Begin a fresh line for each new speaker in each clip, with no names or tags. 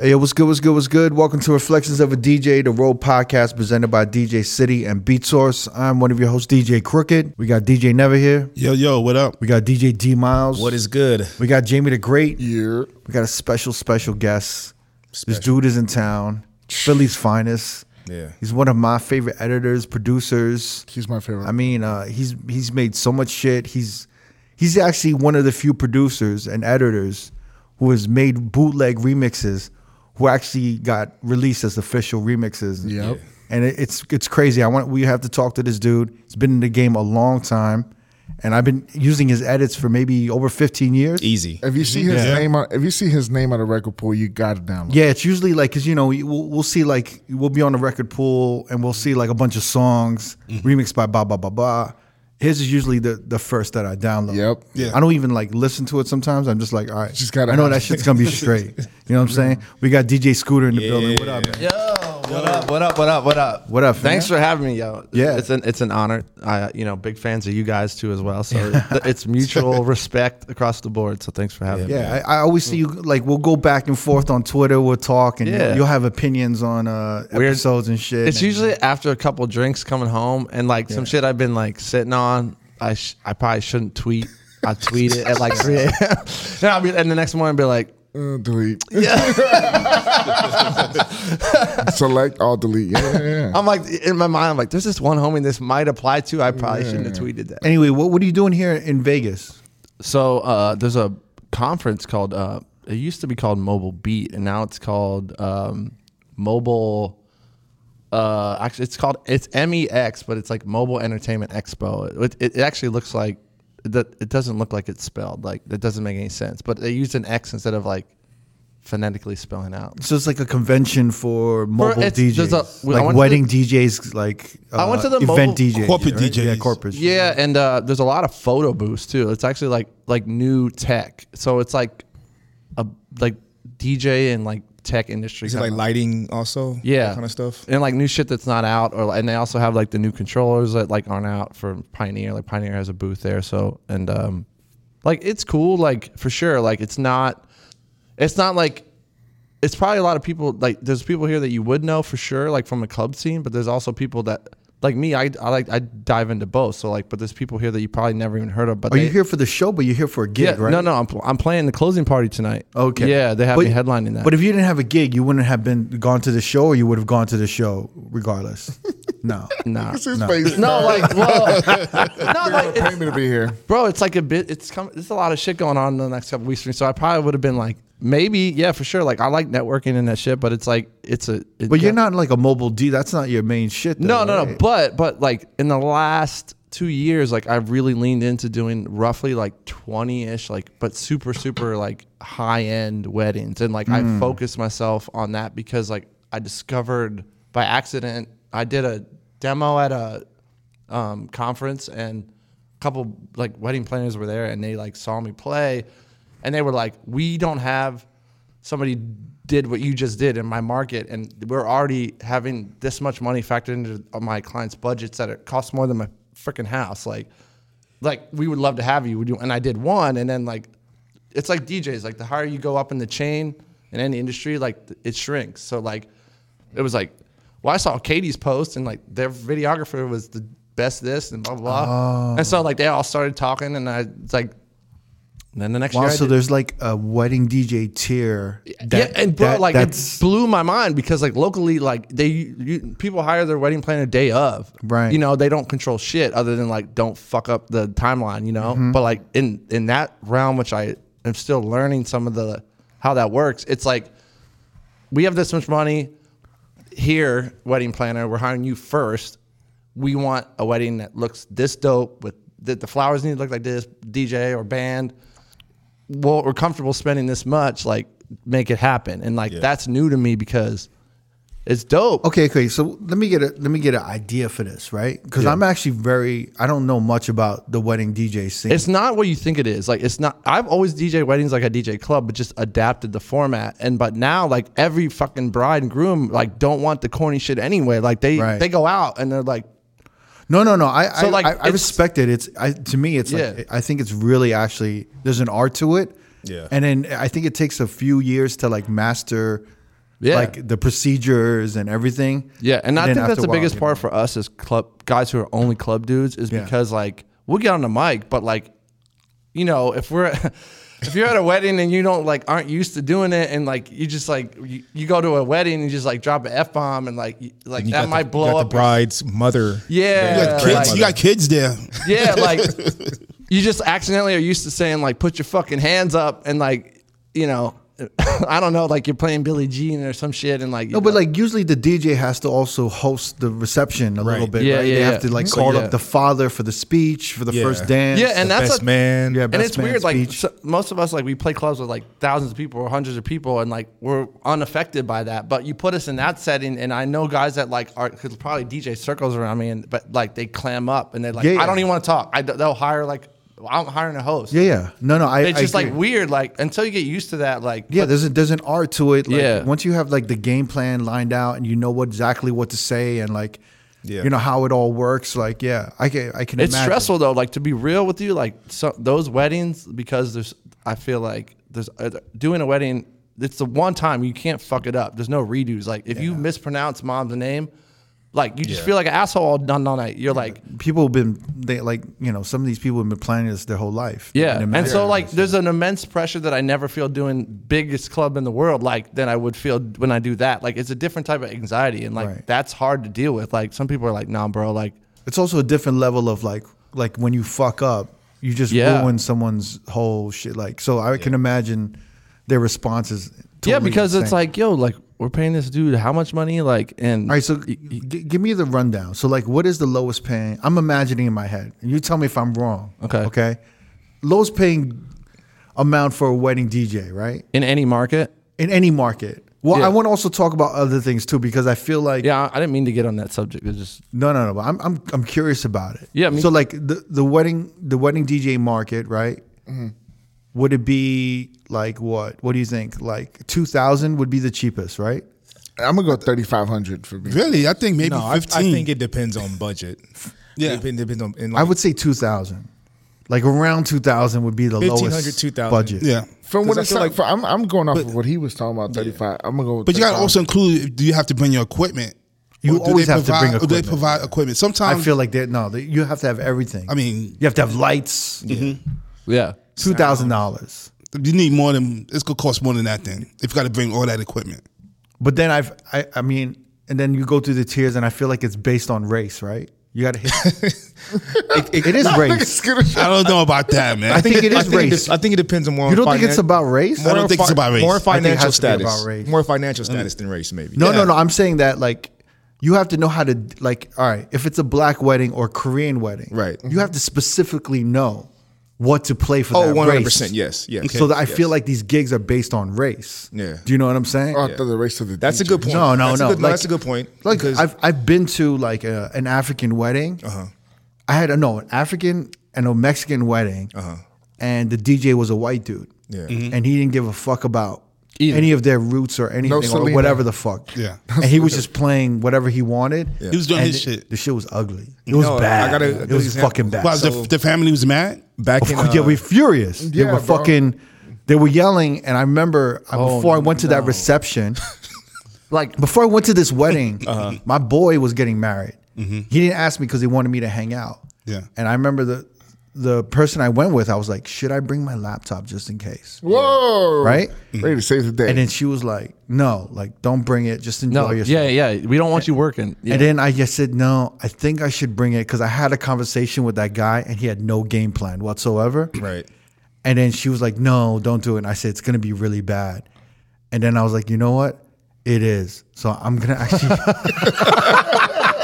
Hey, what's good? What's good? What's good? Welcome to Reflections of a DJ, the Road Podcast, presented by DJ City and Beat Source. I'm one of your hosts, DJ Crooked. We got DJ Never here.
Yo, yo, what up?
We got DJ D Miles.
What is good?
We got Jamie the Great.
Yeah.
We got a special, special guest. This dude is in town. Philly's finest.
Yeah.
He's one of my favorite editors, producers.
He's my favorite.
I mean, uh, he's he's made so much shit. He's he's actually one of the few producers and editors who has made bootleg remixes who actually got released as official remixes.
Yep. Yeah.
And it, it's it's crazy. I want we have to talk to this dude. He's been in the game a long time, and I've been using his edits for maybe over 15 years.
Easy.
if you see his
Yeah.
name on if you see his name on a record pool, you gotta download.
Yeah, it's usually like because you know we- we'll, we'll see like we'll be on the record pool and we'll see like a bunch of songs
Mm-hmm.
remixed by blah blah blah blah. His is usually the the first that I download.
Yep.
Yeah.
I don't even like listen to it sometimes. I'm just like, all right,
Just gotta
I know
have
that
it.
shit's gonna be straight. You know what I'm saying? We got DJ Scooter in the building. What up? man?
Yo, what up? What up? What up? What up?
What up, fam?
Thanks for having me, yo.
Yeah.
it's an it's an honor. I, you know, big fans of you guys too as well. So th- it's mutual respect across the board. So thanks for having me.
Yeah, I, I always see you like we'll go back and forth on Twitter. We'll talk and
Yeah.
you'll have opinions on uh,
Weird.
episodes and shit.
It's
And-
usually after a couple drinks coming home and like some shit I've been like sitting on. I sh- I probably shouldn't tweet. I tweet it at like 3 a.m. and, I'll be, and the next morning, be like,
Uh, delete.
yeah.
Select all delete. Yeah, yeah, yeah.
I'm like, in my mind, I'm like, there's this one homie this might apply to. I probably shouldn't have tweeted that.
Anyway, what what are you doing here in Vegas?
So uh, there's a conference called. Uh, it used to be called Mobile Beat, and now it's called um, Mobile. Uh, actually, it's called it's MEX, but it's like Mobile Entertainment Expo. It, it, it actually looks like that. It doesn't look like it's spelled like that. Doesn't make any sense. But they used an X instead of like phonetically spelling out.
So it's like a convention for mobile
it's-
DJs,
there's a- I
like
went to
wedding DJs, like uh,
I went to the mobile-
event DJs,
Corporate DJs.
yeah, corporate.
Yeah, and uh, there's a lot of photo booths too. It's actually like like new tech. So it's like a like DJ and like tech industry.
Is it like
kinda-
lighting also?
yeah
That kind of stuff.
and like new shit that's not out or and they also have like the new controllers that like aren't out for pioneer like pioneer has a booth there so and um like it's cool like for sure like it's not it's not like it's probably a lot of people like there's people here that you would know for sure like from the club scene but there's also people that like me i, I like i dive into both so like but there's people here that you probably never even heard of but
Are
they,
Oh, you here for the show? But you're here for a gig,
yeah
right?
no no I'm, I'm playing the closing party tonight
Okay.
yeah they have
But-
me headlining that
But if you didn't have a gig, you wouldn't have been gone to the show, or you would have gone to the show regardless. No,
nah.
It's his face.
no like well no like it's-
Pay me to be here.
bro, it's like a bit. It's coming. There's a lot of shit going on in the next couple weeks for me. So I probably would have been like, maybe, yeah, for sure. Like I like networking and that shit, but it's like it's a. it-
but you're not like a mobile D. That's not your main shit. though,
No, no, no.
right?
But but like in the last two years, like I've really leaned into doing roughly like twenty ish, like but super super like high end weddings, and like
Hmm.
I focused myself on that because like I discovered by accident I did a demo at a um, conference and a couple like wedding planners were there and they like saw me play and they were like we don't have somebody did what you just did in my market and we're already having this much money factored into my clients budgets that it costs more than my freaking house like like we would love to have you Would you- and i did one and then like it's like djs like the higher you go up in the chain in any industry like th- it shrinks so like it was like well i saw katie's post and like their videographer was the best this and blah blah blah and so like they all started talking and i it's like then the next
Wow,
year I
so
did-
there's like a wedding DJ tier.
yeah, and bro,
that-
like it
that's
blew my mind because like locally, like they you, people hire their wedding planner day of,
Right.
You know, they don't control shit other than like don't fuck up the timeline, you know.
Mm-hmm.
But like in in that realm, which I am still learning some of the how that works, it's like we have this much money here, wedding planner. We're hiring you first. We want a wedding that looks this dope with the, the flowers need to look like this, DJ or band. Well, we're comfortable spending this much. Like, make it happen. And like, that's new to me because it's dope.
okay. Okay, so let me get a let me get an idea for this, right? Because I'm actually very I don't know much about the wedding DJ scene.
It's not what you think it is. Like it's not. I've always DJ weddings like a DJ club, but just adapted the format. And but now like every fucking bride and groom like don't want the corny shit anyway. Like they
Right.
they go out and they're like,
No, no, no. I
So,
I,
like,
I, I
it's-
respect it. It's I, to me, it's
Yeah.
like I think it's really actually there's an art to it.
Yeah.
And then I think it takes a few years to like master
Yeah.
like the procedures and everything.
Yeah, and, I
then
think that's
after a
the
while,
biggest
you
part for us as club guys who are only club dudes is
Yeah.
because like we'll get on the mic, but like, you know, if we're if you're at a wedding and you don't like aren't used to doing it, and like you just like you, you go to a wedding and you just like drop an f bomb and like you- like
You got
that
the-
might
you
blow
got
up.
the bride's mother.
Yeah,
you got
like-
kids. you got kids there.
yeah, like you just accidentally are used to saying like put your fucking hands up and like you know. I don't know, like you're playing Billie Jean or some shit, and like
No, but like usually the DJ has to also host the reception a little
Right. Mm-hmm.
bit.
Yeah,
right?
yeah,
they
yeah.
have to like
So,
call
yeah.
up the father for the speech for the
Yeah.
first dance.
yeah, and that's
Best
a,
man.
Yeah,
and
best
it's
man
weird. Like
speech.
so, most of us, like we play clubs with like thousands of people or hundreds of people, and like we're unaffected by that. But you put us in that setting, and I know guys that like are because probably DJ circles around me, and but like they clam up and they're like,
Yeah, yeah.
I don't even want to talk. I, they'll hire like I'm hiring a host.
yeah, yeah. No, no, I.
it's
I
just like
agree.
weird. Like until you get used to that, like
Yeah, there's a, there's an art to it. Like,
Yeah.
Once you have like the game plan lined out and you know what exactly what to say and like,
Yeah.
you know how it all works. Like, yeah, I can I can.
It's
imagine.
stressful though. Like to be real with you, like so, those weddings because there's. I feel like there's uh, doing a wedding. It's the one time you can't fuck it up. There's no redos. Like if you mispronounce mom's name, like you just
Yeah.
feel like an asshole all done all night. You're like,
People have been they like you know some of these people have been planning this their whole life. They
yeah.
can
And so
imagine.
like there's an immense pressure that I never feel doing biggest club in the world like than I would feel when I do that. Like it's a different type of anxiety and like
Right.
that's hard to deal with. Like some people are like, nah, bro. Like
it's also a different level of like like when you fuck up, you just
Yeah.
ruin someone's whole shit. Like, so I can imagine their responses. Totally
yeah, because
the
it's
same.
like, yo, like we're paying this dude how much money? Like and
All right, so g- g- give me the rundown. So, like, what is the lowest paying? I'm imagining in my head. and You tell me if I'm wrong.
Okay.
Okay. Lowest paying amount for a wedding DJ, right?
in any market.
In any market. Well,
Yeah.
I want to also talk about other things too because I feel like
Yeah, I- I didn't mean to get on that subject. It's just
no, no, no. But I'm I'm I'm curious about it.
Yeah, me
so like the the wedding the wedding DJ market, right?
Mm-hmm.
Would it be like what? What do you think? Like two thousand would be the cheapest, right?
I'm gonna go 3,500 for me.
Really, I think maybe
No, I- I
fifteen. I,
think
think it depends on budget.
Yeah.
It depends, depends on. And
I
like,
would say two thousand. Like around two thousand would be the
1,500,
lowest
2,000.
budget.
yeah.
From
'Cause
what
I feel
it sound-
like-
for- I'm, I'm going off of what he was talking about. 35. I'm gonna go. With
But you got to
35.
also include do you have to bring your equipment?
You
Or do
always
they
have to
provide-
bring
or do they
equipment.
provide equipment.
I
Sometimes
feel like that. No, that you have to have everything.
I mean-
you have to have lights. Mm-hmm.
yeah.
Two thousand dollars.
you need more than it's gonna cost more than that thing. If you got to bring all that equipment,
But then I've, I, I mean, and then you go through the tiers, and I feel like it's based on race, right? You got to hit. it is race.
I don't know about that, man.
I think it is
it
race.
de- I think it depends on more.
You
on
don't think
finan-
it's about race?
More
I don't
on
think it's about race. I
More
think it
financial
has to be about
status.
race. Mm.
More financial status than race, maybe.
No, no,
Yeah.
no. I'm saying that like you have to know how to like. All right, if it's a black wedding or Korean wedding,
Right.
You have to specifically know what to play for.
Oh,
that
100%,
race.
yes, yes.
So that I
Yes.
feel like these gigs are based on race.
Yeah.
Do you know what I'm saying?
Oh, I thought the race of the
That's a
DJ.
good point.
No, no,
That's a
no.
good-
Like-
that's a good point.
Like
because-
I've I've been to like a, an African wedding. Uh-huh. I had a no an African and a Mexican wedding, uh-huh. and the DJ was a white dude.
Yeah.
Mm-hmm.
and he didn't give a fuck about.
Either.
Any of their roots or anything or
Selena.
whatever the fuck.
Yeah.
And he was just playing whatever he wanted.
He was doing
And
his
the-
shit.
The shit was ugly. It was
No, I
bad.
got a- a
it
good
was
example.
fucking bad.
But
so-
the, the family was mad.
back
Of
in
course,
uh,
Oh, yeah, we furious. they
Yeah,
were
bro.
fucking. They were yelling, and I remember uh, before I went to that reception,
Like
before I went to this wedding, my boy was getting married. He didn't ask me because he wanted me to hang out.
Yeah.
and I remember the the person I went with. I was like, should I bring my laptop just in case?
Whoa!
Right?
Ready to save the day.
And then she was like, no, like don't bring it. Just enjoy
no,
yourself.
yeah, yeah. We don't want you working. Yeah.
And then I just said, no, I think I should bring it because I had a conversation with that guy and he had no game plan whatsoever.
Right.
And then she was like, no, don't do it. And I said, it's going to be really bad. And then I was like, you know what? It is. So I'm going to actually.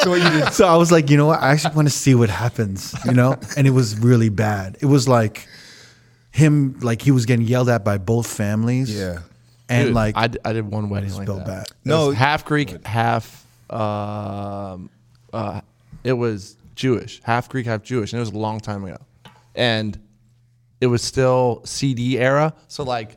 So you did-
so I was like, you know what? I actually want to see what happens, you know? And it was really bad. It was like him, like he was getting yelled at by both families.
Yeah.
And
Dude,
like,
I, d- I did one wedding like
felt
that.
bad.
No.
No, half Greek, half um, uh, it was Jewish, half Greek, half Jewish, and it was a long time ago, and it was still CD era. So like,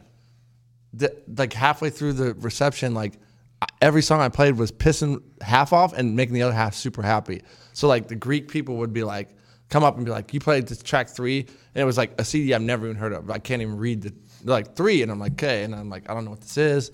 the, like halfway through the reception, like I- every song I played was pissing half off and making the other half super happy. So like the Greek people would be like, come up and be like, you played this track three, and it was like a CD I've never even heard of. I can't even read the like three, and I'm like, okay, and I'm like, I don't know what this is.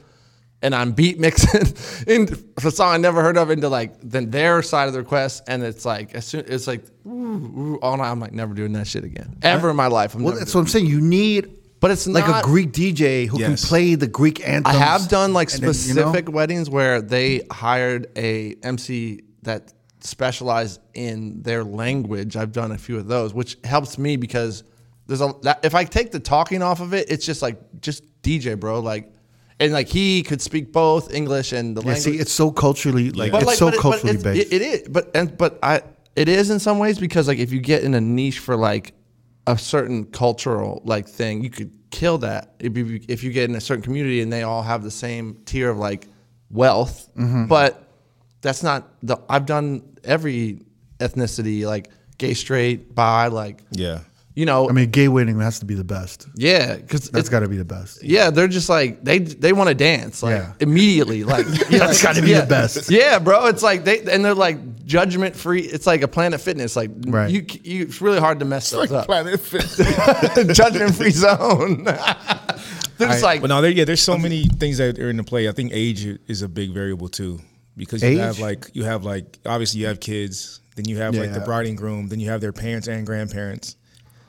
and I'm beat mixing in a song I never heard of into like then their side of the request, and it's like as soon it's like ooh, ooh, all night. I'm like never doing that shit again ever in my life. I'm
Well,
never
that's
doing
what I'm saying. You need,
But it's
like
not-
a Greek DJ who
Yes.
can play the Greek
I
anthems.
have done like
and then, you know?
specific weddings where they hired a MC that specialized in their language. I've done a few of those, which helps me because there's a that, if I take the talking off of it, it's just like just DJ, bro. Like, and like he could speak both English and the
Yeah,
language.
see, it's so culturally like
But
it's
like,
so
but it- but
culturally
it's-
based.
It, it is, but and but I it is in some ways because like if you get in a niche for like a certain cultural like thing, you could kill that if you if you get in a certain community and they all have the same tier of like wealth,
Mm-hmm.
but that's not the I've done every ethnicity like gay, straight, bi, like
Yeah.
you know,
I mean, gay wedding has to be the best.
yeah, because
That's got to be the best.
yeah, they're just like they they want to dance like
Yeah.
immediately. Like
That's gotta be the
yeah.
best.
Yeah, bro. It's like they and they're like judgment free. It's like a Planet Fitness. Like
Right.
you, you it's really hard to mess those
Like
up.
Planet Fitness.
judgment free zone. they're just like
But no, there yeah, there's so many things that are in the play. I think age i- is a big variable too, because you
Age?
have like you have like obviously you have kids, then you have like the
Yeah.
bride and groom, then you have their parents and grandparents.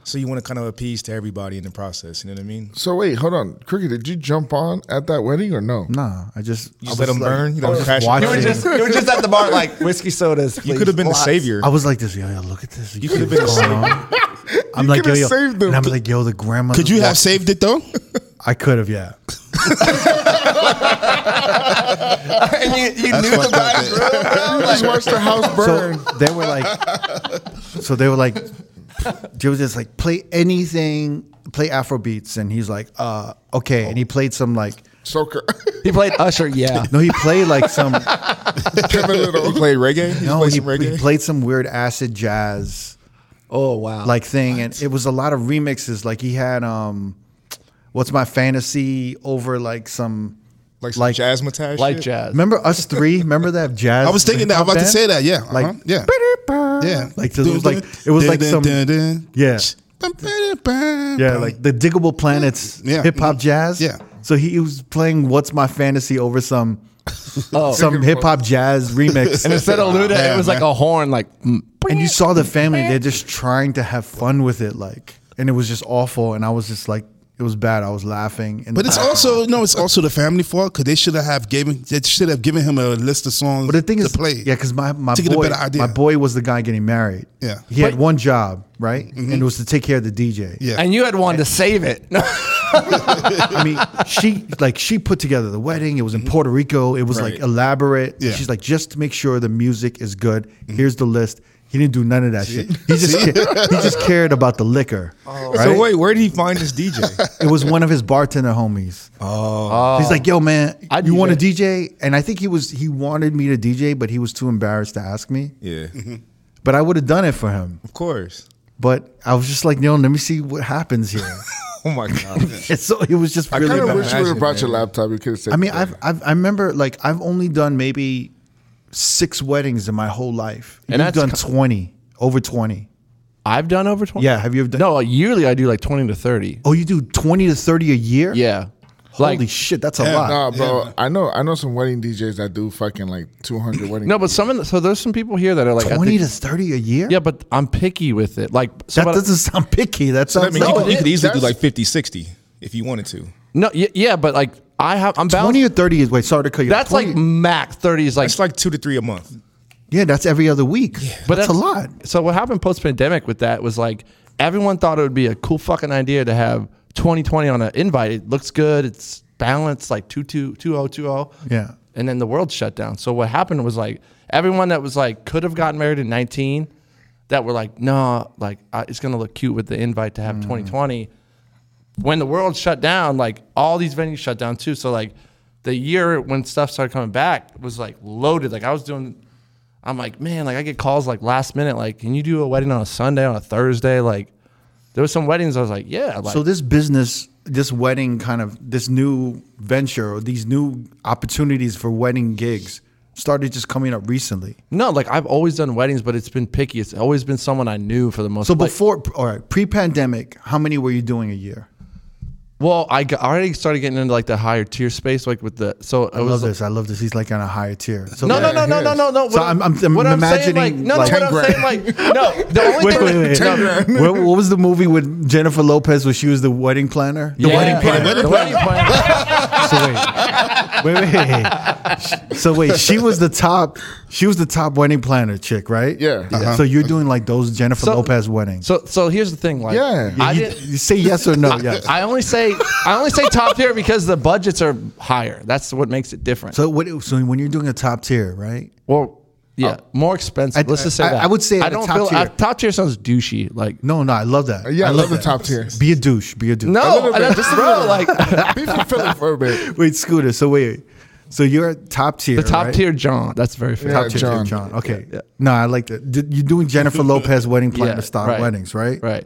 So you want to kind of appease to everybody in the process. You know what I mean?
so wait, hold on, Cricket. Did you jump on at that weddting or no?
Nah, I just I
You just
was
let them
like-
burn. You
I
let
was
them
just
crash.
watching.
you were just you were just at the bar like whiskey sodas.
You could have been the savior.
I was like this, yo, yo, look at this. You
could have been the same.
I'm
You
like, yo,
could've
yo,
saved them.
and I'm like, yo, the grandma.
Could you have saved it though?
I could have, yeah.
and you, you knew the bride and groom, bro.
I just watched the house burn.
So they were like, so they were like, they was just like, play anything, play Afro beats, and he's like, uh, okay, and he played some like,
Soaker.
He played Usher. Yeah.
no, he played like some.
Kevin Little.
You played reggae. You
No,
played
he,
some reggae.
he played some weird acid jazz
Oh wow.
like thing, and it was a lot of remixes. Like he had um, what's my fantasy over like some
like some
like-
jazz montage.
like
shit?
jazz.
remember us three. Remember that jazz?
I was thinking that. I'm about to say that. Yeah.
Like
uh-huh. yeah. Yeah.
Like, so it was like- it was like some- Yeah. Yeah, like the Diggable Planets
Mm. Yeah. Mm-hmm.
hip hop jazz.
Yeah.
So he was playing "What's My Fantasy" over some
Oh.
some hip hop jazz remix,
and
and,
instead of Luda, it
Yeah,
was like
man.
a horn. Like mm.
you saw the family. They're just trying to have fun with it, like, and it was just awful. And I was just like, it was bad. I was laughing, and
But it's also no, it's also the family fault because they should have given they should have given him a list of songs.
But the thing
to
is,
play.
yeah, because my my
To get a
boy,
better idea.
my boy was the guy getting married.
Yeah. Mm-hmm.
he had one job, right, and it was to take care of the DJ.
Yeah.
And you had one to save it.
I mean, she like she put together the wedding. It was in Puerto Rico. It was like
Right.
elaborate.
Mm-hmm. Yeah. Mm-hmm.
She's like, just to make sure the music is good. Here's the list. He didn't do none of that shit. He just ca- he just cared about the liquor. right?
So wait, where did he find this DJ?
It was one of his bartender homies. Oh, he's like, yo, man,
I
you want to
DJ?
DJ? And I think he was he wanted me to DJ, but he was too embarrassed to ask me.
yeah,
But I would have done it for him.
of course.
But I was just like, yo, let me see what happens here.
Oh my god.
and so it was just
I
really.
kind of
bad.
wish you would
Imagine,
have brought your
man.
laptop. You could have said.
I mean, I've, I've I remember like I've only done maybe six weddings in my whole life.
And
And You've
that's
done
co-
twenty, over twenty.
I've done over twenty.
Yeah, have you ever done?
No, yearly I do like twenty to thirty.
Oh, you do twenty to thirty a year?
Yeah.
Holy
Like
shit, that's a lot.
Nah, bro. I know. I know some wedding DJs that do fucking like two hundred weddings.
no, but some of the, so there's some people here that are like I
twenty
think-
to thirty a year?
yeah, but I'm picky with it. Like so
That
but-
doesn't sound picky. That
I
sounds
mean, you,
no,
could, you could easily do
that's-
like 50, 60 if you wanted to.
no, y- yeah, but like I have I'm bound.
twenty or thirty is wait. Sorry to cut you. off.
that's like
20
max thirty is like,
It's like two to three a month.
yeah, that's every other week.
but
that's, a lot.
So what happened post pandemic with that was like everyone thought it would be a cool fucking idea to have 2020 on an invite. It looks good. It's balanced like two two two oh two oh.
Yeah.
and then the world shut down. So what happened was like everyone that was like could have gotten married in 19 that were like no, like I, it's going to look cute with the invite to have
Mm.
2020 when the world shut down, like all these venues shut down too. So like the year when stuff started coming back was like loaded. Like I was doing I'm like, man, like I get calls like last minute, like, can you do a wedding on a Sunday, on a Thursday? Like there was some weddings I was like, yeah, like
So this business, this wedding kind of this new venture or these new opportunities for wedding gigs started just coming up recently.
no, like I've always done weddings, but it's been picky. It's always been someone I knew for the most
So
like-
before, all right, pre-pandemic, how many were you doing a year?
Well, I, got, I already started getting into like the higher tier space, like with the so it
I
was
love this. I love this. He's like on a higher tier. So
No,
like-
no, no, no, no, no, no.
So I'm- I'm- I'm
what
imagining,
saying, like, no,
like-
no, what I'm saying, like, no. The only
Wait,
thing,
wait, wait.
no,
what, what was the movie with Jennifer Lopez where she was the wedding planner? The
yeah,
wedding planner.
The wedding planner.
wait, wait, wait. So wait, she was the top. She was the top wedding planner chick, right?
Yeah. Uh-huh.
So you're doing like those Jennifer
So-
Lopez weddings.
so, so here's the thing, like,
Yeah.
I
you,
didn't.
you say yes or no? Yes.
I only say I only say top tier because the budgets are higher. That's what makes it different.
so what? So when you're doing a top tier, right?
well, yeah, more expensive.
uh, I-
Let's just say
I-
that.
I would say at
I
a
don't
top
feel
tier.
I- top tier sounds douchey. Like
No, no, I love that.
Yeah, I love the
that.
top tier.
Be a douche. Be a douche.
no,
little bit,
that's,
just a
bro,
little.
like
Be fulfilling for a bit.
Wait, Scooter. So wait, so you're at top tier.
the top
right?
tier John. That's very fair.
Yeah.
Top tier, John.
John.
John. Okay. No, I like that. D- You're doing Jennifer Lopez wedding planner
Yeah,
style
right.
weddings, right?
Right.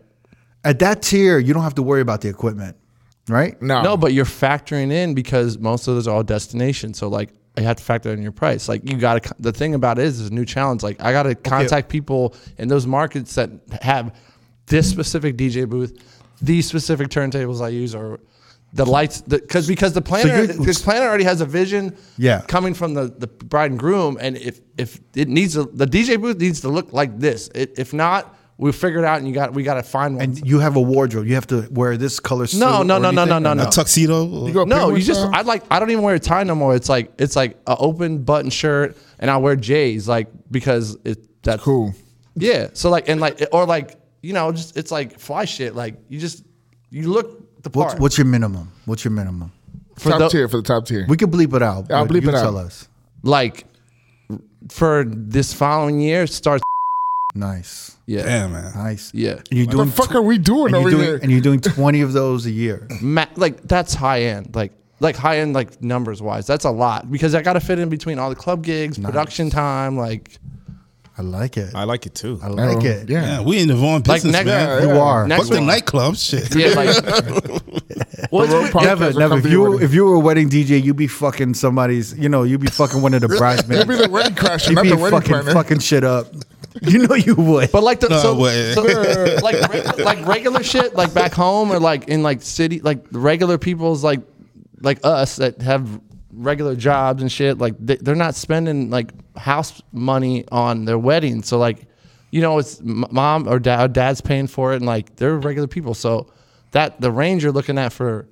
At that tier, you don't have to worry about the equipment, right?
No.
No, but you're factoring in because most of those are all destination. So like you have to factor in your price. Like you got to. The thing about it is, is a new challenge. Like I got to contact people in those markets that have this specific DJ booth, these specific turntables I use, or the lights. Because because the planner,
you're-
this planner already has a vision.
Yeah.
Coming from the the bride and groom, and if if it needs to, the DJ booth needs to look like this. It, if not. We figure it out, and you got we got to find one.
And you have a wardrobe. You have to wear this color suit.
no, no,
or
no, no, no,
anything?
no, no.
A tuxedo.
go
No,
penguin
you just
style?
I like I don't even wear a tie no more. It's like it's like an open button shirt and I wear J's like because it that's
Cool.
Yeah. So like and like or like you know just it's like fly shit. Like you just you look the part.
What's, what's your minimum? What's your minimum?
For
top
the-
tier for the top tier.
We can bleep it out.
I'll
but
bleep
you
it out.
Tell us.
like for this following year starts.
Nice,
Yeah.
Damn, man.
nice.
Yeah.
And you're
What
doing.
the fuck are we doing
and you're
over
doing,
here?
and you're doing 20 of those a year.
Ma- like that's high end. Like like high end like numbers wise. That's a lot because I got to fit in between all the club gigs, production time. Like
I like it.
I like it too.
I like
Oh,
it.
Yeah.
Yeah, we in the wrong business,
next-
man.
You are.
Next
Fuck the
one.
nightclub shit.
yeah like. well, it's weird-
Never,
Podcast will
never.
come
If
to
you
your
were,
wedding.
if you were a wedding DJ, you'd be fucking somebody's. You know, you'd be fucking one of the bridesmaids.
Be the wedding crasher,
you'd
not
be
the wedding
fucking
planner.
fucking shit up. You know you would.
But like the
No
so,
way.
so, like reg- like regular shit like back home or like in like city like regular people's like like us that have regular jobs and shit like they, they're not spending like house money on their wedding so like you know it's m- mom or dad dad's paying for it and like they're regular people so that the range you're looking at for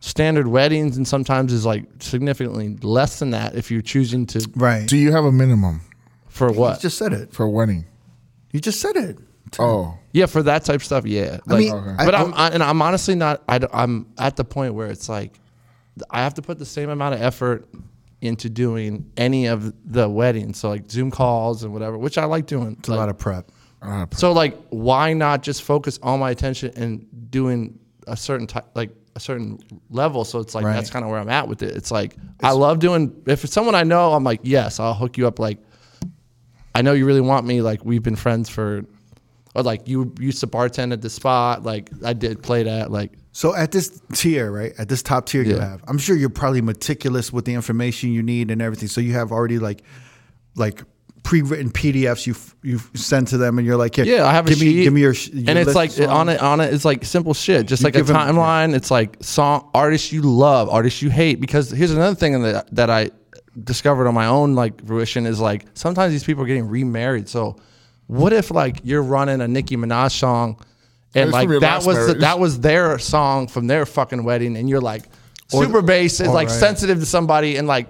standard weddings and sometimes is like significantly less than that if you're choosing to
right.
Do you have a minimum
for
You
what
just said it.
for a wedding?
You just said it.
Oh.
Yeah, for that type of stuff, yeah. Like,
mean, Okay.
but
I-
I'm I, and I'm honestly not. I, am at the point where it's like I have to put the same amount of effort into doing any of the weddings, so like Zoom calls and whatever, which I like doing.
It's a lot of prep.
so like, why not just focus all my attention and doing a certain type, like a certain level? So it's like
Right.
that's kind of where I'm at with it. It's like I love doing. If it's someone I know, I'm like, yes, I'll hook you up. Like I know you really want me. Like we've been friends for, or like you used to bartend at the spot. Like I did play that. Like
So at this tier, right? At this top tier you
Yeah.
have, I'm sure you're probably meticulous with the information you need and everything. So you have already like, like pre-written PDFs you you send to them, and you're like, Here,
yeah, I have a
give me
sheet.
give me your, sh- your
and it's
list
like
of
on
songs.
it on it. It's like simple shit, just like a
give 'em-
timeline. It's like song artists you love, artists you hate. Because here's another thing that that I discovered on my own like fruition is like sometimes these people are getting remarried. So what if like you're running a Nicki Minaj song, and
That's
like
gonna be a
that
last
was the,
marriage.
that was their song from their fucking wedding, and you're like super bass is like
right.
sensitive to somebody, and like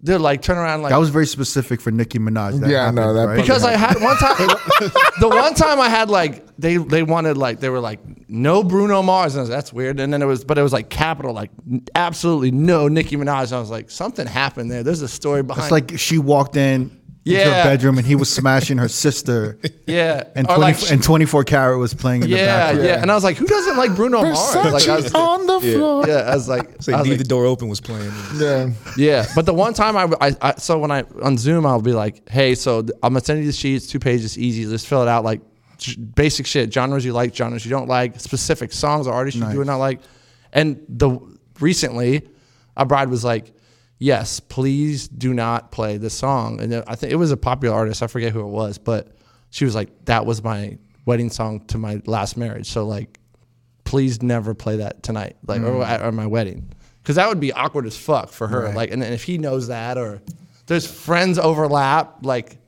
they're like turn around like
That was very specific for Nicki Minaj. That
Yeah, I
happened,
know, that
right?
probably-
because I had one time. the one time I had like they they wanted like they were like no Bruno Mars and I was, that's weird. And then it was but it was like capital like n- absolutely no Nicki Minaj. And I was like something happened there. There's a story behind.
it's like she walked in into her
Yeah.
bedroom and he was smashing her sister.
yeah,
And
Or,
20,
like,
and 24 karat was playing in the
yeah,
background.
yeah, And I was like, who doesn't like Bruno Mars? Like I was,
Versace on the floor.
yeah, I was like,
Say
I was
leave
like,
the door open was playing.
Yeah.
Yeah, but the one time I, I, I so when I on Zoom I'll be like, hey, so th- I'm gonna send you the sheets, two pages, easy, just fill it out, like j- basic shit, genres you like, genres you don't like, specific songs or artists you do or not like, and the recently, a bride was like, yes, please do not play this song, and then I think it was a popular artist, I forget who it was, but she was like, that was my wedding song to my last marriage, so like please never play that tonight, like
Mm.
or at, at my wedding, because that would be awkward as fuck for her. Like, and then if he knows that, or there's friends overlap, like.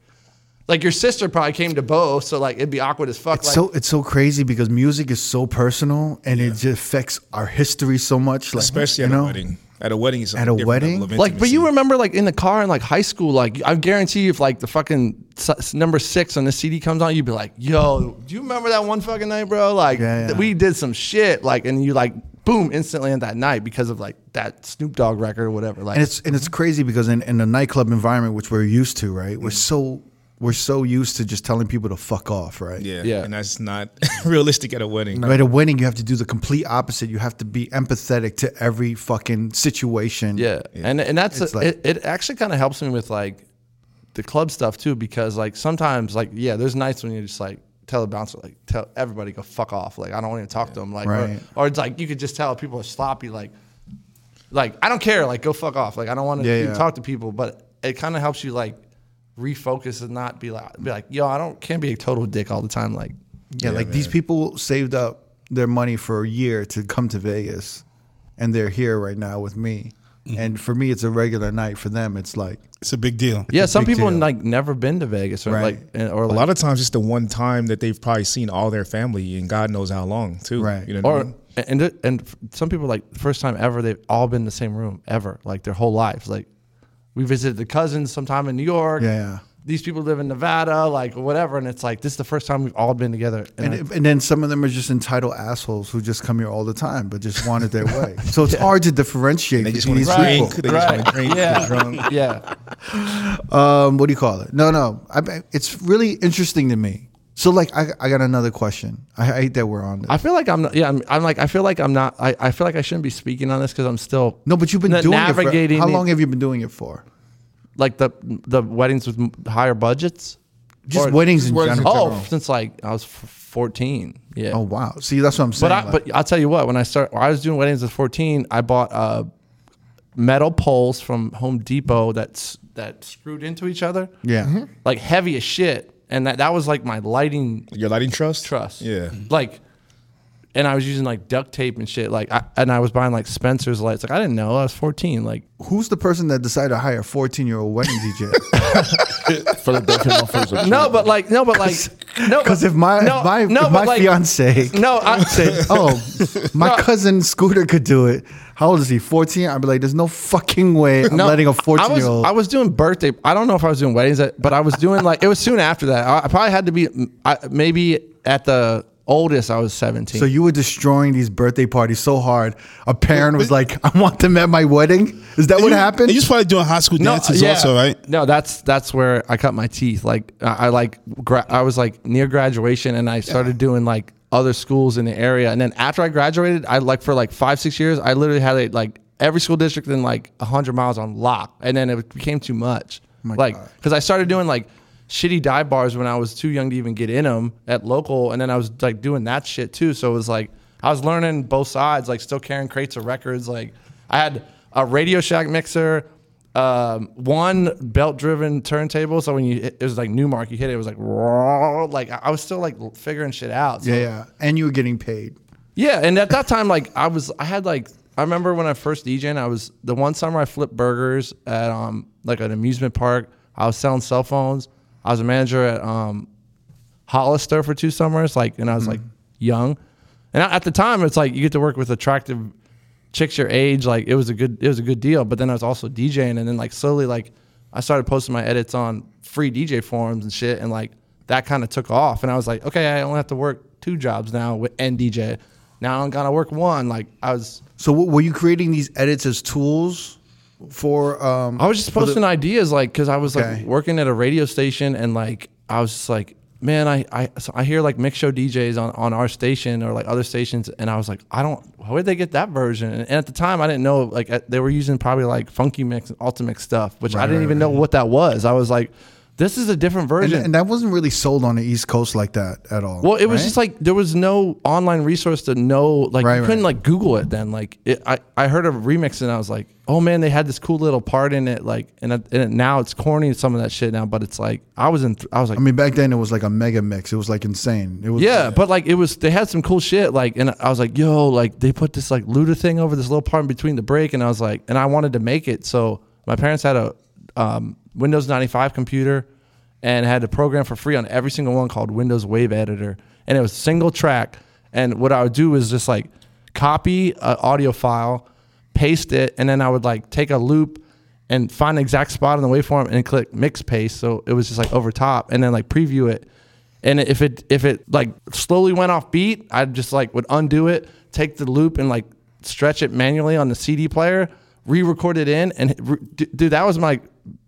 Like your sister probably came to both, so like it'd be awkward as fuck. like,
so it's so crazy because music is so personal and it just affects our history so much. Like,
especially
you
at
know?
a wedding. At a wedding, it's
At a
different
wedding?
level of
Like, but
intimacy.
you remember, like in the car in like high school, like I guarantee you, if like the fucking s- number six on the CD comes on, you'd be like, "Yo, do you remember that one fucking night, bro? Like,
Yeah, yeah.
th- we did some shit, like, and you like, boom, instantly on that night because of like that Snoop Dogg record or whatever. Like,
And it's and it's crazy because in, in the nightclub environment, which we're used to, right? We're
Mm.
so we're so used to just telling people to fuck off, right?
yeah,
Yeah.
and that's not realistic at a wedding.
But at a wedding, you have to do the complete opposite. You have to be empathetic to every fucking situation.
Yeah. And and that's
It's
a,
like-
it, it actually kind of helps me with like the club stuff too because like sometimes like yeah there's nights when you just like tell the bouncer like tell everybody go fuck off like I don't want to talk to them like or-
Right.
or, it's like you could just tell people are sloppy like like I don't care like go fuck off like I don't want to
Yeah, yeah.
talk to people but it kind of helps you like refocus and not be like be like yo I don't can't be a total dick all the time like
Yeah, like these people saved up their money for a year to come to Vegas, and they're here right now with me.
Mm-hmm.
And for me, it's a regular night. For them, it's like
It's a big deal.
yeah some
big
people
deal.
like never been to Vegas or
Right.
like and- or
A
like
lot of times, it's the one time that they've probably seen all their family and God knows how long too.
Right.
You know what I
or
mean?
and and- and f- some people like the first time ever they've all been in the same room ever like their whole lives like we visited the cousins sometime in New York
Yeah, yeah.
these people live in Nevada like whatever and it's like this is the first time we've all been together and,
And, and then some of them are just entitled assholes who just come here all the time, but just want it their way. So it's hard to differentiate
They just
between these
want to drink.
people.
They just want to drink.
Yeah.
They're drunk.
I, yeah
Um, what do you call it? No, no. I, I- it's really interesting to me. So like, I, I got another question. I, I hate that we're on this.
I feel like I'm not, yeah I'm, I'm like I feel like I'm not I, I feel like I shouldn't be speaking on this because I'm still
no, but you've been
na-
doing
navigating
it for, how
the-
long have you been doing it for?
like the the weddings with m- higher budgets
Just
Or-
weddings
Just
in
weddings in
general.
oh
general.
since like I was f- 14 yeah
Oh wow. See, that's what I'm saying.
But I,
like-
but I'll tell you what. When I start, when I was doing weddings at fourteen. I bought uh, metal poles from Home Depot that's that screwed into each other,
yeah.
like heavy as shit. And that that was like my lighting
Your lighting trust.
trust. Mm-hmm.
Yeah.
Like, and I was using like duct tape and shit. Like, I, and I was buying like Spencer's lights. Like, I didn't know. I was fourteen. Like,
Who's the person that decided to hire a 14 year old wedding DJ?
Philadelphia Muffins. are
no,
cheap.
but like no, but like no,
Because
but-
if my
no,
if my
no,
if
but
my
like-
fiance
no, I say
oh, my
No.
cousin Scooter could do it. How old is he? 14? I'd be like, there's no fucking way I'm
No,
letting a
I
14
was-
year old.
I was doing birthday. I don't know if I was doing weddings, uh, but I was doing like it was soon after that. I, I probably had to be mm, I, maybe at the oldest I was seventeen.
So you were destroying these birthday parties so hard. A parent was like, I want them at my wedding. Is that what
you,
happened?
And you're probably doing high school dances
yeah.
also, right?
No, that's that's where I cut my teeth. Like I, I like gra- I was like near graduation, and I started doing like other schools in the area. And then after I graduated, I like for like five six years, I literally had it like every school district in like hundred miles on lock. And then it became too much.
Oh
like because I started doing like shitty dive bars when I was too young to even get in them at local, and then I was like doing that shit too. So it was like I was learning both sides, like still carrying crates of records. Like I had a Radio Shack mixer um, one belt driven turntable. So when you hit, it was like Newmark, you hit it, it was like "Roar," like I I was still like l- figuring shit out. So-
yeah, yeah. And you were getting paid.
yeah, and at that time, like I was, I had like I remember when I first DJing, I was the one summer I flipped burgers at um like an amusement park. I was selling cell phones. I was a manager at um Hollister for two summers, like, and I was like young. And at the time, it's like you get to work with attractive chicks your age. Like it was a good, it was a good deal. But then I was also DJing, and then like slowly, like I started posting my edits on free DJ forums and shit, and like that kind of took off. And I was like, okay, I only have to work two jobs now with and DJ. Now I don't gotta work one. Like I was,
So w- were you creating these edits as tools for. Um,
I was just posting ideas, like, cause I was
Okay.
like working at a radio station, and like, I was just like, man, I I, so I hear like mix show DJs on on our station or like other stations, and I was like, I don't, where'd they get that version? And at the time, I didn't know, like, I- they were using probably like Funky Mix and Ultimate stuff, which I didn't even know what that was. I was like. This is a different
And,
version.
and I wasn't really sold on the East Coast like that at all.
Well, it was
right?
just like there was no online resource to know. Like
Right,
you couldn't
right.
like Google it then. Like it, I, I heard a remix and I was like, oh man, they had this cool little part in it. Like and, I- and now it's corny some of that shit now, but it's like I was in. I was like,
I mean, back then it was like a mega mix. It was like insane. It was
yeah, but like it was, they had some cool shit. Like, and I was like, yo, like they put this like Luda thing over this little part in between the break, and I was like, and I wanted to make it. So my parents had a um, Windows ninety five computer, and had a program for free on every single one called Windows Wave Editor, and it was single track. And what I would do is just like copy an audio file, paste it, and then I would like take a loop and find the exact spot on the waveform and click mix paste. So it was just like over top, and then like preview it. And if it if it like slowly went off beat, I just like would undo it, take the loop and like stretch it manually on the CD player, re-record it in, and re- d- dude, that was my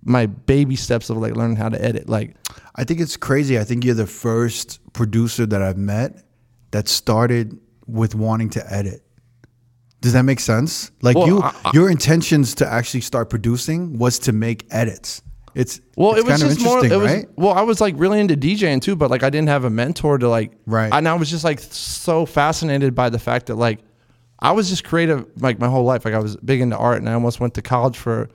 my baby steps of like learning how to edit. Like,
I think it's crazy. I think you're the first producer that I've met that started with wanting to edit. Does that make sense? Like
Well,
you,
I- I-
your intentions to actually start producing was to make edits. It's
well,
it's
it was
kind
just
of
more.
interesting,
It was
right?
well, I was like really into DJing too, but like I didn't have a mentor to like.
Right.
And I was just like so fascinated by the fact that like I was just creative like my whole life. Like I was big into art, and I almost went to college for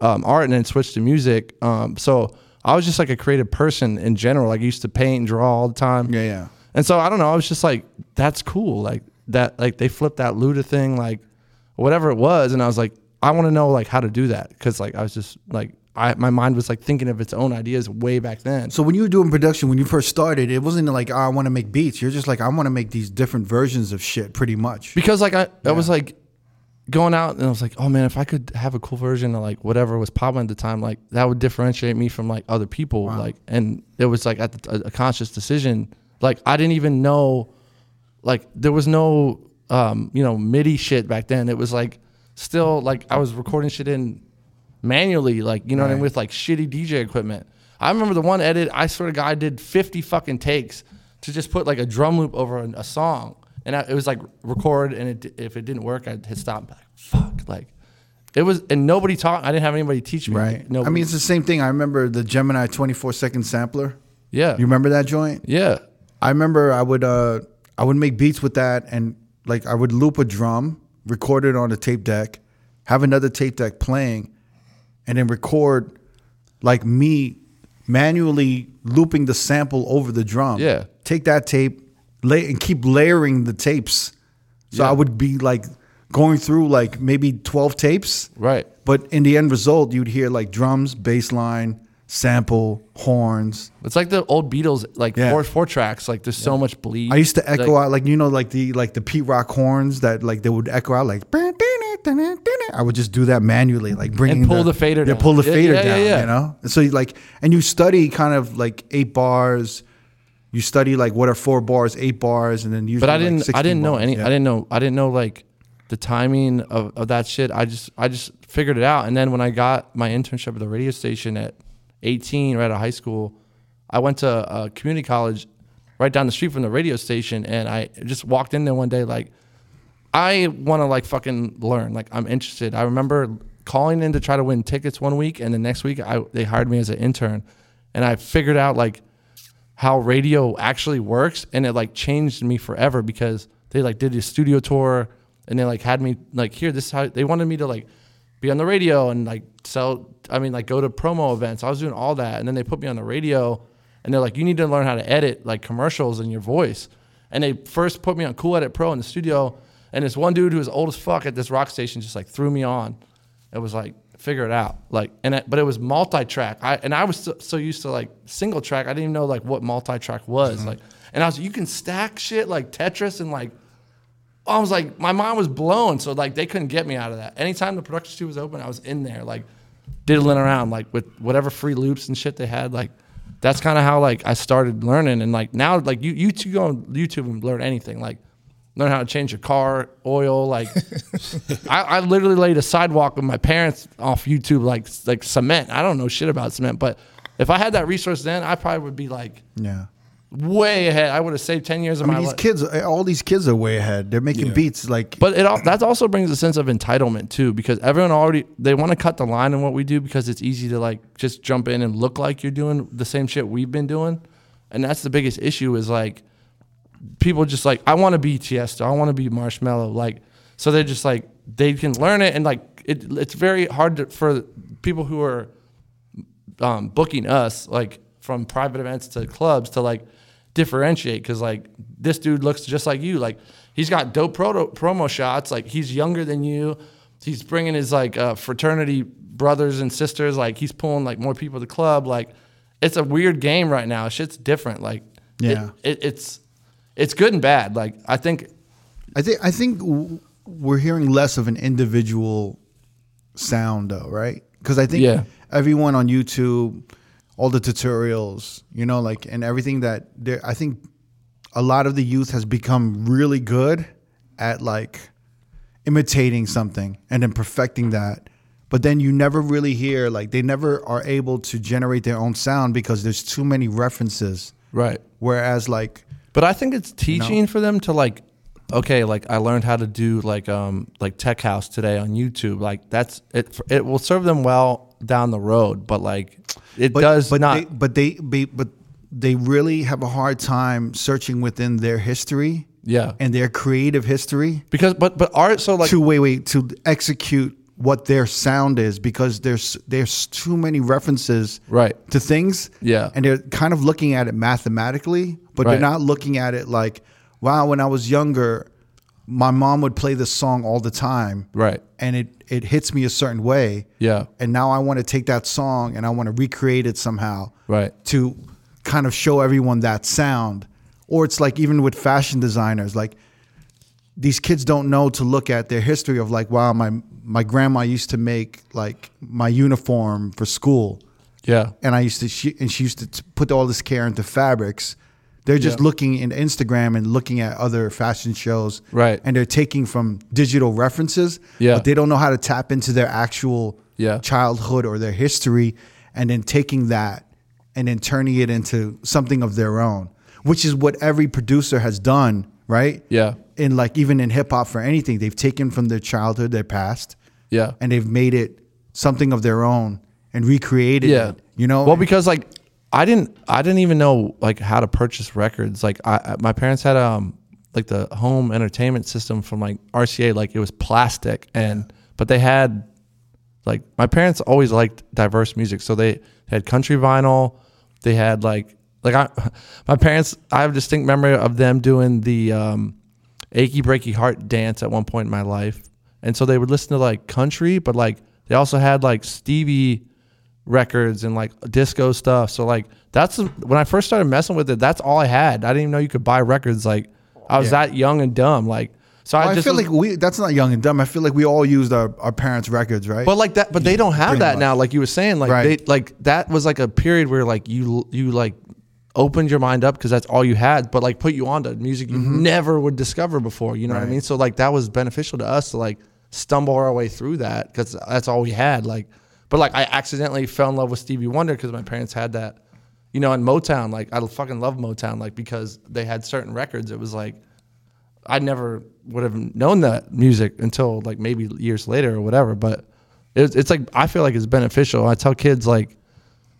um, art, and then switched to music. Um, so I was just like a creative person in general. Like I used to paint and draw all the time.
Yeah, yeah.
And so I don't know. I was just like, that's cool. Like that. Like they flipped that Luda thing, like whatever it was. And I was like, I want to know like how to do that because like I was just like I my mind was like thinking of its own ideas way back then.
So when you were doing production, when you first started, it wasn't like oh, I want to make beats. You're just like I want to make these different versions of shit, pretty much.
because like I, I was like going out and I was like, oh man, if I could have a cool version of like whatever was popping at the time, like that would differentiate me from like other people. Like, and it was like at the, a conscious decision. Like I didn't even know, like there was no, um, you know, MIDI shit back then. It was like still like I was recording shit in manually, like you know what I mean, with like shitty DJ equipment. I remember the one edit. I swear to God, I did fifty fucking takes to just put like a drum loop over an- a song, and I, it was like record, and it, di- if it didn't work, I'd hit stop. and be Like fuck, like it was, and nobody taught. I didn't have anybody teach me.
Right.
No.
I mean, it's the same thing. I remember the Gemini 24 second sampler.
yeah,
You remember that joint?
yeah,
I remember I would uh I would make beats with that and like I would loop a drum, record it on a tape deck, have another tape deck playing, and then record like me manually looping the sample over the drum.
Yeah.
Take that tape, lay and keep layering the tapes. So I would be like going through like maybe twelve tapes.
right.
But in the end result, you'd hear like drums, bass line, sample, horns.
It's like the old Beatles, like
Yeah.
four four tracks. Like there's so much bleed.
I used to echo
Like,
out like you know like the like the Pete Rock horns that like they would echo out like I would just do that manually like bringing
pull the fader
yeah
down.
pull the
Yeah,
fader
yeah, yeah,
down
yeah.
you know and so you like and you study kind of like eight bars you study like what are four bars eight bars and then usually
but I
like,
didn't. I
16
didn't know
bars.
any.
Yeah.
I didn't know. I didn't know like the timing of, of that shit. I just I just figured it out. And then when I got my internship at the radio station at 18, right out of high school, I went to a community college right down the street from the radio station, and I just walked in there one day like. I want to like fucking learn. Like I'm interested. I remember calling in to try to win tickets one week, and the next week I they hired me as an intern, and I figured out like how radio actually works, and it like changed me forever because they like did a studio tour, and they like had me like here. This is how they wanted me to like be on the radio and like sell. I mean like go to promo events. I was doing all that, and then they put me on the radio, and they're like, you need to learn how to edit like commercials in your voice. And they first put me on Cool Edit Pro in the studio. And this one dude who was old as fuck at this rock station just like threw me on. It was like, figure it out. Like, and it, but it was multi track. I, and I was so, so used to like single track. I didn't even know like what multi track was. Like, and I was, you can stack shit like Tetris and like, I was like, my mind was blown. So like, they couldn't get me out of that. Anytime the production studio was open, I was in there like diddling around like with whatever free loops and shit they had. Like, that's kind of how like I started learning. And like now, like you you two go on YouTube and learn anything. Like, learn how to change your car oil. Like, I, I literally laid a sidewalk with my parents off YouTube like like cement. I don't know shit about cement, but if I had that resource then, I probably would be like
yeah
way ahead. I would have saved ten years
I
of
mean,
my
these
life.
kids, eh, all these kids are way ahead. They're making beats like
But it all, that also brings a sense of entitlement too, because everyone already they want to cut the line on what we do because it's easy to like just jump in and look like you're doing the same shit we've been doing, and that's the biggest issue is like people just like I want to be Tiesto, I want to be Marshmallow, like so they're just like they can learn it and like it, it's very hard to, for people who are um, booking us like from private events to clubs to like differentiate because like this dude looks just like you like he's got dope proto- promo shots like he's younger than you he's bringing his like uh, fraternity brothers and sisters like he's pulling like more people to the club like it's a weird game right now shit's different like it-
Yeah.
it, it's it's good and bad like i think
I think I think w- we're hearing less of an individual sound though, right? Because I think
Yeah.
everyone on YouTube, all the tutorials, you know, like and everything that there, I think a lot of the youth has become really good at like imitating something and then perfecting that. But then you never really hear like they never are able to generate their own sound because there's too many references.
right
Whereas like
But I think it's teaching for them to like, okay, like I learned how to do like um like tech house today on YouTube. Like that's it. It will serve them well down the road, but like it does
but
not.
They, but they be, but they really have a hard time searching within their history.
Yeah.
and their creative history
because but but art so like
to wait wait to execute what their sound is because there's there's too many references
Right.
to things
Yeah.
and they're kind of looking at it mathematically but
Right.
they're not looking at it like wow when i was younger my mom would play this song all the time
Right.
and it it hits me a certain way
Yeah.
and now i want to take that song and i want to recreate it somehow
Right.
to kind of show everyone that sound or it's like even with fashion designers like these kids don't know to look at their history of like wow my my grandma used to make like my uniform for school
yeah
and i used to she and she used to t- put all this care into fabrics they're just
Yeah.
looking in instagram and looking at other fashion shows
Right.
and they're taking from digital references
Yeah.
but they don't know how to tap into their actual
Yeah.
childhood or their history and then taking that and then turning it into something of their own which is what every producer has done right
Yeah.
in like even in hip hop for anything, they've taken from their childhood, their past,
yeah
and they've made it something of their own and recreated
yeah
it. You know,
well because like i didn't i didn't even know like how to purchase records like i I- my parents had um like the home entertainment system from like rca like it was plastic and but they had like my parents always liked diverse music so they had country vinyl they had like like i my parents i have a distinct memory of them doing the um achy breaky heart dance at one point in my life and so they would listen to like country but like they also had like stevie records and like disco stuff so like that's when i first started messing with it that's all i had i didn't even know you could buy records like i was that young and dumb like so
Well,
i
I,
just
feel
was-
like we that's not young and dumb. I feel like we all used our, our parents' records, right?
But like that, but they don't have that now. Like you were saying, like
Right.
they like that was like a period where like you you like opened your mind up because that's all you had. But like put you onto music you never would discover before. You know what I mean? So like that was beneficial to us to like stumble our way through that because that's all we had. Like, but like I accidentally fell in love with Stevie Wonder because my parents had that. You know, and Motown, like I fucking love Motown, like because they had certain records. It was like I never would have known that music until like maybe years later or whatever. But it's, it's like I feel like it's beneficial. I tell kids like,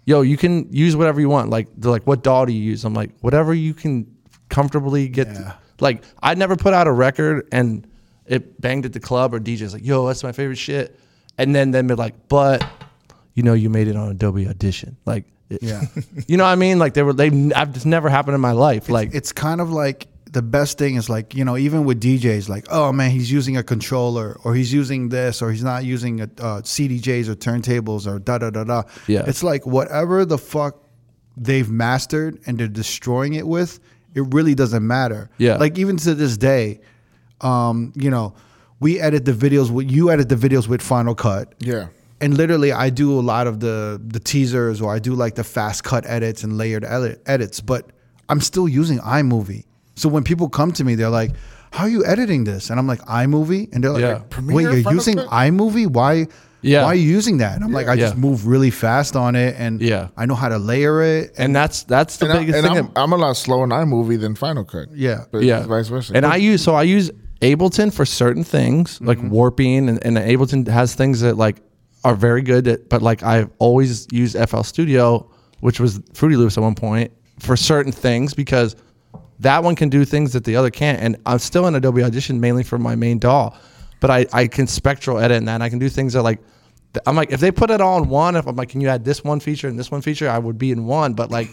"Yo, you can use whatever you want." Like they're like, "What doll do you use?" I'm like, "Whatever you can comfortably get." Like I never put out a record and it banged at the club or DJ's like, "Yo, that's my favorite shit," and then then be like, "But you know, you made it on Adobe Audition." Like, it-
Yeah.
you know what I mean? Like they were they. I've just never happened in my life. Like
it's kind of like the best thing is like you know even with DJs like oh man he's using a controller or he's using this or he's not using a, uh, CDJs or turntables or da da da da
Yeah.
it's like whatever the fuck they've mastered and they're destroying it with it really doesn't matter
Yeah.
like even to this day um you know we edit the videos with you edit the videos with Final Cut
Yeah.
and literally I do a lot of the the teasers or I do like the fast cut edits and layered edit, edits, but I'm still using iMovie. So when people come to me, they're like, "How are you editing this?" And I'm like, "iMovie," and they're like,
Yeah.
"Wait, you're
Final
using
Cut?
iMovie? Why?"
Yeah.
why are you using that? And I'm like, I just
Yeah.
move really fast on it, and
Yeah.
I know how to layer it. And
and that's that's the
And, I,
biggest
and
thing.
I'm,
that-
I'm a lot slower in iMovie than Final Cut.
Yeah.
but Mm-hmm.
yeah,
vice versa.
And I use so I use Ableton for certain things like warping, and, and Ableton has things that like are very good. At, but like I've always used FL Studio, which was Fruity Loops at one point, for certain things because that one can do things that the other can't. And I'm still in Adobe Audition mainly for my main DAW, but I I can spectral edit and that, and I can do things that like. th- I'm like, if they put it all in one, if I'm like, can you add this one feature and this one feature? I would be in one. But like,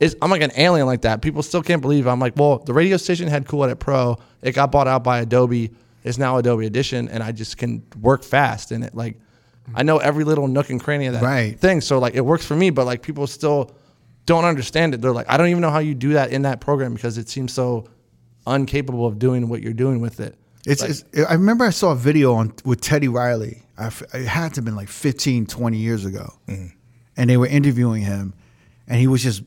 it's, I'm like an alien like that. People still can't believe it. I'm like, well, the radio station had Cool Edit Pro. It got bought out by Adobe. It's now Adobe Edition, and I just can work fast in it. Like, I know every little nook and cranny of that
Right.
thing. So like, it works for me. But like, people still don't understand it. They're like, I don't even know how you do that in that program because it seems so uncapable of doing what you're doing with it.
it's, it's I remember I saw a video on with Teddy Riley. I f it had to have been like 15, 20 years ago, and they were interviewing him, and he was just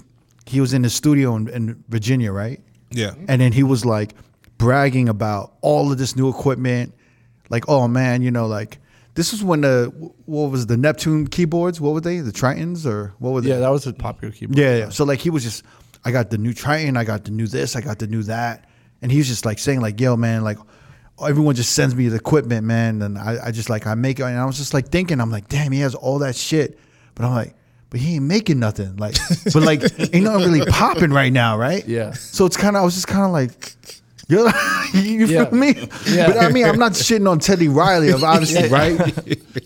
he was in his studio in, in Virginia, right?
Yeah.
And then he was like bragging about all of this new equipment. Like, oh man, you know, like this is when the what was the Neptune keyboards? What were they? The Tritons or what were they?
Yeah, that was a popular keyboard.
Yeah, yeah. So like he was just, I got the new Triton, I got the new this, I got the new that, and he was just like saying like, yo, man, like everyone just sends me the equipment, man, and I, I just like I make it, and I was just like thinking, I'm like, damn, he has all that shit, but I'm like. But he ain't making nothing, like. But like, ain't nothing really popping right now, right?
Yeah.
So it's kind of, I was just kind of like, you you
Yeah.
feel me?
Yeah.
But I mean, I'm not shitting on Teddy Riley, obviously, right?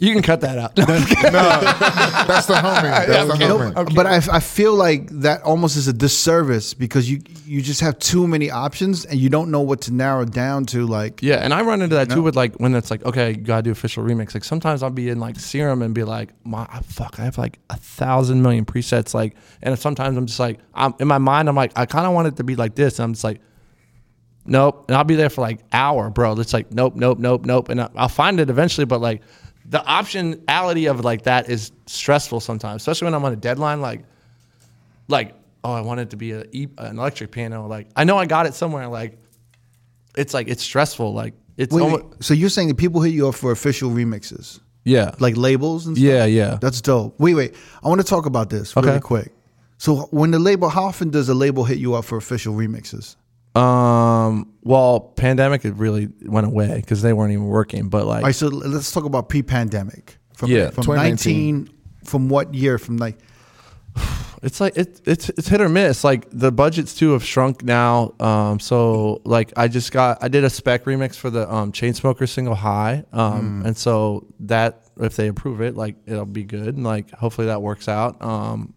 You can cut that out.
that's the homie. That's the homie.
Nope. But I, I feel like that almost is a disservice because you you just have too many options and you don't know what to narrow down to. Like,
Yeah, and I run into that too with like when it's like, okay, you gotta do official remix. Like sometimes I'll be in like Serum and be like, my ah, fuck, I have like a thousand million presets. Like, and sometimes I'm just like, I'm in my mind, I'm like, I kind of want it to be like this, and I'm just like, nope. And I'll be there for like hour, bro. It's like, nope, nope, nope, nope, and I- I'll find it eventually. But like, the optionality of like that is stressful sometimes, especially when I'm on a deadline. Like, like, oh, I want it to be a, e- an electric piano. Like, I know I got it somewhere. Like it's like it's stressful. Like it's
wait,
almost,
so you're saying that people hit you up for official remixes,
yeah,
like labels and stuff?
yeah, yeah.
That's dope. Wait, wait. I want to talk about this really
Okay.
quick. So when the label, how often does the label hit you up for official remixes?
Um, well, pandemic it really went away because they weren't even working. But like,
All right, so let's talk about pre-pandemic. From,
Yeah.
from
2019.
19, from what year? From like,
it's like it, it's it's hit or miss. Like the budgets too have shrunk now. Um, so like I just got I did a spec remix for the um Chainsmokers single High. Um, and so that if they approve it, like it'll be good, and like hopefully that works out. Um,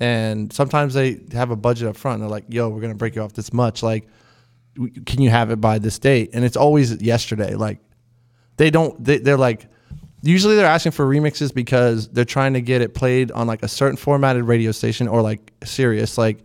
and sometimes they have a budget up front. And they're like, "Yo, we're gonna break you off this much." Like, w- can you have it by this date? And it's always yesterday. Like they don't they, they're like usually they're asking for remixes because they're trying to get it played on like a certain formatted radio station or like Sirius like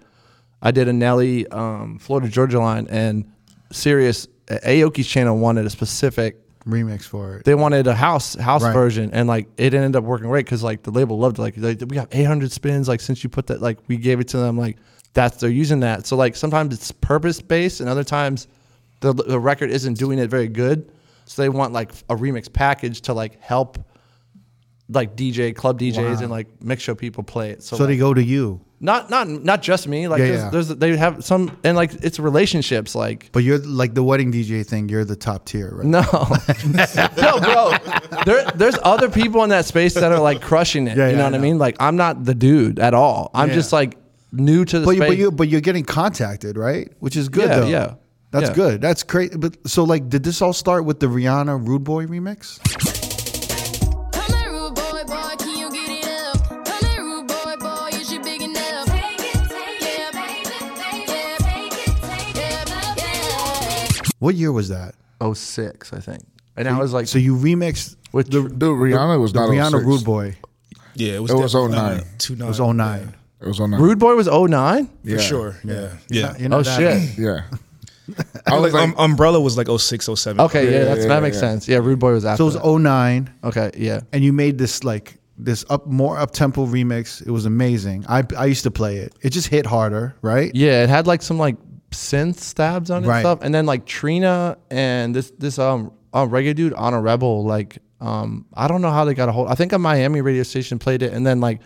I did a Nelly um, Florida Georgia line and Sirius Aoki's channel wanted a specific
remix for it.
they wanted a house house
Right.
version and like it ended up working great because like the label loved it. like they, we got 800 spins like since you put that like we gave it to them like that's they're using that so like sometimes it's purpose based and other times the, the record isn't doing it very good so they want like a remix package to like help like DJ club DJs and like mix show people play it so,
So
like,
they go to you,
not not not just me like
Yeah,
there's,
yeah.
there's they have some and like it's relationships like
but you're like the wedding DJ thing. You're the top tier, right?
no, no, bro. There, there's other people in that space that are like crushing it.
Yeah,
you
yeah,
know
I
what I
know.
mean? Like, I'm not the dude at all. I'm just like new to the
but, you-
space.
but you but you're getting contacted, right? Which is good
Yeah,
though.
yeah.
That's
Yeah.
good. That's great. But so like did this all start with the Rihanna Rude Boy remix?
Come here, rude boy, boy, can you get it up? Come here, rude boy, boy, is you big enough? Take it, take it, take it, yeah, take it, take it, yeah.
What year was that?
oh six, I think. And I was like,
So you remixed
with
Dude, Rihanna was
the
not
Rihanna
06.
Rude Boy.
Yeah, it was,
It was
definitely
09.
Two
It was
Uh,
09.
It was on that.
Rude Boy was 09?
for sure. Yeah.
Yeah,
You know
Oh
that-
shit.
Yeah. I
Like,
was like,
um, Umbrella was like 06, 07.
Okay, yeah,
yeah,
that's,
yeah,
that makes
yeah.
sense. Yeah, Rude Boy was after.
So it
that.
was 09
okay, yeah.
and you made this like this up more up tempo remix. It was amazing. I I used to play it. It just hit harder, right?
Yeah, it had like some like synth stabs on it and
Right.
stuff, and then like Trina and this this um, um reggae dude on a rebel like Um, I don't know how they got a hold. I think a Miami radio station played it, and then like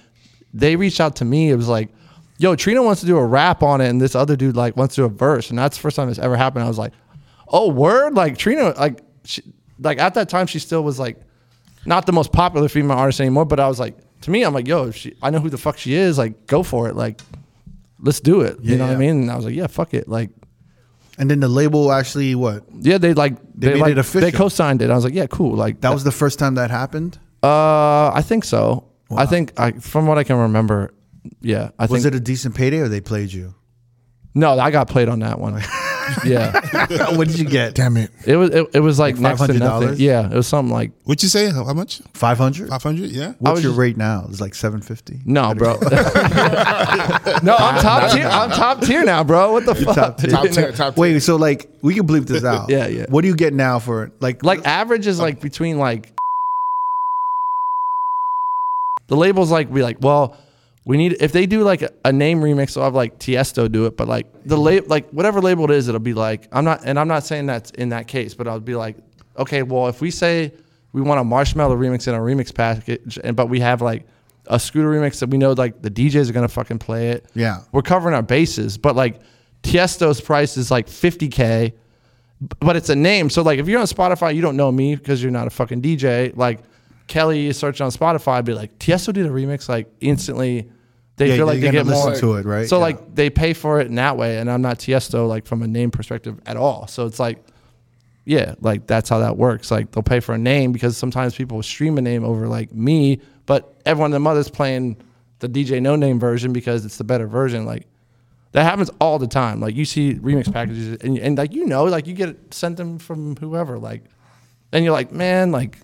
they reached out to me. It was like, "Yo, Trina wants to do a rap on it," and this other dude like wants to do a verse, and that's the first time it's ever happened. I was like, "Oh, word!" Like Trina, like she, like at that time she still was like not the most popular female artist anymore, but I was like, to me, I'm like, "Yo, if she, I know who the fuck she is. Like, go for it. Like, let's do it." you know what I
yeah.
mean? And I was like, "Yeah, fuck it." Like,
And then the label actually what?
yeah, they like they,
made
like,
it official.
They co-signed it. I was like, "Yeah, cool." Like
That was the first time that happened.
Uh, I think so. I think I, from what I can remember, yeah. I
Was
think
it a decent payday or they played you?
no, I got played on that one. yeah,
what did you get?
Damn it.
it was it, it was like,
Like
next to nothing.
$500?
Yeah, it was something like
What you say? How, how much?
Five hundred.
Five hundred? Yeah.
What's
was
your
just-
rate now? It's like seven fifty.
no, bro. no, I'm top tier. I'm top tier now, bro. What the fuck?
Top tier.
Top tier, top tier.
Wait, so like we can bleep this out.
Yeah, yeah.
What do you get now for like
Like average is like between like the labels like we like well we need if they do like a, a name remix so I'll have like Tiesto do it but like the label like whatever label it is it'll be like I'm not and I'm not saying that's in that case but I'll be like okay well if we say we want a marshmallow remix in our remix package and but we have like a scooter remix that we know like the DJs are gonna fucking play it
Yeah.
we're covering our bases but like Tiesto's price is like 50k but it's a name. So like if you're on Spotify, you don't know me because you're not a fucking DJ. Like Kelly, you search on Spotify, be like Tiesto did a remix. Like instantly, they
Yeah,
feel like
you're
they
gonna
get more
listen to it, right?
So
Yeah.
like they pay for it in that way, and I'm not Tiesto like from a name perspective at all. So it's like, yeah, like that's how that works. Like they'll pay for a name because sometimes people stream a name over like me, but everyone and their mother's playing the DJ No Name version because it's the better version. Like that happens all the time. Like you see remix packages, and, and like you know, like you get it sent them from whoever. Like, and you're like, man, like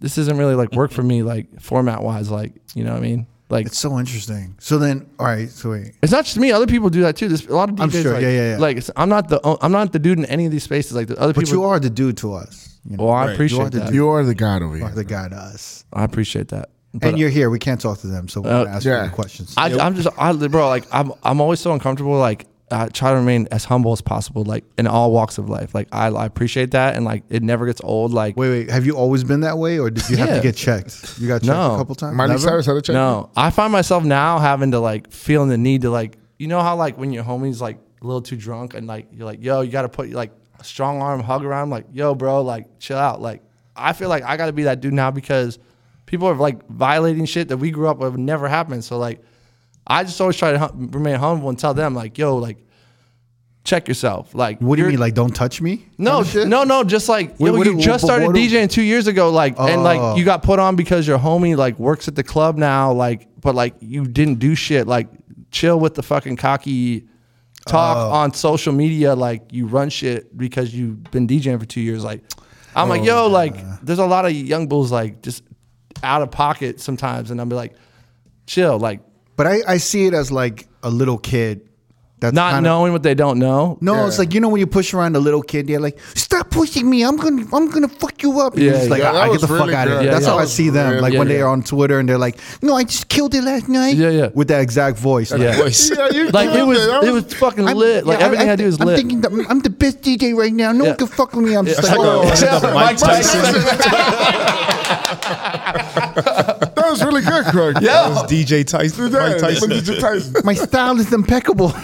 this isn't really like work for me, like format wise. Like, you know what I mean? Like,
It's
it's,
so interesting. So then, all right. So wait,
not just me. Other people do that too. There's a lot of DJs.
I'm sure.
Like,
Yeah, yeah, yeah.
Like, it's, I'm not the o- I'm not the dude in any of these spaces. Like the other
but
people.
you are the dude to us. You know,
Well, I
Right.
You are
appreciate
the
that.
dude.
You are the god over here.
Oh.
are the guy to us.
I appreciate that.
and you're here. We can't talk to them, so we're gonna ask
yeah.
you questions.
Uh, I, I'm just, I, bro. Like, I'm, I'm always so uncomfortable. Like, I try to remain as humble as possible. Like, in all walks of life. Like, I, I appreciate that, and like, it never gets old. Like,
wait, wait. Have you always been that way, or did you have
Yeah.
to get checked? You got checked
No.
a couple times.
Miley
Never?
Cyrus had a check.
no, I find myself now having to like feeling the need to like, you know how like when your homie's like a little too drunk and like you're like, yo, you got to put like a strong arm hug around. Like, yo, bro, like chill out. Like, I feel like I got to be that dude now because people are like violating shit that we grew up with never happened. So like, I just always try to hum- remain humble and tell them like, yo, like. Check yourself. Like,
What do you
you're-
mean? Like, don't touch me?
no,
Kinda shit?
no, no. Just like
Wait,
yo,
what
you
do-
just
but
started
what do-
DJing two years ago, like, and
Oh.
like you got put on because your homie like works at the club now, like, but like you didn't do shit. Like, chill with the fucking cocky talk
Oh.
on social media. Like, you run shit because you've been DJing for two years. Like, I'm like,
Oh,
yo, like, there's a lot of young bulls like just out of pocket sometimes, and I'm like, chill, like,
But I, I see it as like a little kid. That's
not
kinda-
knowing what they don't know.
No, it's like you know when you push around a little kid, they're like, "Stop pushing me! I'm gonna, I'm gonna fuck you up." And
Yeah,
you're just like,
yeah.
"Ah,
That
I get
was
the fuck
really
out of
good.
here.
Yeah,
That's
yeah.
how I see them.
Yeah,
like
yeah,
when
yeah.
they're on Twitter and they're like, "No, I just killed it last night."
Yeah, yeah.
With that exact voice.
Yeah.
Voice.
Yeah, you
Like it
killed
was,
That
it was fucking lit. Like
yeah,
everything I, do is
I'm
lit.
Thinking that I'm- I'm the best DJ right now. No
Yeah.
one can fuck with me. I'm just
It's
like,
like
oh,
a, it's like a Mike Tyson.
That was really good, Craig.
That was DJ Tyson. Mike Tyson.
DJ Tyson.
my style is impeccable.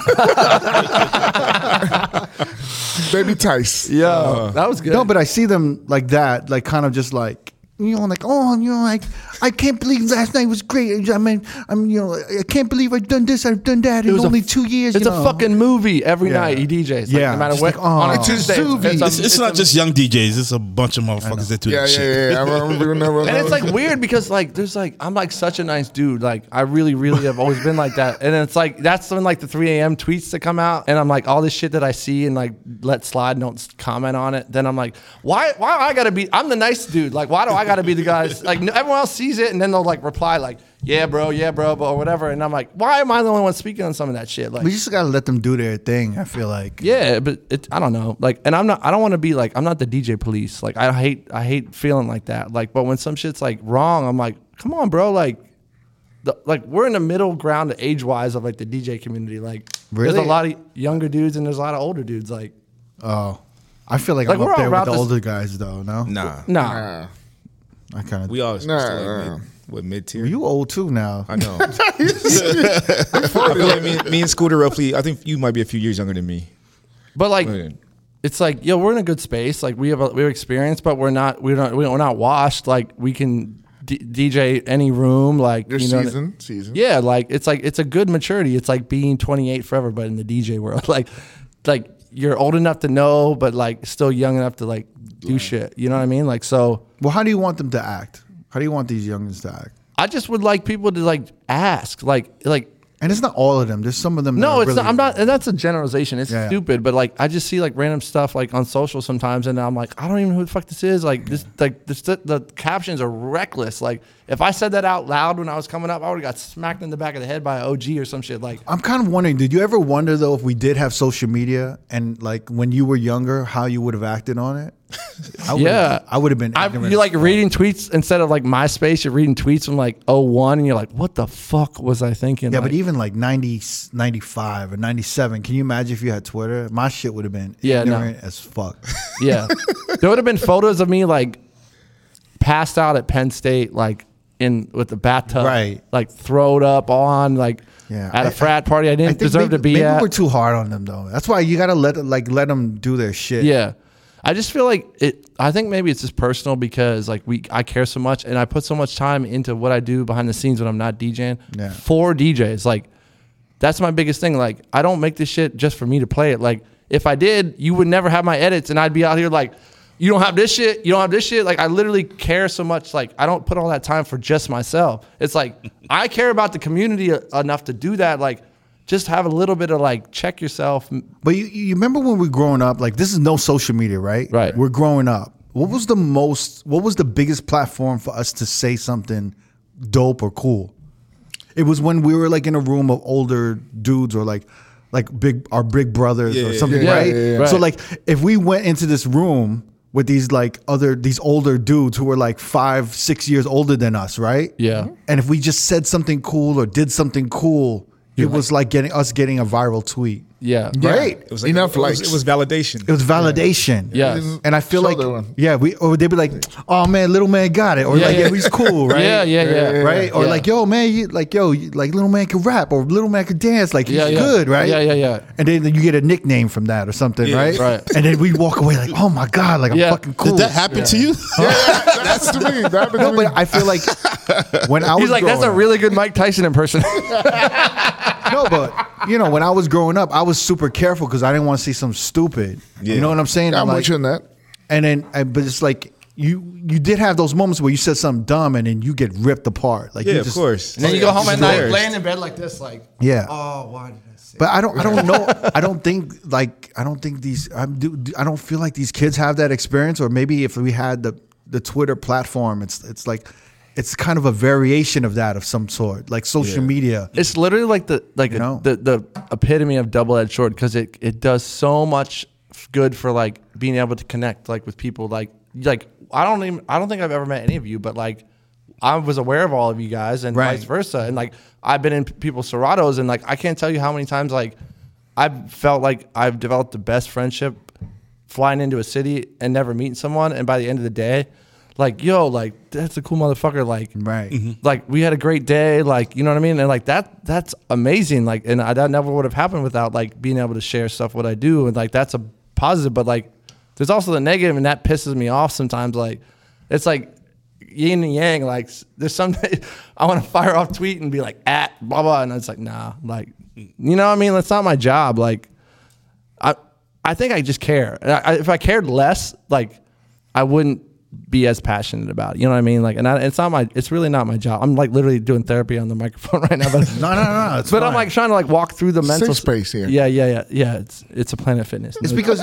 Baby Tyson.
Yeah, that was good.
No, but I see them like that, like kind of just like you know, like oh, you know, like I can't believe last night was great. I mean, I'm you know, I can't believe I've done this, I've done that in
was a-
only two years.
It's
you
a
know.
fucking movie every
Yeah.
night. He DJs. Like,
Yeah.
no matter
Just
what.
like, oh.
on a
"Aw." It's a
Tuesday,
movie.
a-
It's, it's not
a-
just young DJs. It's a bunch of motherfuckers that do
Yeah,
that
yeah,
shit.
yeah. yeah. I remember, remember,
And it's like weird because like there's like I'm like such a nice dude. Like I really, really have always been like that. And it's like that's when like the 3 a.m. tweets that come out, and I'm like all this shit that I see and like let slide, and don't s- comment on it. Then I'm like, why, why I gotta be? I'm the nice dude. Like why do I gotta be the guy? Like no, everyone else sees it, and then they'll like reply like, yeah, bro, yeah, bro, but or whatever. And I'm like, why am I the only one speaking on some of that shit? Like
We just gotta let them do their thing. I feel like.
Yeah, but it, I don't know. Like, and I'm not. I don't want to be like. I'm not the DJ police. Like, I hate. I hate feeling like that. Like, but when some shit's like wrong, I'm like, come on, bro. Like, the, like we're in the middle ground age wise of like the DJ community. Like, there's
Really?
a lot of younger dudes and there's a lot of older dudes. Like,
Oh, I feel like,
Like,
I'm
we're
up
all
there with
about
the
this-
older guys though. No.
Nah.
nah.
Nah.
I kind of.
We all
Nah,
still like
nah.
mid, what mid tier.
You old too now.
I know. I feel like me, me and Scooter roughly. I think you might be a few years younger than me.
But like,
Right.
it's like yo, we're in a good space. Like we have a, we have experience, but we're not we're not we're not washed. Like we can d- DJ any room. Like
Your
you know.
season, season.
Yeah, like it's like it's a good maturity. It's like being 28 forever, but in the DJ world, like like you're old enough to know, but like still young enough to like do shit. You know what I mean? Like so,
Well, how do you want them to act? How do you want these youngins to act?
I just would like people to like ask, like like
And it's not all of them. There's some of them. that
No,
are
it's
really-
not. I'm not. And that's a generalization. It's
Yeah, yeah.
stupid, but like I just see like random stuff like on social sometimes, and I'm like, I don't even know who the fuck this is. Like this, like this, the, the captions are reckless. Like if I said that out loud when I was coming up, I would have got smacked in the back of the head by an OG or some shit. Like
I'm kind of wondering. Did you ever wonder though if we did have social media and like when you were younger, how you would have acted on it? I would've-
Yeah.
I would have been.
I,
ignorant
you're
as
like reading tweets instead of like MySpace. You're reading tweets from like 01 and you're like, what the fuck was I thinking?
Yeah,
Like,
but even like 90, 95 or 97, can you imagine if you had Twitter? My shit would have been
Yeah, no.
ignorant as fuck.
Yeah. there would have been photos of me like passed out at Penn State, like in with the bathtub.
Right.
Like throwed up on, like
Yeah,
at a
I-
frat party I
I
didn't
think
deserve
maybe,
to be
maybe
at.
we're too hard on them though. That's why you gotta let like let them do their shit.
yeah. I just feel like it I think maybe it's just personal because like we I care so much and I put so much time into what I do behind the scenes when I'm not DJing
Yeah.
for DJs. Like that's my biggest thing. Like I don't make this shit just for me to play it. Like if I did, you would never have my edits and I'd be out here like you don't have this shit, you don't have this shit. Like I literally care so much like I don't put all that time for just myself. It's like I care about the community e- enough to do that like just have a little bit of like check yourself.
But you, you remember when we were growing up? Like this is no social media, right?
Right.
We're growing up. What was the most? What was the biggest platform for us to say something dope or cool? It was when we were like in a room of older dudes or like like big our big brothers or something,
yeah,
right?
yeah, yeah, yeah.
So
Right.
like if we went into this room with these like other these older dudes who were like five six years older than us, right?
Yeah.
And if we just said something cool or did something cool, it was like getting us getting a viral tweet.
Yeah.
Right.
It was like,
Enough
it was,
likes.
It was validation.
It was validation.
Yeah.
And I feel
Show
like,
that one.
yeah, we or they'd be like, oh man, little man got it, or
Yeah,
like,
yeah.
yeah, he's cool, right?
Yeah, yeah, yeah.
Right? Or
Yeah.
like, yo, man, you like, yo, you- like, little man can rap, or little man can dance, like, he's
Yeah, yeah.
good, right?
Yeah, yeah, yeah.
And then you get a nickname from that or something, right?
right.
And then we walk away like, oh my god, like
Yeah.
I'm fucking cool.
Did that happen to you?
That's to me. That happened to
No,
me.
but I feel like when I was
He's like, that's a
growing up-
really good Mike Tyson impersonation.
no, but you know, when I was growing up, I was super careful because I didn't want to see something stupid. You know what I'm saying?
I'm
like,
with you on that.
and then and, but it's like you you did have those moments where you said something dumb and then you get ripped apart like
yeah,
you
of
just-
course.
and then you go home at
Just
night,
embarrassed.
laying in bed like this, like,
yeah
oh, why did I say?
but i don't i don't know i don't think like i don't think these i'm do, do- i don't feel like these kids have that experience or maybe if we had the the twitter platform it's it's like it's kind of a variation of that of some sort like social media
It's literally like the like
know?
the the epitome of double edged sword because it it does so much f- good for like being able to connect like with people like like I don't even I don't think I've ever met any of you but like I was aware of all of you guys and
Right.
vice versa and like I've been in p- people's serratos and like I can't tell you how many times like I've felt like I've developed the best friendship flying into a city and never meeting someone and by the end of the day like yo like that's a cool motherfucker like
right
like we had a great day like you know what i mean and like that that's amazing like and I, that never would have happened without like being able to share stuff what i do and like that's a positive but like there's also the negative and that pisses me off sometimes like it's like yin and yang like s- there's some i want to fire off tweet and be like at blah blah and it's like nah like you know what i mean that's not my job like I I think I just care. And I, I, if I cared less, like I wouldn't be as passionate about it. You know what I mean? Like, and I, it's not my. It's really not my job. I'm like literally doing therapy on the microphone right now. But
no no no it's
but
fine.
I'm like trying to like walk through the mental
space here.
Yeah, yeah, yeah, yeah. It's it's a Planet Fitness.
It's because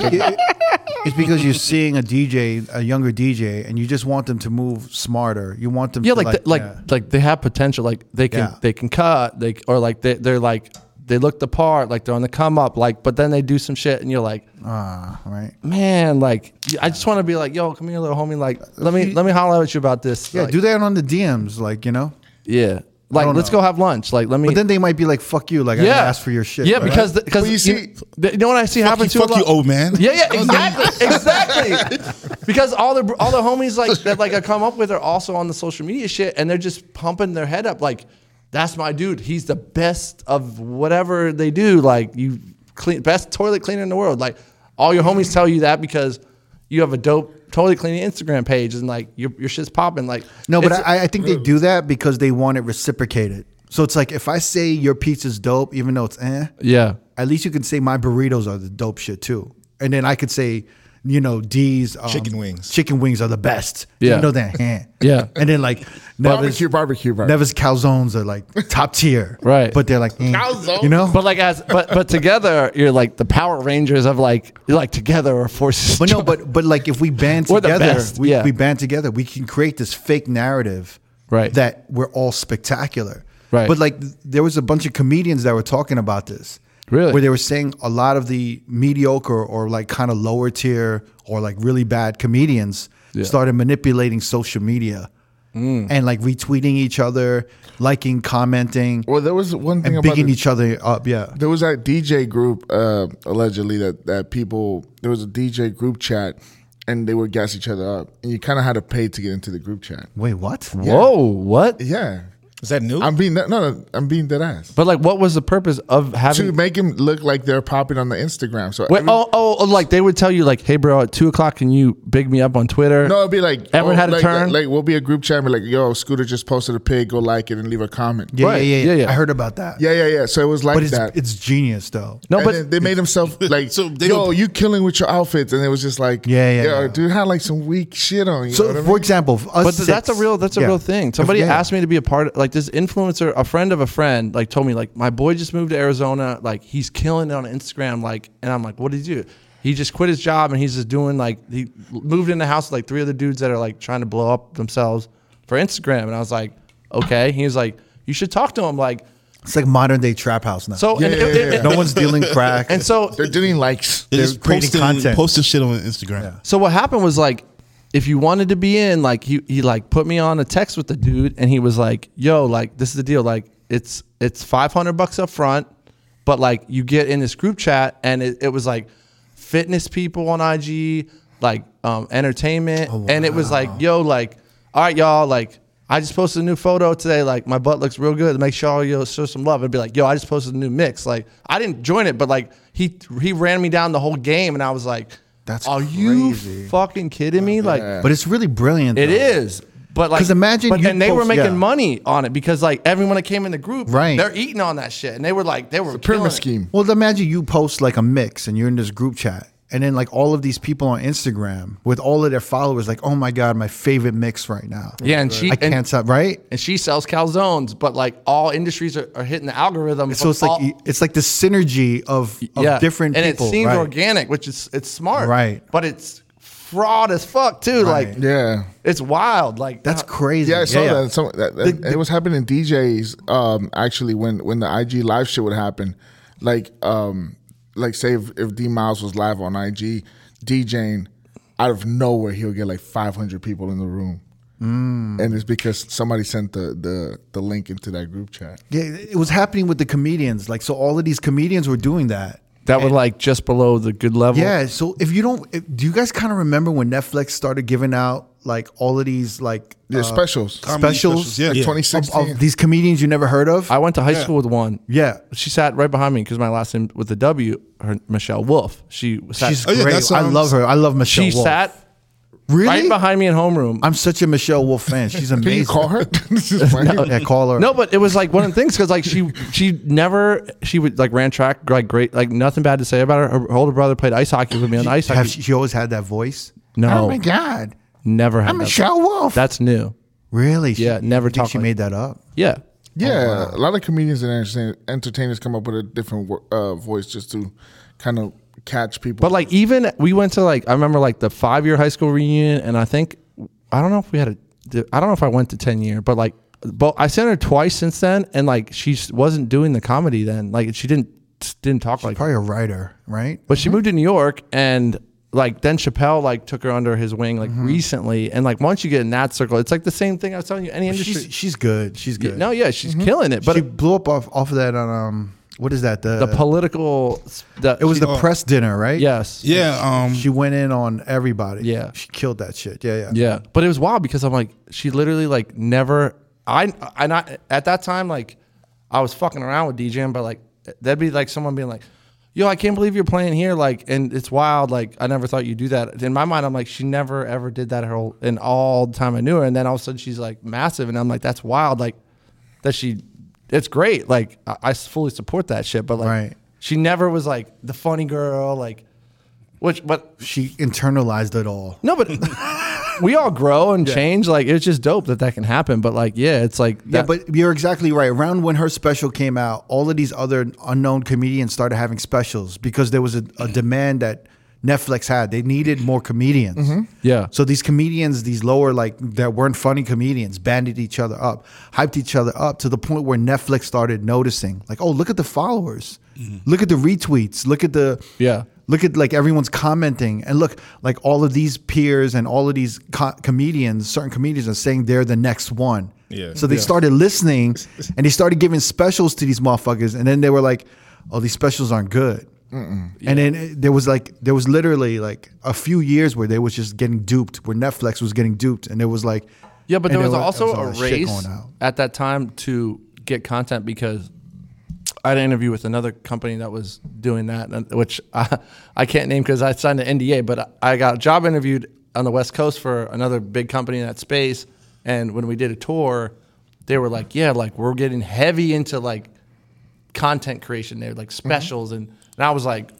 it's because you're seeing a DJ, a younger DJ, and you just want them to move smarter. You want them,
yeah,
to
like like like,
yeah.
like they have potential. Like they can
Yeah.
they can cut. They or like they they're like they look the part. Like they're on the come up. Like but then they do some shit and you're like,
ah, right?
man, like I just want to be like, yo, come here, little homie. Like let me let me holler at you about this.
Yeah,
Like,
do that on the DMs, like you know.
Yeah. Like,
don't
let's
know.
go have lunch. Like, let me.
But then they might be like, "Fuck you!" Like I didn't ask for your shit.
Yeah,
right?
because because
But you
you,
see-
th- you know what I see happen
Fuck
to
you,
a
fuck you,
lot-
old man.
Yeah, yeah, exactly, exactly. Because all the all the homies like that, like I come up with, are also on the social media shit, and they're just pumping their head up, like, "That's my dude. He's the best of whatever they do. Like you, clean best toilet cleaner in the world. Like all your homies tell you that because you have a dope toilet cleaning Instagram page, and like your your shit's popping. Like
No, but
it's-
I, I think they do that because they want it reciprocated. So it's like if I say your pizza's dope, even though it's eh,
yeah,
at least you can say my burritos are the dope shit too. And then I could say, you know, D's um,
Chicken wings.
Chicken wings are the best.
Yeah.
You know that. eh.
Yeah.
And then like Nevis,
Barbecue, barbecue, barbecue.
Nevis calzones are like top tier.
Right.
But they're like eh.
Calzone?
You know?
But like as but but together you're like the Power Rangers of like you're like together or forces.
But no, but but like if we band
We're the
together,
best,
we,
yeah.
we band together, we can create this fake narrative
Right.
that we're all spectacular.
Right.
But like th- there was a bunch of comedians that were talking about this.
Really?
Where they were saying a lot of the mediocre or like kind of lower tier or like really bad comedians
Yeah. Mm.
started manipulating social media and like retweeting each other, liking, commenting,
Well, there was one thing
and
about
bigging
the-
each other up. Yeah.
there was that DJ group uh, allegedly that that people there was a DJ group chat and they would gas each other up and you kind of had to pay to get into the group chat.
Wait, what?
Whoa, what?
Yeah,
Is that new?
I'm being no, no, I'm being dead ass
But like, what was the purpose of
to
having?
make him look like they're popping on the Instagram. So
Wait,
every-
oh, oh, oh, like they would tell you, like, hey, bro, at two o'clock, can you big me up on Twitter?
No, it'd be like oh,
Everyone had a
like,
turn?
Like, we'll be a group chat and be like, "Yo, Scooter just posted a pig. Go like it and leave a comment."
Yeah,
Right.
yeah, yeah,
Yeah, yeah.
I heard about that.
yeah, yeah, yeah. So it was like
But it's
that.
it's genius though.
no,
And
but
then they made themselves like,
So they
"Yo,
don't-
you killing with your outfits," and it was just like,
Yeah, yeah,
yo,
yeah.
dude had like some weak shit on you."
So,
know what I
for
mean?
example, f- us
but th- that's a
six-
real that's a
yeah.
real thing. Somebody
yeah.
asked me to be a part of like this influencer, a friend of a friend, like told me like my boy just moved to Arizona, like he's killing it on Instagram, like and I'm like, what did he do? He just quit his job and he's just doing like he moved in the house with like three other dudes that are like trying to blow up themselves for Instagram, and I was like, okay. He was like, you should talk to him, like
It's like modern day trap house now.
so. and,
Yeah,
and-
yeah, yeah.
and-
no one's dealing crack.
and so
they're doing likes.
They're
They're
just
creating
posting,
content.
posting shit on Instagram.
So what happened was like, if you wanted to be in, like he he like put me on a text with the dude, and he was like, "Yo, like this is the deal. Like it's it's five hundred bucks up front, but like you get in this group chat, and it, it was like fitness people on IG, like um, entertainment, and it was like, yo, like all right, y'all, like." I just posted a new photo today. Like my butt looks real good. Make sure you show some love and be like, "Yo, I just posted a new mix." Like I didn't join it, but like he he ran me down the whole game, and I was like,
That's
are you
crazy.
fucking kidding me? Like
but it's really brilliant.
it
though.
is. But like,
'Cause imagine
but,
you
and they were
post-
making
yeah.
money on it because like everyone that came in the group,
Right.
They're eating on that shit, and they were like, they were killing
Pyramid
it.
scheme.
Well, imagine you post like a mix and you're in this group chat, and then like all of these people on Instagram with all of their followers, like, oh my god, my favorite mix right now.
Yeah, and she
I
and,
can't stop. Right.
and she sells calzones, but like all industries are, are hitting the algorithm.
So it's
from
like
all-
it's like the synergy of, of different
and
people.
it seems
right?
organic, which is it's smart,
Right.
But it's fraud as fuck too.
Right.
Like
Yeah.
it's wild. Like
That's
uh,
crazy.
Yeah, I saw that.
yeah.
Some, that, that- it was happening in DJs um, actually when when the IG live shit would happen, like um, like say if, if D Miles was live on IG DJing, out of nowhere he'll get like 500 people in the room, and it's because somebody sent the the the link into that group chat.
Yeah, It was happening with the comedians. Like, so all of these comedians were doing that.
that was like just below the good level.
Yeah. So if you don't, if, do you guys kind of remember when Netflix started giving out like all of these like
Yeah,
uh,
specials.
Comedy
Specials?
Yeah.
Like
yeah.
2016.
of, of these comedians you never heard of?
I went to high school with one.
yeah.
She sat right behind me because my last name with the W, her Michelle Wolf. She sat.
She's
Oh, yeah,
great.
that
I
sounds-
love her. I love Michelle.
she
Wolf.
sat
really.
right behind me in homeroom.
I'm such a Michelle Wolf fan. She's amazing.
Can you call her? this is funny.
Yeah, call her.
no, but it was like one of the things because like she she never she would like ran track like great like nothing bad to say about her. Her older brother played ice hockey with me on the ice
Have
hockey.
she, she always had that voice.
No.
Oh my God.
never had
I'm
that.
Michelle Wolf.
That's new.
really. She,
Yeah, never
you think
talk
She
like-
made that up.
Yeah,
Yeah, a lot of comedians and entertain- entertainers come up with a different wo- uh, voice just to kind of catch people.
but like even we went to like I remember like the five year high school reunion and I think I don't know if we had a I don't know if I went to ten year, but like but I sent her twice since then and like she s- wasn't doing the comedy then like she didn't didn't talk like
Probably a writer, right?
But she moved to New York, and like then Chappelle like took her under his wing
Mm-hmm.
like recently, and like once you get in that circle, it's like the same thing I was telling you. Any industry,
She's, she's good. She's good. Mm-hmm.
no, yeah, she's killing it, but
she blew up off, off of that on um what is that? The,
the political, the,
it was
she-
the press dinner, right?
yes,
Yeah. Um.
She went in on everybody.
Yeah.
She killed that shit. Yeah, yeah.
Yeah, but it was wild because I'm like, she literally like never. I I not at that time like I was fucking around with DJing, but like that'd be like someone being like, "Yo, I can't believe you're playing here!" Like, and it's wild. Like, I never thought you'd do that. In my mind, I'm like, she never ever did that her whole in all the time I knew her, and then all of a sudden she's like massive, and I'm like, that's wild. Like that she, it's great. Like I, I fully support that shit, but like
Right.
she never was like the funny girl. Like, which but
She internalized it all.
no, but we all grow and change. Like it's just dope that that can happen. But like, yeah, it's like
Yeah,
that,
but you're exactly right. Around when her special came out, all of these other unknown comedians started having specials because there was a, a demand that Netflix had. They needed more comedians.
Yeah.
So these comedians, these lower like that weren't funny comedians, banded each other up, hyped each other up to the point where Netflix started noticing, like, oh, look at the followers, look at the retweets, look at the
Yeah.
look at like everyone's commenting and look like all of these peers and all of these co- comedians, certain comedians are saying they're the next one.
Yeah.
So they started listening and they started giving specials to these motherfuckers. And then they were like, oh, these specials aren't good. And then it- there was like, there was literally like a few years where they was just getting duped, where Netflix was getting duped. And it was like,
yeah. But
and
there was
wa-
also
all that
a
shit
race at that time to get content because I had an interview with another company that was doing that, and- which I, I can't name because I signed an NDA. But I got job interviewed on the West Coast for another big company in that space, and when we did a tour, they were like, "Yeah, like we're getting heavy into like." content creation there,
Mm-hmm.
like specials, and and I was like,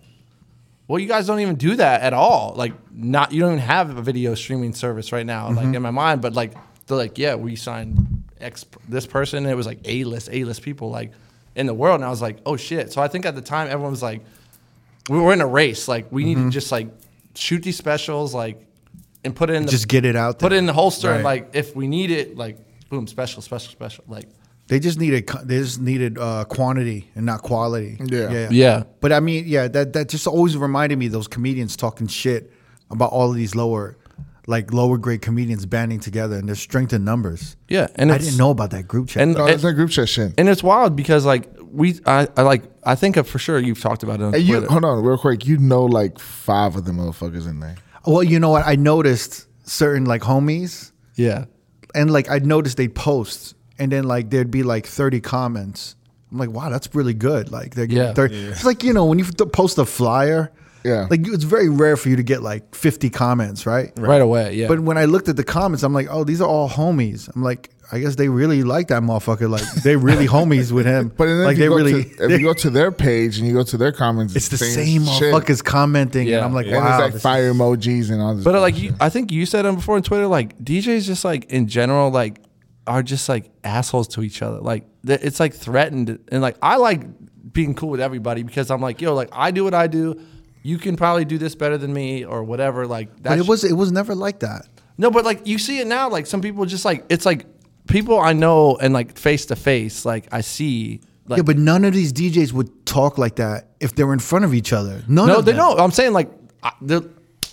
well, you guys don't even do that at all. Like, not you don't even have a video streaming service right now.
Mm-hmm.
Like in my mind, but like they're like, yeah, we signed X this person. And it was like A list, A list people like in the world, and I was like, oh shit. So I think at the time everyone was like, we were in a race. Like we
Mm-hmm.
need to just like shoot these specials, like and put it in the,
Just get it out
put it
there.
in the holster, and
Right.
like if we need it, like boom, special, special, special, like.
They just needed co- they just needed uh, quantity and not quality.
Yeah.
Yeah.
But I mean, yeah, that that just always reminded me of those comedians talking shit about all of these lower, like lower grade comedians banding together and their strength in numbers.
Yeah, and
I
it's-
didn't know about that group chat.
And
No,
it-
it's not group chat shit.
and it's wild because like we I, I like I think for sure you've talked about it on
And you
uh,
Twitter.
hold on real quick. You know like five of them motherfuckers in there.
well, you know what? I noticed certain like homies,
yeah.
and like I noticed they post, and then like there'd be like thirty comments. I'm like, wow, that's really good. Like they're getting
Yeah.
30. It's like you know when you th- post a flyer,
Yeah.
like it's very rare for you to get like fifty comments, right?
Right. away, yeah.
But when I looked at the comments, I'm like, oh, these are all homies. I'm like, I guess they really like that motherfucker. Like they really homies with him.
But then
like
if, you
they
go
really,
to, if you go to their page and you go to their comments,
it's the same
shit.
motherfuckers commenting,
Yeah.
and I'm like,
And
wow,
it's like
this uh,
fire emojis and all this.
but uh,
bullshit.
like
Oh,
you, I think you said on before on Twitter like DJs just like in general like are just like assholes to each other. Like th- it's like threatened and like I like being cool with everybody because I'm like yo like I do what I do. You can probably do this better than me or whatever. Like that.
but it was it was never like that.
No, but like you see it now, like some people just like it's like people I know and like face to face, like I see. Like,
yeah, but none of these DJs would talk like that if they were in front of each other. None
no,
of
they
them.
don't. I'm saying like I, they're-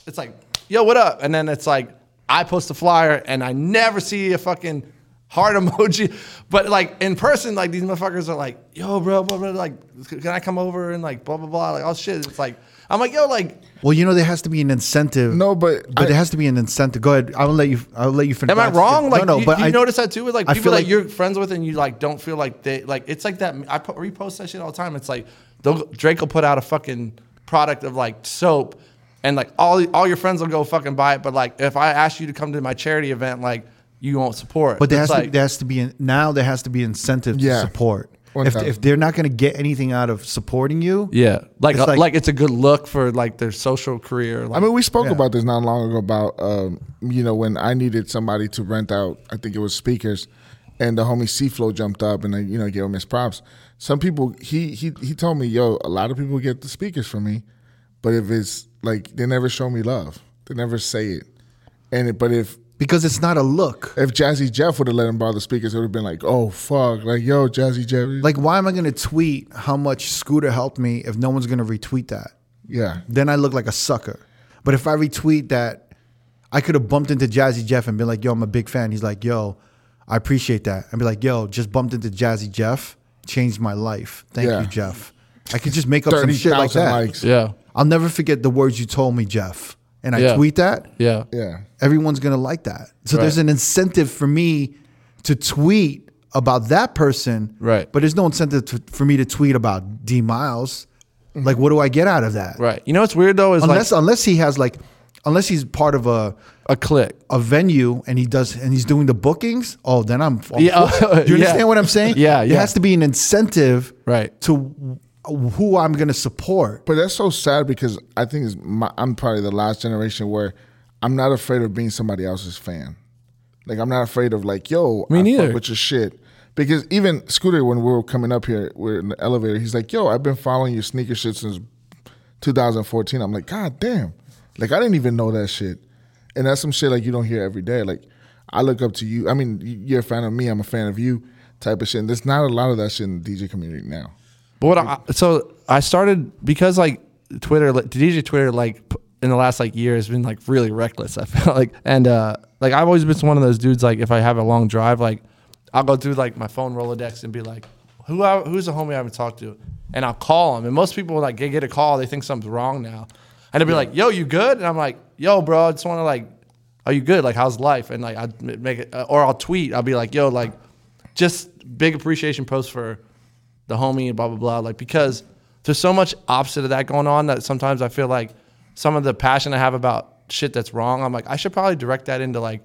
it's like yo, what up? And then it's like I post a flyer and I never see a fucking heart emoji. But like in person, like these motherfuckers are like yo, bro, blah, blah, like can I come over and like blah blah blah, like all shit. It's like I'm like yo, like
Well, you know, there has to be an incentive.
No, but
but
I-
there has to be an incentive. Go ahead. I'll let you. I'll let you finish.
Am I wrong? Like, you, do you
I-
notice that too? With like
I
people
feel
that
like-
you're friends with, and you like don't feel like they like. It's like that. I put, repost that shit all the time. It's like they'll, Drake will put out a fucking product of like soap, and like all all your friends will go fucking buy it. But like, if I ask you to come to my charity event, like you won't support.
But there has,
It's
to,
like,
there has to be an, now there has to be incentive
Yeah.
to support.
One
If,
thousand.
if they're not going to get anything out of supporting you,
yeah, like
It's
uh,
like-
like, it's a good look for like their social career. Like,
I mean, we spoke
Yeah.
about this not long ago about um, you know when I needed somebody to rent out. I think it was speakers, and the homie C Flow jumped up and uh, you know gave him his props. Some people he he he told me, yo, a lot of people get the speakers from me, but if it's like they never show me love, they never say it, and it, but if
because it's not a look.
if Jazzy Jeff would have let him borrow the speakers, it would have been like, oh fuck, like yo, Jazzy Jeff,
Like, why am I going to tweet how much Scooter helped me if no one's going to retweet that?
yeah,
Then I look like a sucker. But if I retweet that, I could have bumped into Jazzy Jeff and been like, yo, I'm a big fan. He's like, yo, I appreciate that. And be like, yo, just bumped into Jazzy Jeff, changed my life. Thank
Yeah.
you, Jeff. I could just make up some shit like
30,000
that.
likes.
Yeah.
I'll never forget the words you told me, Jeff. And I
Yeah.
tweet that.
Yeah.
Yeah.
everyone's gonna like that. So there's
Right.
an incentive for me to tweet about that person,
Right.
But there's no incentive to, for me to tweet about D Miles. Like, what do I get out of that?
Right. You know what's weird though is
Unless
like
unless he has like, unless he's part of a
a click.
a venue and he does and he's doing the bookings. Oh, then I'm. I'm
Yeah.
do you understand
Yeah.
what I'm saying?
Yeah,
There
yeah.
has to be an incentive,
Right.
to w- who I'm gonna support.
But that's so sad because I think it's my, I'm probably the last generation where I'm not afraid of being somebody else's fan. Like I'm not afraid of like, yo, I
Me
fuck
neither.
with your shit. Because even Scooter, when we were coming up here, we're in the elevator. He's like, yo, I've been following your sneaker shit since 2014. I'm like, god damn, like I didn't even know that shit. And that's some shit like you don't hear every day. Like I look up to you. I mean, you- you're a fan of me. I'm a fan of you. Type of shit. And there's not a lot of that shit in the DJ community now.
But what I, so I started because like Twitter, like, DJ Twitter, like p- in the last like year has been like really reckless. I felt like, and uh, like I've always been one of those dudes. Like if I have a long drive, like I'll go through like my phone Rolodex and be like, who I, who's a homie I haven't talked to, and I'll call them. And most people like they get a call, they think something's wrong now, and they'll be like, yo, you good? And I'm like, yo, bro, I just want to like, are you good? Like how's life? And like I make it, uh, or I'll tweet. I'll be like, yo, like just big appreciation post for the homie and blah blah blah. Like because there's so much opposite of that going on that sometimes I feel like some of the passion I have about shit that's wrong, I'm like I should probably direct that into like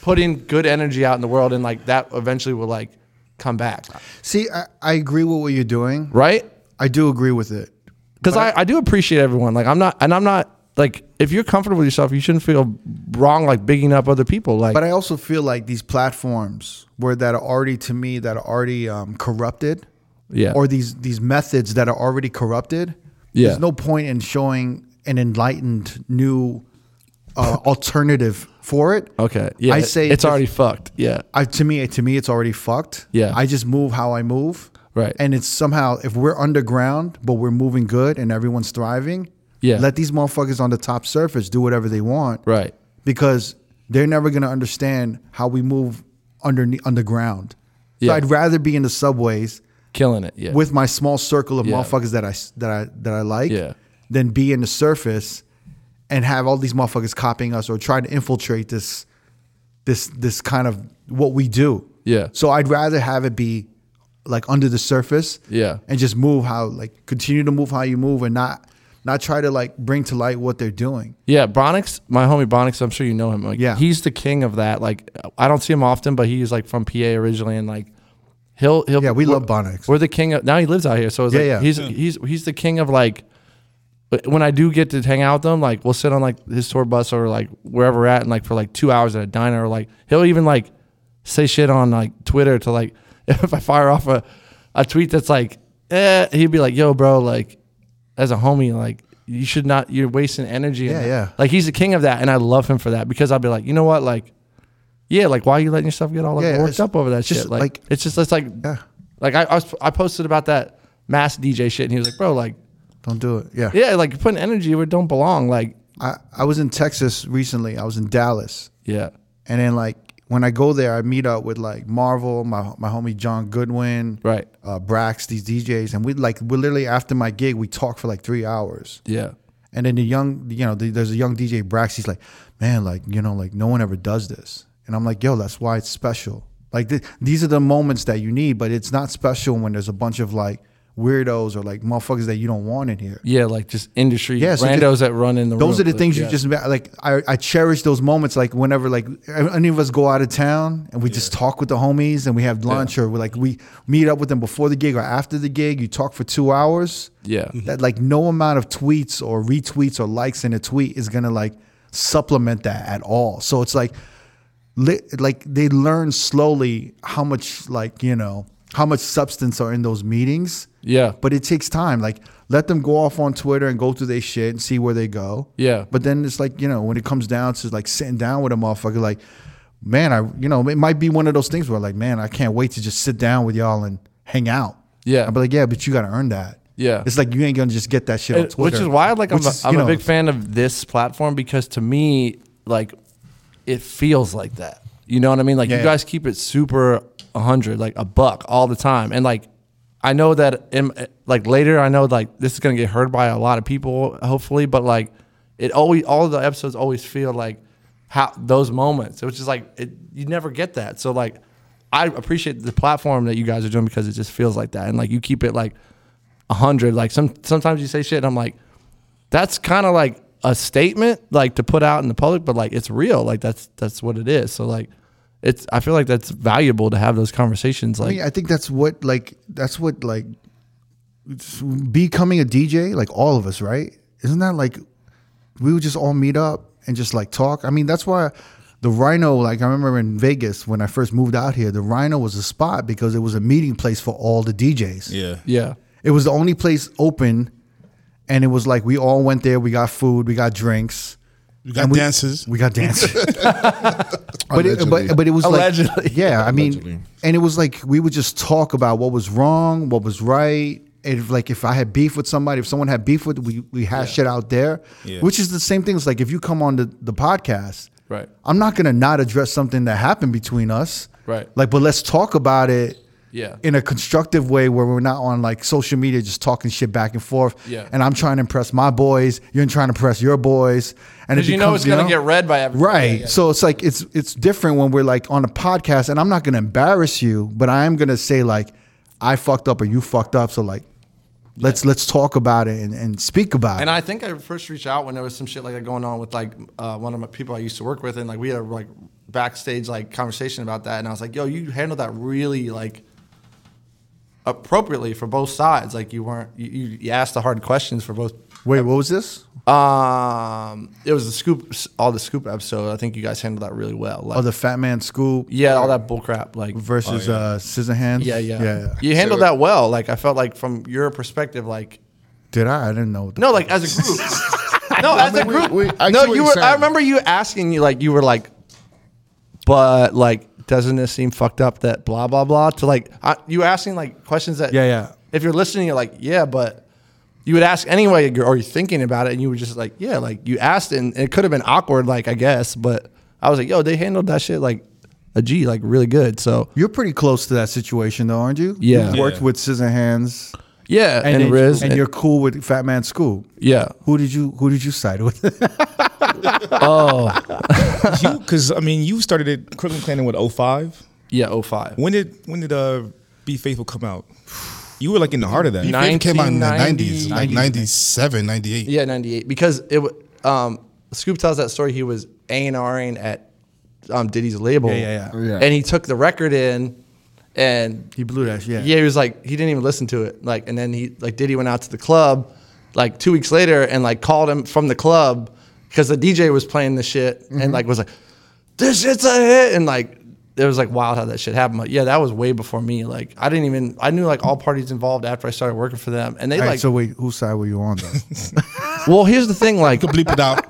putting good energy out in the world and like that eventually will like come back,
See, I, I agree with what you're doing.
right?
I do agree with it.
Because I, I do appreciate everyone. Like I'm not and I'm not like if you're comfortable with yourself, you shouldn't feel wrong like bigging up other people. Like
But I also feel like these platforms where that are already to me that are already um, corrupted,
Yeah.
or these these methods that are already corrupted.
Yeah.
there's no point in showing an enlightened new uh, alternative for it.
okay, yeah,
I say
it's
if-
already fucked. Yeah,
I, to me, to me, it's already fucked.
Yeah.
I just move how I move.
Right.
And it's somehow if we're underground but we're moving good and everyone's thriving.
Yeah.
Let these motherfuckers on the top surface do whatever they want.
Right.
Because they're never gonna understand how we move underneath underground.
Yeah.
So I'd rather be in the subways
killing it. Yeah,
with my small circle of
Yeah.
motherfuckers that I s- that I that I like
Yeah.
than be in the surface and have all these motherfuckers copying us or trying to infiltrate this this this kind of what we do.
Yeah.
So I'd rather have it be like under the surface.
Yeah.
And just move how like continue to move how you move and not not try to like bring to light what they're doing.
Yeah, Bronix, my homie Bronix, I'm sure you know him. Like,
Yeah.
he's the king of that. Like, I don't see him often, but he's like from PA originally, and like, he'll he'll
Yeah, we
we're-
love Bronix.
We're the king of now. He lives out here, so it's
Yeah,
like,
yeah.
he's he's he's the king of like. but When I do get to hang out with him, like we'll sit on like his tour bus or like wherever we're at, and like for like two hours at a diner, or like he'll even like say shit on like Twitter to like if I fire off a a tweet that's like, eh, he'd be like, yo, bro, like as a homie, like you should not, you're wasting energy. on
Yeah,
that.
yeah.
Like he's the king of that, and I love him for that because I'll be like, you know what, like, yeah, like why are you letting yourself get all like,
Yeah,
worked
it's
up over that
just
shit? Like,
like-
it's just it's like,
Yeah.
like I I, was, I posted about that mass DJ shit, and he was like, bro, like,
Don't do it. Yeah.
yeah, like you're putting energy where it don't belong. Like,
I, I was in Texas recently. I was in Dallas.
yeah,
And then like when I go there, I meet up with like Marvel, my my homie John Goodwin,
Right.
Uh, Brax, these DJs, and we like we literally after my gig we talk for like three hours.
yeah,
And then the young, you know, the, there's a young DJ Brax. He's like, man, like you know, like no one ever does this. And I'm like, yo, that's why it's special. Like th- these are the moments that you need, but it's not special when there's a bunch of like weirdos or like motherfuckers that you don't want in here.
yeah, like just industry
Yeah, so
randos
just-
that run in the.
Those
room.
are the
Like,
things
yeah.
you just like. I, I cherish those moments. Like whenever like any of us go out of town and we just talk with the homies and we have lunch or we like we meet up with them before the gig or after the gig. You talk for two hours.
Yeah.
That like no amount of tweets or retweets or likes in a tweet is gonna like supplement that at all. So it's like li- like they learn slowly how much like you know how much substance are in those meetings.
Yeah.
But it takes time. Like let them go off on Twitter and go through their shit and see where they go.
Yeah.
But then it's like, you know, when it comes down to like sitting down with a motherfucker, like, man, I you know, it might be one of those things where like, man, I can't wait to just sit down with y'all and hang out.
Yeah.
I'd be like, yeah, but you gotta earn that.
Yeah.
It's like you ain't gonna just get that shit on
It-
Twitter.
Which is why, like,
Which
I'm,
is, you
a, I'm a
know,
big fan of this platform because to me, like, it feels like that. You know what I mean? Like,
Yeah.
you guys keep it super 100, like a buck all the time. And, like, I know that, in, like, later, I know, like, this is going to get heard by a lot of people, hopefully, but, like, it always, all the episodes always feel like how those moments. It was just like, it, you never get that. So, like, I appreciate the platform that you guys are doing because it just feels like that. And, like, you keep it, like, 100 like some sometimes you say shit and i'm like that's kind of like a statement like to put out in the public but like it's real like that's that's what it is so like it's i feel like that's valuable to have those conversations
I
like
mean, I think that's what like that's what like it's- becoming a DJ, like all of us, right? Isn't that like we would just all meet up and just like talk? I mean, that's why the Rhino, like I remember in Vegas when I first moved out here, the Rhino was a spot because it was a meeting place for all the DJs.
Yeah.
yeah
It was the only place open, and it was like we all went there. We got food, we got drinks,
We got
and we-
dances.
we got dances. but it, but
Allegedly.
but it was
Allegedly.
like yeah, I
Allegedly.
mean, and it was like we would just talk about what was wrong, what was right. And if, like if I had beef with somebody, if someone had beef with, we we hash it out there,
Yeah.
which is the same thing. It's like if you come on the, the podcast,
Right.
I'm not gonna not address something that happened between us,
Right.
Like, but let's talk about it,
Yeah.
in a constructive way where we're not on like social media just talking shit back and forth,
Yeah.
And I'm trying to impress my boys, you're trying to impress your boys, and it
because you know
becomes,
it's gonna get read by everyone
Right. So it's like it's it's different when we're like on a podcast, and I'm not gonna embarrass you, but I am gonna say like I fucked up or you fucked up. So like let's let's talk about it and, and speak about
And
it.
I think I first reached out when there was some shit like that going on with like uh, one of my people I used to work with, and like we had a like backstage like conversation about that, and I was like, "Yo, you handled that really like appropriately for both sides. Like you weren't you, you- you asked the hard questions for both."
Wait, what was this?
Um, it was the scoop, all the scoop episode. I think you guys handled that really well. Like,
Oh, the Fat Man Scoop
yeah, all that bullcrap. Like,
versus uh, Scissor Hands.
yeah, yeah,
yeah.
You handled that well. Like, I felt like from your perspective, like
Did I? I didn't know.
No, like as a group. no, as a
mean, we-
group.
we- I see
no,
what
you
you're
were. I
saying.
remember you asking you like you were like, but like doesn't it seem fucked up that blah blah blah to like I, you were asking like questions that
Yeah, yeah.
If you're listening, you're like yeah, but you would ask anyway, you're- or you're thinking about it, and you were just like yeah, like you asked it, and it could have been awkward, like I guess, but I was like yo, they handled that shit like a G, like really good. So
You're pretty close to that situation though, aren't you?
Yeah.
You've worked
Yeah.
with Scissor Hands
yeah, and,
then-
Riz,
and you're cool with Fat Man Scoop.
yeah,
Who did you who did you side with?
you because I mean you started at Crooklyn Clan in what 05?
yeah, oh five.
When did when did uh Be Faithful come out? You were like in the heart of that.
Nah.
It came out in the
1990
90s, like 97, 98.
Yeah, ninety eight. Because it w- um, Scoop tells that story. He was A and Ring at um, Diddy's label.
yeah, yeah.
Yeah.
And he took the record in, and
he blew that. Yeah.
yeah, he was like he didn't even listen to it. Like, and then he like Diddy went out to the club, like two weeks later, and like called him from the club because the DJ was playing the shit
Mm-hmm.
and like was like, this shit's a hit, and like. It was like wild how that shit happened. But yeah, that was way before me. Like I didn't even I knew like all parties involved after I started working for them. And they
All right,
like
so wait, whose side were you on though?
well here's the thing, like
Bleep it out.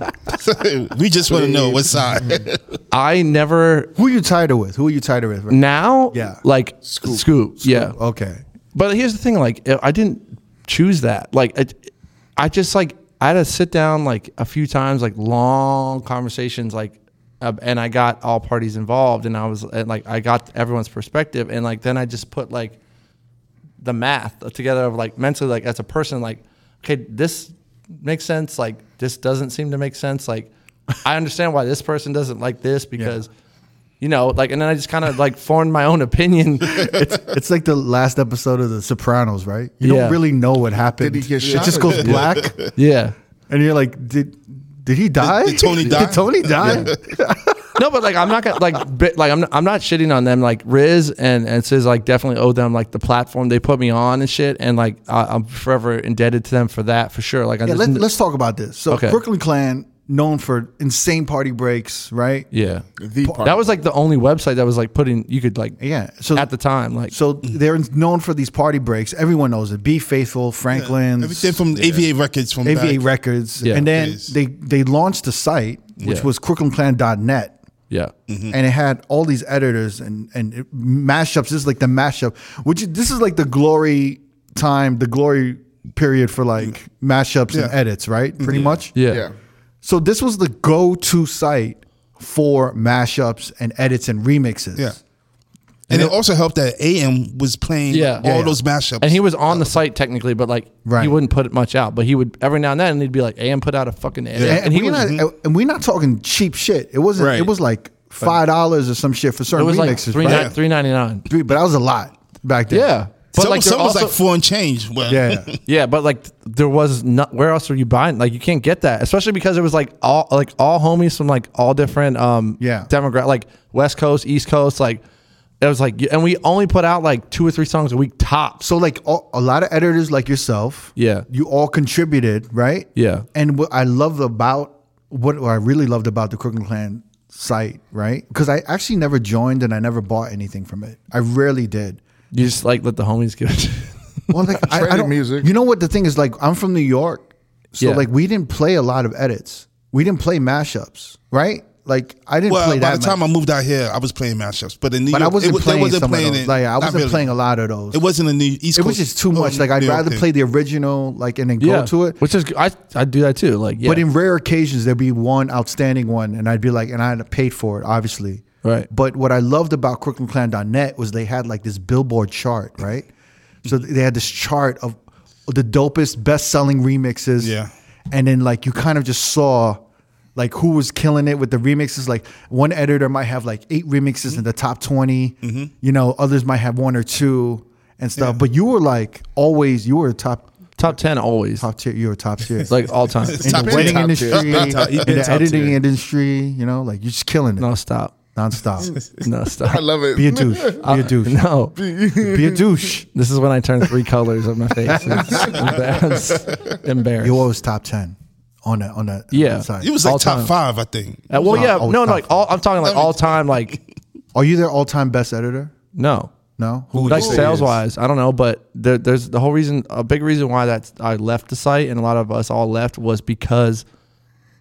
we just want to know what side.
I never
Who you tied her with? Who are you tied her with? right?
now
Yeah.
like scoop. yeah
Okay.
but here's the thing like I didn't choose that like it, I just like I had to sit down like a few times like long conversations like uh, and I got all parties involved and I was and, like I got everyone's perspective and like then I just put like the math together of like mentally like as a person like okay this makes sense like this doesn't seem to make sense like i understand why this person doesn't like this because you know like and then i just kind of like formed my own opinion
It's it's like the last episode of The Sopranos, right? You
Yeah.
don't really know what happened.
Did he get
it
shot
just
or
goes
did-
black,
yeah
and you're like, did did he die?
did Tony die?
Did Tony die?
no but like i'm not gonna like bit, like I'm not, I'm not shitting on them like riz and and Sizz like definitely owe them like the platform they put me on and shit and like I, i'm forever indebted to them for that for sure like i
Yeah,
just
let, let's talk about this. So
Okay.
Brooklyn Clan, known for insane party breaks, right?
yeah
the part.
that was like the only website that was like putting you could like
Yeah. So
at the time like
so they're known for these party breaks. Everyone knows it. Be faithful, Franklin's.
Everything from AVA Records from
AVA
back.
Records,
Yeah.
and then
Yes.
they they launched the site, which
Yeah. Mm-hmm.
was crookedandclan.net.
yeah
and it had all these editors and and it- mashups. This is like the mashup, which is- this is like the glory time, the glory period for like mashups and
Yeah.
edits, right? Pretty much.
Mm-hmm. Yeah.
Yeah.
So this was the go-to site for mashups and edits and remixes.
Yeah. And it also helped that AM was playing
Yeah.
all
Yeah, yeah.
those mashups.
And he was on the site technically, but like
Right.
he wouldn't put much out. But he would every now and then he'd be like, "AM put out a fucking edit,"
And,
and he
we're
was
not, and we're not talking cheap shit. It wasn't.
Right.
It was like five dollars or some shit for
it
certain
was like
remixes.
three
right?
nine three ninety nine.
Three- but that was a lot back then.
Yeah, but
some,
like
some
there
was
also,
like four and change. Well,
Yeah.
yeah, but like there was not. Where else were you buying? Like you can't get that, especially because it was like all like all homies from like all different um
Yeah.
demographic like West Coast, East Coast, like. It was like, and we only put out like two or three songs a week tops.
So like all, a lot of editors like yourself,
Yeah.
you all contributed, right?
Yeah.
And what I loved about what I really loved about the Crooked Clan site, right? Because I actually never joined and I never bought anything from it. I rarely did.
You just like let the homies give it.
Well, like I, I
Traded
don't.
music.
You know what the thing is? Like I'm from New York, so
Yeah.
like we didn't play a lot of edits. We didn't play mashups, right? Like I didn't
Well,
play
by
that.
the time
much.
I moved out here, I was playing mashups, but in New
but
York,
I wasn't
it, was- they
playing
wasn't
some of
playing
those.
it.
Like I
not
wasn't
really.
playing a lot of those.
It wasn't a New East
It
Coast.
was just too much.
oh,
Like I'd
New York
rather
thing.
play the original, like and then
yeah,
go to it.
which is I I do that too. Like, yeah.
But in rare occasions, there'd be one outstanding one, and I'd be like, and I had paid for it, obviously.
Right.
But what I loved about CrookedandClan.net was they had like this billboard chart, right? So th- they had this chart of the dopest, best-selling remixes.
Yeah.
And then like you kind of just saw like who was killing it with the remixes. Like one editor might have like eight remixes in the top 20
Mm-hmm.
You know, others might have one or two and stuff. But you were like always, you were top
top ten always,
top tier. You were top tier.
like all time.
in
Top
the
tier.
wedding
Top
industry,
tier. Top tier.
in the
Top tier.
editing industry. You know, like you're just killing it
no stop,
nonstop.
no stop. Uh,
I love it.
Be a douche. Be a douche.
No,
Be a douche.
this is when I turned three colors of my face. It's embarrassed. embarrassed.
You always top ten on that on that
Yeah.
side.
It was like
all
top
time.
five, I think.
Uh, well, yeah,
Oh,
no, no,
top
like all, I'm talking like all time, like
Are you their all time best editor?
no,
No. Who?
like sales wise, I don't know, but there, there's the whole reason, a big reason why that I left the site and a lot of us all left was because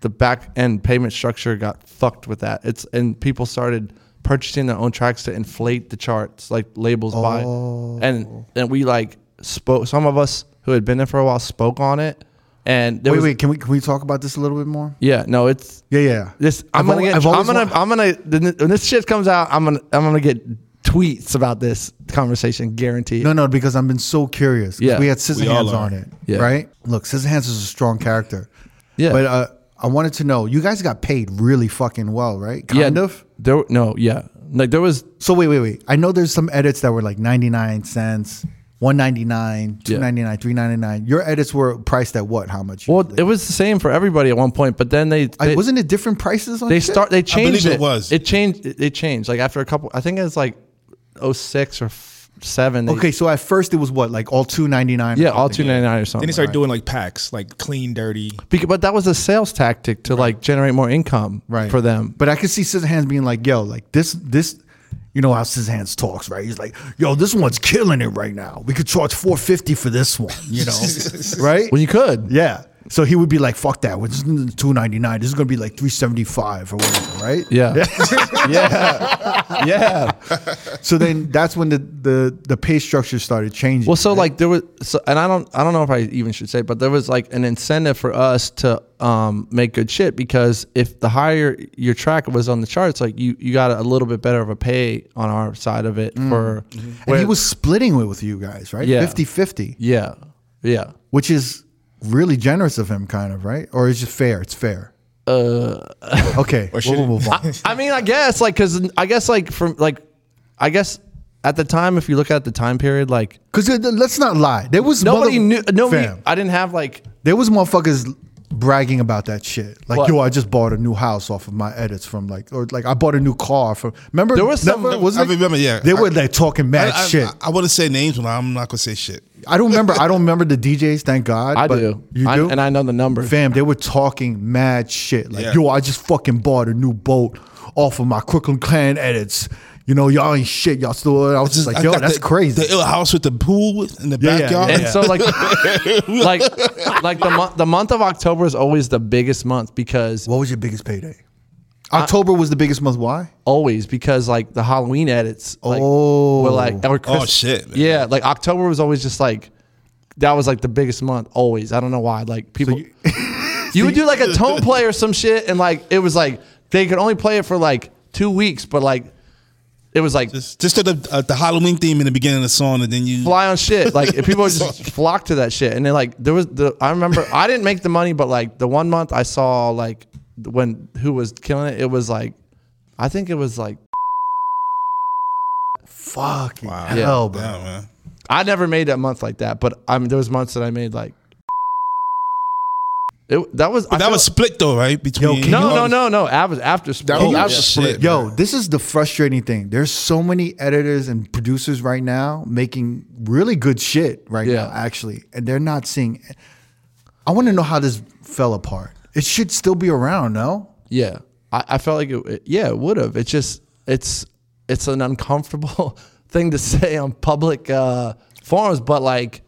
the back end payment structure got fucked with that. It's and people started purchasing their own tracks to inflate the charts, like labels by, and and we like spoke. Some of us who had been there for a while spoke on it, and there
Wait,
was,
wait. Can we can we talk about this a little bit more?
yeah, no, it's
Yeah, yeah.
This I'm
I've al-
gonna get.
I've
I'm
always
gonna.
wa-
I'm gonna. then- When this shit comes out, I'm gonna. I'm gonna get tweets about this conversation, guaranteed.
No, no, because I've been so curious. 'Cause
Yeah.
We had Scissor
We all
Hands
are.
on it,
Yeah.
right? Look, Scissor Hands is a strong character.
Yeah.
But uh, I wanted to know, you guys got paid really fucking well, right?
yeah,
Kind of.
There. No. Yeah. Like there was.
So wait, wait, wait. I know there's some edits that were like 99 cents, 199,
Yeah.
299, 399. Your edits were priced at what? How much?
Well,
usually?
it was the same for everybody at one point, but then they.
I,
they-
wasn't it different prices on
they
shit?
start they changed
believe it was.
it changed it, it changed like after a couple i think it's like 06 or f- 7 they-
Okay, so at first it was what? Like all 299.
yeah all 299 or something
Then they started doing like packs, like clean, dirty.
Beca- but that was a sales tactic to like generate more income
right.
for them
But I could see Scissor Hands being like, yo, like this, this, you know how Scissor Hands talks, right? He's like, yo, this one's killing it right now. We could charge 450 for this one, you know? right?
when you could
Yeah. So he would be like, fuck that. This is 299. This is going to be like 375 or whatever, right?
yeah yeah yeah
So then that's when the, the, the pay structure started changing.
Well, so like there was, so, and I don't, I don't know if I even should say, but there was like an incentive for us to um, make good shit because if the higher your track was on the charts, like you, you got a little bit better of a pay on our side of
Mm-hmm.
it for,
and he
where-
was splitting it with you guys, right?
Yeah.
50 50,
yeah, yeah.
which is really generous of him, kind of, right? Or is it fair? It's fair. Uh, okay. we'll move on.
I mean, I guess like because I guess like from like, I guess at the time, if you look at the time period, like
Because uh, let's not lie. There was
nobody
mother-
knew, nobody,
Fam,
I didn't have like
there was motherfuckers bragging about that shit. Like,
What?
yo, I just bought a new house off of my edits from like, or like I bought a new car from. Remember?
There was some-
remember, wasn't
I
it?
remember, yeah.
They
I-
were like talking mad
I, I,
shit.
I, wouldn't say names, but I'm not gonna say shit.
I don't remember. I don't remember the DJs. Thank God.
I
but
do,
You
I-
do,
and I know the numbers.
Fam, they were talking mad shit. Like,
Yeah.
yo, I just fucking bought a new boat off of my Crooklyn Clan edits. You know, y'all ain't shit. Y'all still. I was just, like,
I
yo,
got
that's
the,
crazy.
The ill house with the pool in the
Yeah, yeah,
backyard.
yeah.
And so like like like the month the month of October is always the biggest month because
what was your biggest payday? October was the biggest month. Why?
always because like the Halloween edits like
Oh.
were like or Christ-
shit, man.
Yeah, like October was always just like that was like the biggest month always. I don't know why. Like people, you, would do like a tone play or some shit, and like it was like they could only play it for like two weeks, but like it was like
Just did the, uh, the Halloween theme in the beginning of the song, and then you.
fly on shit. Like if people would just flock to that shit, and then like there was the I remember I didn't make the money, but like the one month I saw like when who was killing it, it was like I think it was like
Fucking
Wow.
hell, bro.
Yeah, man.
I never made that month like that, but I mean, there was months that I made like it, that was I
But that
feel-
was split though, right? Between
can
no no no no. I was after
That
Spring.
was after
shit.
split.
Yo, this is the frustrating thing. There's so many editors and producers right now making really good shit right
Yeah.
now, actually, and they're not seeing. I want to know how this fell apart. It should still be around, no?
Yeah, I, I felt like it, it- Yeah, it would have. It's just it's it's an uncomfortable thing to say on public uh, forums, but like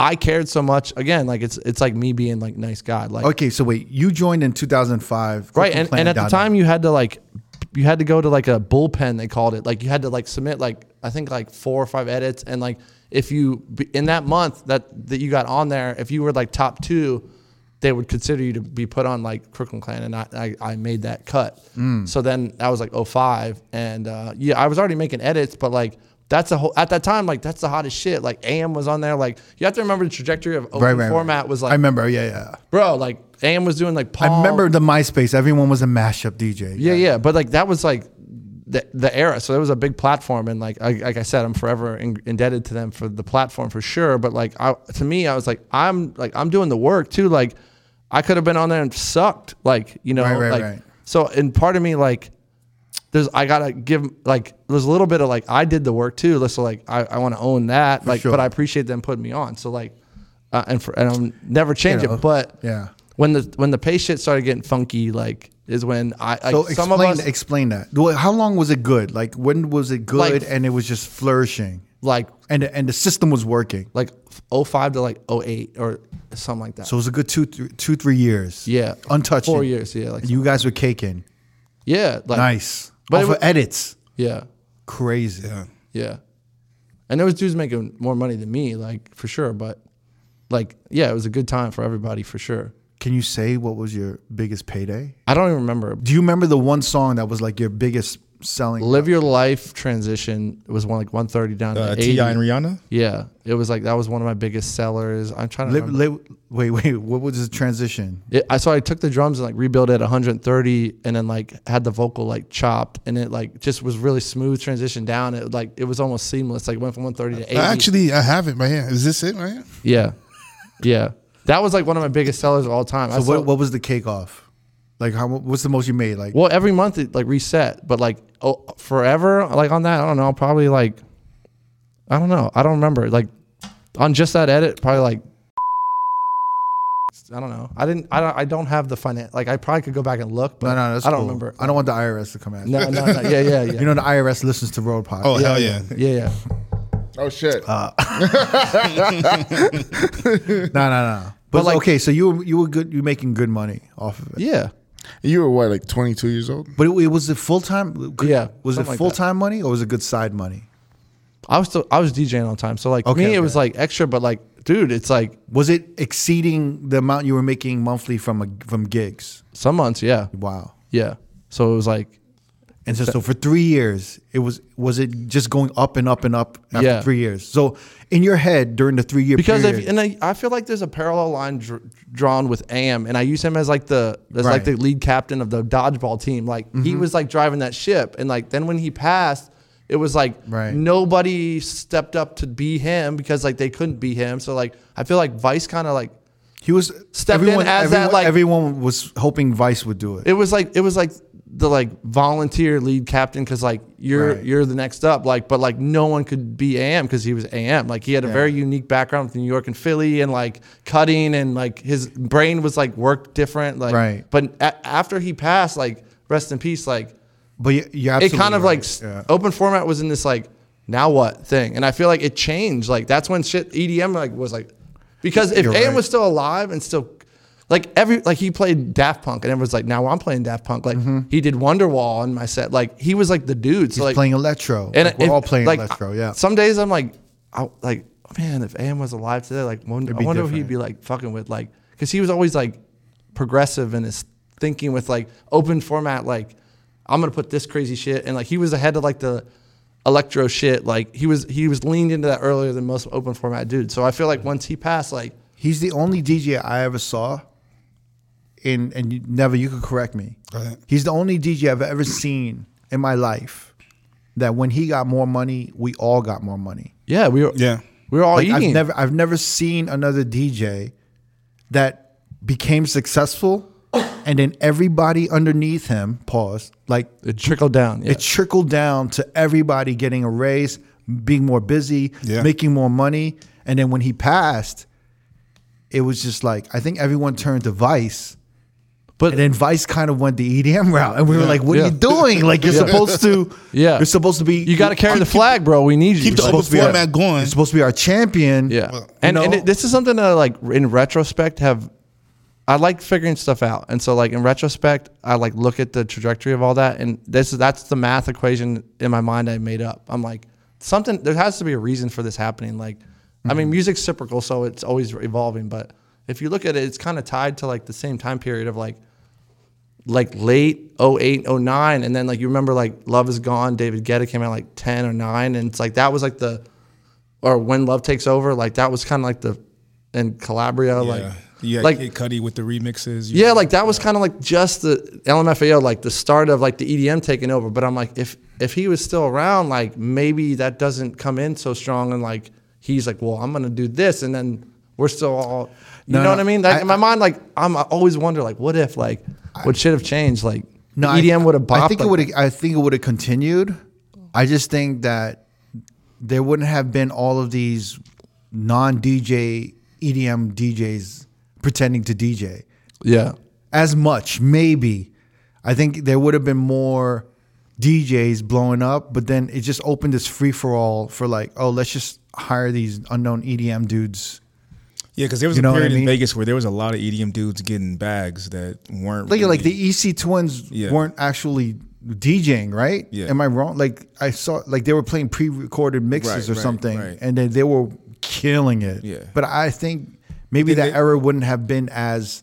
I cared so much. Again, like it's it's like me being like nice guy. Like
Okay, so wait, you joined in 2005,
right, and, and at the time you had to like you had to go to like a bullpen they called it. Like you had to like submit like I think like four or five edits, and like if you in that month that that you got on there, if you were like top two. They would consider you to be put on like Crookland Clan, and I, I, I made that cut.
Mm.
So then I was like 05, and uh, yeah, I was already making edits, but like that's a whole at that time like that's the hottest shit. Like AM was on there. Like you have to remember the trajectory of open
right, right,
format was like
I remember, yeah, yeah.
bro, like AM was doing like Paul.
I remember the MySpace. Everyone was a mashup DJ.
Yeah, yeah, but like that was like the the era. So it was a big platform, and like I, like I said, I'm forever in, indebted to them for the platform for sure. But like I, to me, I was like I'm like I'm doing the work too. Like I could have been on there and sucked. Like you know,
Right, right,
like
right.
so. And part of me like there's I gotta give like there's a little bit of like I did the work too. So like I, I want to own that. like,
sure.
but I appreciate them putting me on. So like. Uh, and for, and I'm never change
You know,
it, but
yeah.
when the when the pace shit started getting funky, like is when I like
So
some
explain,
of us
explain that. Well, How long was it good? Like when was it good
Like-
and it was just flourishing,
like
and and the system was working.
like 05 to like 08 or something like that.
So it was a good two, three, two, three years.
yeah,
untouched.
Four years, yeah, like
And you guys were caking.
yeah, like
Nice.
But
But
it
for
wa-
edits,
yeah,
crazy.
yeah. And there was dudes making more money than me, like for sure. But like, yeah, it was a good time for everybody for sure.
Can you say what was your biggest payday?
I don't even remember.
Do you remember the one song that was like your biggest selling?
Live your life transition was one like 130 down
Uh,
to 80.
Ti and Rihanna.
Yeah, it was like that was one of my biggest sellers. I'm trying to
Live-
remember.
live- wait, wait. What was the transition?
It, I so I took the drums and like rebuilt it at 130, and then like had the vocal like chopped, and it like just was really smooth transition down. It like it was almost seamless. Like went from 130 to 80.
Actually, I have it right here. Is this it right here?
yeah, yeah, that was like one of my biggest sellers of all time. I
So
sold-
what, what was the cake off? Like how? mu- What's the most you made? Like
well, every month it like reset, but like oh, forever, like on that, I don't know, probably like, I don't know, I don't remember. Like on just that edit, probably like. I don't know. I didn't. I don't. I don't have the finance. Like I probably could go back and look, but
no, no, that's
I don't
cool.
remember.
I don't want the IRS to come at you.
No, no, no. Yeah, yeah, yeah.
You know the IRS listens to Road Podcast.
Oh hell yeah!
yeah, yeah.
Oh shit.
No, no, no. But,
like-
okay, so you were, you were good. You were making good money off of it.
Yeah.
you were what, like 22 years old?
But it, it was it full time.
Yeah,
Was it
something like that.
full time money or was it good side money?
I was still I was DJing all the time. So like
Okay,
me
okay.
it was like extra, but like dude, it's like
Was it exceeding the amount you were making monthly from a, from gigs?
some months, yeah.
Wow.
Yeah. So it was like
And so, so for three years, it was was it just going up and up and up after
Yeah.
three years? So in your head during the three year
because
period,
if, and I, I feel like there's a parallel line dr- drawn with AM and I use him as like the as like
Right. Mm-hmm.
the lead captain of the dodgeball team. Like he was like driving that ship and like then when he passed it was like
Right.
nobody stepped up to be him because like they couldn't be him. So like I feel like Vice kind of like
he was
stepped in as that,
everyone,
like-
everyone was hoping Vice would do it.
it was like it was like the like volunteer lead captain because like you're
Right.
you're the next up like but like no one could be AM because he was AM like he had a very unique background with New York and Philly and like cutting and like his brain was like worked different like
Right.
but a- after he passed like rest in peace like
But you, you're
it
absolutely
kind of
right.
like s- oh, open format was in this like now what thing and I feel like it changed like that's when shit EDM like was like because if
You're
AM
right.
was still alive and still like every like he played Daft Punk and everyone's like now I'm playing Daft Punk like he did Wonderwall in my set like he was like the dude so
Mm-hmm. He's
like
playing electro.
and
like, we're
if-
all playing
like,
electro. Yeah.
Some days I'm like I like man, if AM was alive today, like, wonder,
It'd
I
be
wonder if
different.
he'd be like fucking with like, because he was always like progressive in his thinking with like open format, like I'm gonna put this crazy shit, and like he was ahead of like the electro shit, like he was he was leaned into that earlier than most open format dudes. So I feel like once he passed, like
He's the only DJ I ever saw, in and you, never you could correct me.
Go ahead.
He's the only DJ I've ever seen in my life that when he got more money, we all got more money.
yeah, we were
Yeah.
we were all
Like,
eating.
I've never I've never seen another DJ that became successful and then everybody underneath him pause like
it trickled down. Yeah.
it trickled down to everybody getting a raise, being more busy,
Yeah.
making more money. And then when he passed, it was just like I think everyone turned to Vice.
But-
and then Vice kind of went the EDM route, and we were like, "What
Yeah.
are you doing? Like you're supposed to,
Yeah.
you're supposed to be.
you got to carry the flag, bro. We need you.
keep the
Like,
open
supposed to be
format
our-
going.
You're supposed to be our champion.
Yeah,
You
and and
know?
it, this is something that like in retrospect have I like figuring stuff out, and so like in retrospect I like look at the trajectory of all that, and this is that's the math equation in my mind I made up. I'm like something there has to be a reason for this happening. Like I
Mm-hmm.
mean, music's cyclical, so it's always evolving, but if you look at it, it's kind of tied to like the same time period of like like late 08 09 and then like you remember like love is gone david guetta came out like 10 or 9 and it's like that was like the or when love takes over like that was kind of like the and calabria like
yeah,
like
Kid Cudi with the remixes. you
yeah
know.
like that was kind of like just the lmfao like the start of like the edm taking over but i'm like if if he was still around like maybe that doesn't come in so strong and like he's like well i'm gonna do this and then we're still all you
No,
know
no,
what i mean like
I-
in my mind like i'm I always wonder like what if like what should have changed like E
No, I-
edm would have
I think it would. I think it would have continued. I just think that there wouldn't have been all of these E non DJ EDM DJs pretending to DJ
yeah
as much. Maybe I think there would have been more DJs blowing up, but then it just opened this free for all for like, oh, let's just hire these unknown EDM dudes.
yeah, because there was
You know
a
what I
period
mean?
in Vegas where there was a lot of EDM dudes getting bags that weren't
Like like
really-
the EC Twins
Yeah.
weren't actually DJing, right?
Yeah.
Am I wrong? Like I saw like they were playing pre-recorded mixes
Right,
or
right,
something,
right.
and then they were killing it.
Yeah.
But I think maybe that
they-
era wouldn't have been as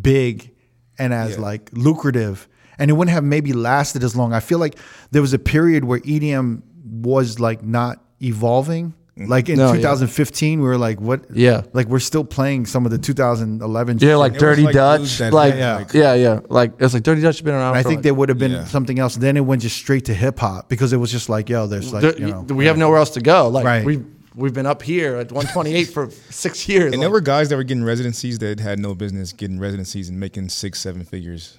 big and as
Yeah.
like lucrative, and it wouldn't have maybe lasted as long. I feel like there was a period where EDM was like not evolving.
Mm-hmm.
Like in
No, yeah.
2015, we were like, "What?
Yeah.
like we're still playing some of the 2011."
Yeah, like
It was
Dirty
like
Dutch,
dudes that-
like
yeah,
yeah,
like-
yeah, like it's like Dirty Dutch has been around.
And I
for,
think
like-
there would have been
Yeah.
something else. Then it went just straight to hip hop because it was just like, yo, there's like,
there-
you know,
we have nowhere else to go. Like
Right.
we've we've been up here at 128 for six years.
And
like-
there were guys that were getting residencies that had no business getting residencies and making six, seven figures.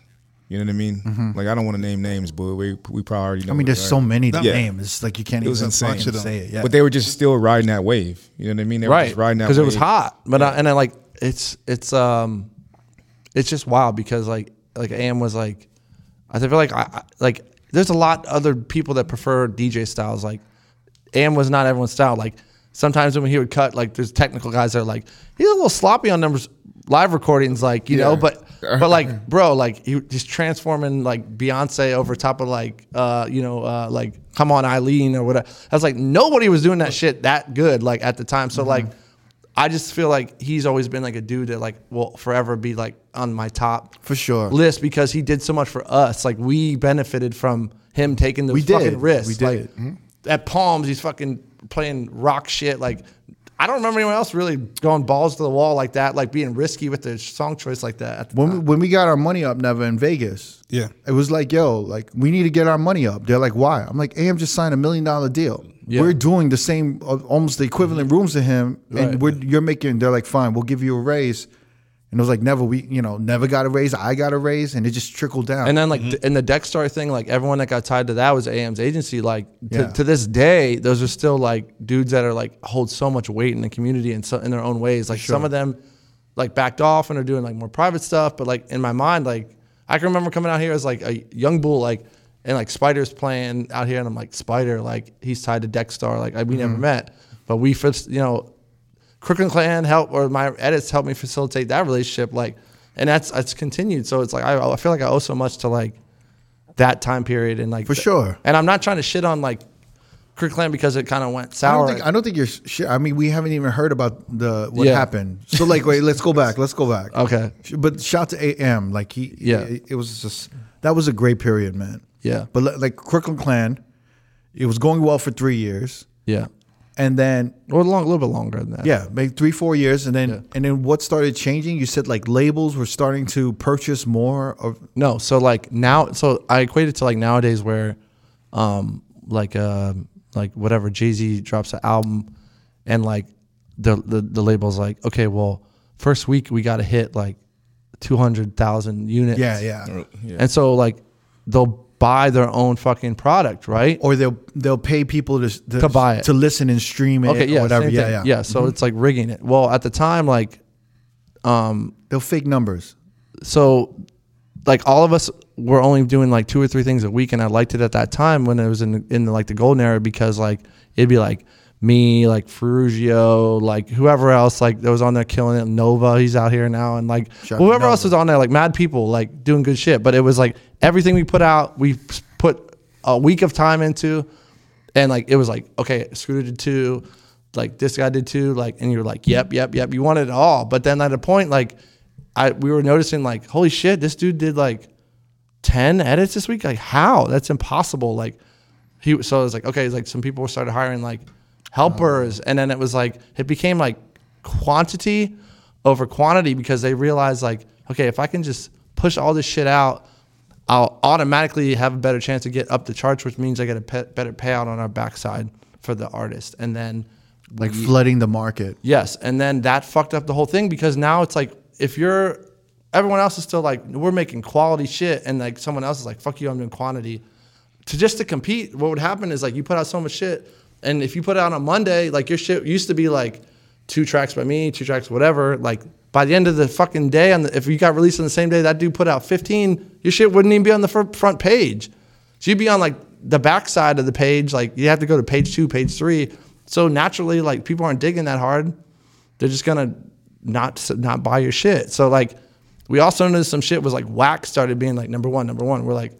You know what I mean? Like I don't want to name names, but we we probably already know.
Mm-hmm. I mean,
it,
there's
right?
so many to
Yeah.
name. It's like you can't
It was
even
insane.
fucking say it. Yeah.
But they were just still riding that wave. You know what I mean? They were just riding that
because it was
wave.
hot. But I, and I like it's it's um it's just wild because like like Am was like I feel like I, I like there's a lot other people that prefer DJ styles like Am was not everyone's style like sometimes when he would cut like there's technical guys that are like he's a little sloppy on numbers live recordings like you know
Yeah.
but but like bro like he just transforming like Beyonce over top of like uh you know uh like come on Eileen or whatever I was like nobody was doing that shit that good like at the time so like
Mm-hmm.
I just feel like he's always been like a dude that like will forever be like on my top
For sure.
list because he did so much for us like we benefited from him taking those
We did.
fucking risks
We did. Mm-hmm.
Like, at Palms, he's fucking playing rock shit. Like, I don't remember anyone else really going balls to the wall like that, like being risky with their song choice like that. At the
when,
time.
we, when we got our money up, never in Vegas,
Yeah.
it was like, yo, like we need to get our money up. They're like, why? I'm like, AM just signed a million dollar deal.
Yeah.
We're doing the same, uh, almost the equivalent rooms to him,
Right.
and we're, you're making. They're like, fine, we'll give you a raise. And it was like, never, we, you know, never got a raise. I got a raise, and it just trickled down.
and then like in the Dexstar thing, like everyone that got tied to that was AM's agency. Like to,
Yeah.
to this day, those are still like dudes that are like hold so much weight in the community and so in their own ways. Like some of them like backed off and are doing like more private stuff. But like in my mind, like I can remember coming out here as like a young bull, like and like Spider's playing out here, and I'm like Spider, like he's tied to Dexstar. Like I, we never met, but we first, you know, Crooked Clan help or my edits helped me facilitate that relationship. Like, and that's it's continued. So it's like I, I feel like I owe so much to like that time period and like
For sure.
And I'm not trying to shit on like Kirkland because it kind of went
I don't
sour.
think I don't think you're. Sh- I mean, we haven't even heard about the what
Yeah.
happened. So like, wait, let's go back. Let's go back.
Okay.
Sh- But shout to AM. Like he.
Yeah.
It, it was just that was a great period, man.
Yeah.
But li- like Kirkland Clan, it was going well for three years,
yeah,
and then
or long, a little bit longer than that.
yeah, maybe three four years, and then
Yeah.
and then what started changing? You said like labels were starting to purchase more of
No, so like now, so I equate it to like nowadays where, um, like uh, like whatever Jay Z drops an album, and like the, the the label's like, okay, well, first week we got to hit like two hundred thousand units.
yeah yeah.
And so like they'll buy their own fucking product, right?
Or they'll they'll pay people to, s-
To buy it.
to listen and stream it
okay,
or
yeah,
whatever
same
yeah
thing.
yeah Mm-hmm.
So it's like rigging it. Well, at the time, like
they'll fake numbers
so like all of us were only doing like two or three things a week and i liked it at that time when it was in in like the golden era because like it'd be like me like Ferrugio, like whoever else like that was on there killing it nova he's out here now and like
Shout out
whoever
Nova.
else was on there like mad people like doing good shit but it was like everything we put out we put a week of time into and like it was like okay scooter did two like this guy did too like and you're like yep yep yep you wanted it all but then at a point like i we were noticing like holy shit this dude did like 10 edits this week like how that's impossible like he so it was like okay it's like some people started hiring like helpers and then it was like it became like quantity over quantity because they realized like okay if i can just push all this shit out i'll automatically have a better chance to get up the charts which means i get a pe- better payout on our backside for the artist and then
like flooding the market.
Yes, and then that fucked up the whole thing because now it's like if you're everyone else is still like we're making quality shit and like someone else is like fuck you I'm doing quantity. To just to compete, what would happen is like you put out so much shit and if you put it out on Monday, like your shit used to be like two tracks by me, two tracks whatever, like by the end of the fucking day, on the, if you got released on the same day that dude put out 15, your shit wouldn't even be on the fr- front page. So you'd be on like the backside of the page. Like you have to go to page two, page three. So naturally, like people aren't digging that hard. They're just gonna not not buy your shit. So like we also noticed some shit was like whack started being like number one, number one. We're like,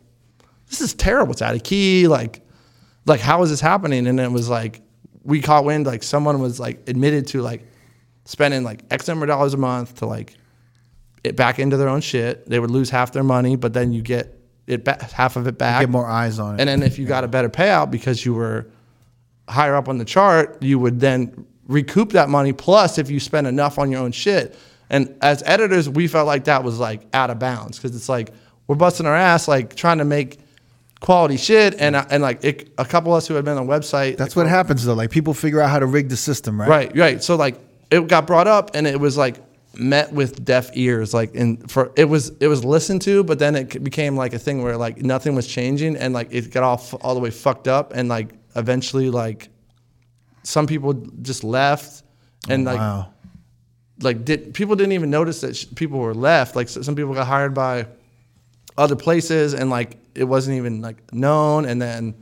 this is terrible. It's out of key. Like, like how is this happening? And it was like we caught wind. Like someone was like admitted to like spending like X number of dollars a month to like it back into their own shit. They would lose half their money, but then you get it back half of it back.
Get more eyes on it.
And then if you got a better payout because you were higher up on the chart, you would then recoup that money. Plus, if you spend enough on your own shit. And as editors, we felt like that was like out of bounds because it's like we're busting our ass, like trying to make quality shit. And uh, and like it, a couple of us who had been on the website,
That's what happens though. Like people figure out how to rig the system, right?
Right, right. So like it got brought up and it was like met with deaf ears like and for it was it was listened to but then it became like a thing where like nothing was changing and like it got all f- all the way fucked up and like eventually like some people just left and like
Oh, Wow.
like did people didn't even notice that sh- people were left like s some people got hired by other places and like it wasn't even like known and then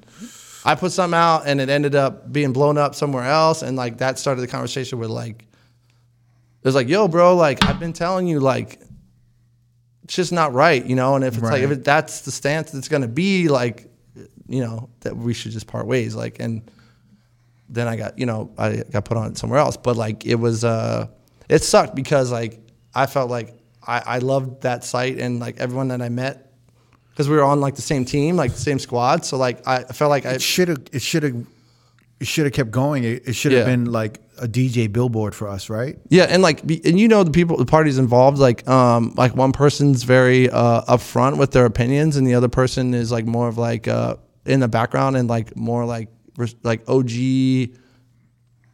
i put something out and it ended up being blown up somewhere else and like that started the conversation with like it was like yo bro like i've been telling you like it's just not right you know and if it's like if it, that's the stance that's going to be like you know that we should just part ways like and then I got you know I got put on somewhere else. But like it was uh it sucked because like I felt like I I loved that site and like everyone that I met because we were on like the same team like the same squad. So like I felt like I
It should have. It should have. It should have kept going. It, it should have
Yeah.
been like a DJ billboard for us, right?
Yeah, and like, be- and you know the people, the parties involved. Like, um, like one person's very uh, upfront with their opinions, and the other person is like more of like uh, in the background and like more like res- like OG in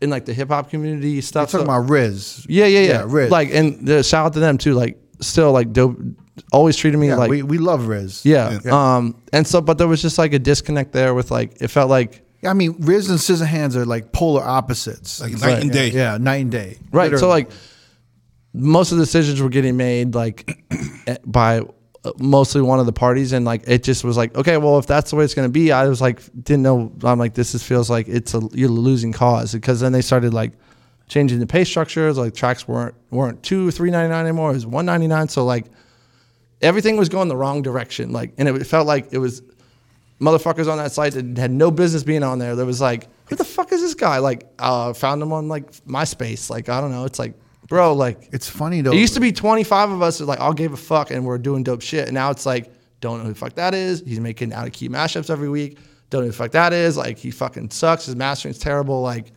like the hip hop community stuff.
Talking
So-
about Riz.
yeah, yeah, yeah,
Riz.
Like, and the, shout out to them too. Like, still like dope, always treating me
yeah,
like
we we love Riz.
yeah. Um, and so, but there was just like a disconnect there with like it felt like
I mean, Riz and Scissorhands are like polar opposites.
Like night and day.
Yeah, night and day.
Right. So
Literally.
like most of the decisions were getting made like eh, by uh, mostly one of the parties and like it just was like okay well if that's the way it's going to be I was like didn't know I'm like this is feels like it's a you're losing cause because then they started like changing the pay structures like tracks weren't weren't 2 399 anymore it was 199 so like everything was going the wrong direction like and it felt like it was motherfuckers on that site that had no business being on there. There was like, who the fuck is this guy? Like, uh, found him on like MySpace. Like, I don't know. It's like, bro, like,
It's funny though.
it used to be 25 of us that like all gave a fuck and we're doing dope shit. And now it's like, don't know who the fuck that is. He's making out of key mashups every week. Don't know who the fuck that is. Like he fucking sucks. His mastering's terrible. Like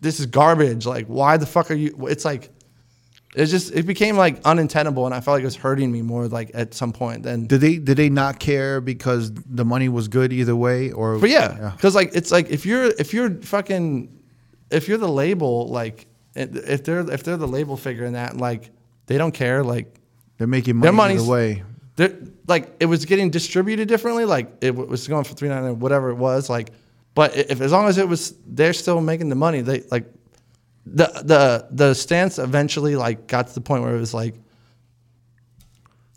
this is garbage. Like why the fuck are you? It's like it's just it became like unintendable, and I felt like it was hurting me more. Like at some point than.
Did they did they not care because the money was good either way? Or
But yeah, because like it's like if you're if you're fucking if you're the label like if they're if they're the label figure in that like they don't care like
they're making
their
money
money's
either way.
they're- like it was getting distributed differently. Like it w- was going for three ninety nine, whatever it was. Like, but i- if as long as it was, they're still making the money. They like the the the stance eventually like got to the point where it was like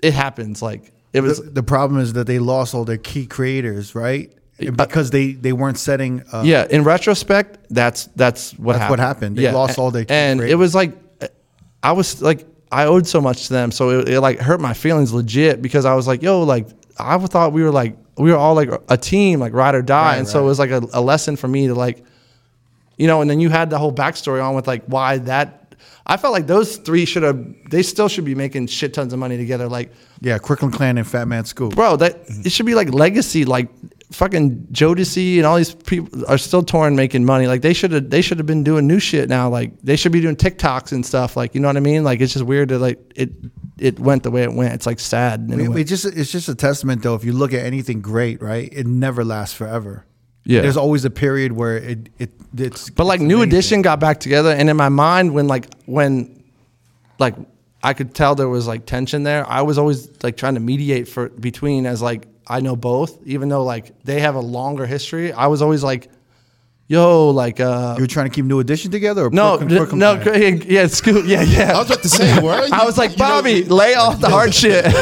it happens. Like it was
The, the problem is that they lost all their key creators, right? And because they they weren't setting. Uh,
yeah in retrospect that's that's what
That's
happened.
what happened. They lost all their key
and it
creators.
was like i was like i owed so much to them so it, it like hurt my feelings legit because i was like yo like i thought we were like we were all like a team like ride or die and so it was like a, a lesson for me to like you know and then you had the whole backstory on with like why that i felt like those three should have they still should be making shit tons of money together like
yeah, Kirkland Clan and Fat Man Scoop.
bro that it should be like legacy like fucking Jodeci and all these people are still touring making money like they should have they should have been doing new shit now like they should be doing TikToks and stuff like you know what I mean like it's just weird that like it it went the way it went it's like sad in a
It,
way.
it just it's just a testament though. If you look at anything great, right, it never lasts forever.
Yeah.
there's always a period where it it it's.
but like
it's
New
amazing.
Edition got back together and in my mind when like when like I could tell there was like tension there I was always like trying to mediate for between as like I know both even though like they have a longer history I was always like yo like uh
You were trying to keep New Edition together, or
No,
Kirkland-
d-
Kirkland
no,
Clan?
yeah, yeah, school, yeah, yeah.
I was about to say, word.
I was like, Bobby, lay off the hard shit.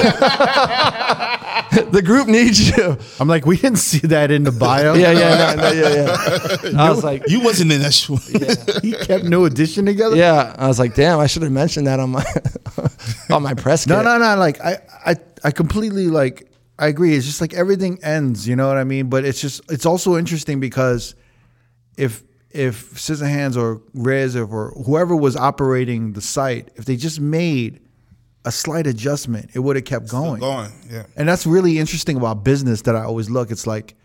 the group needs you.
I'm like, we didn't see that in the bio.
Yeah, yeah, no, no, yeah, yeah. I was like,
You wasn't in that show.
he kept New Edition together.
yeah. I was like, damn, I should have mentioned that on my on my press.
No,
kit.
no, no. Like I, I, I completely like. I agree. It's just like everything ends. You know what I mean? But it's just it's also interesting because if if Scissorhands or Rez or whoever was operating the site, if they just made a slight adjustment, it would have kept going.
Going, yeah.
And that's really interesting about business that I always look. It's like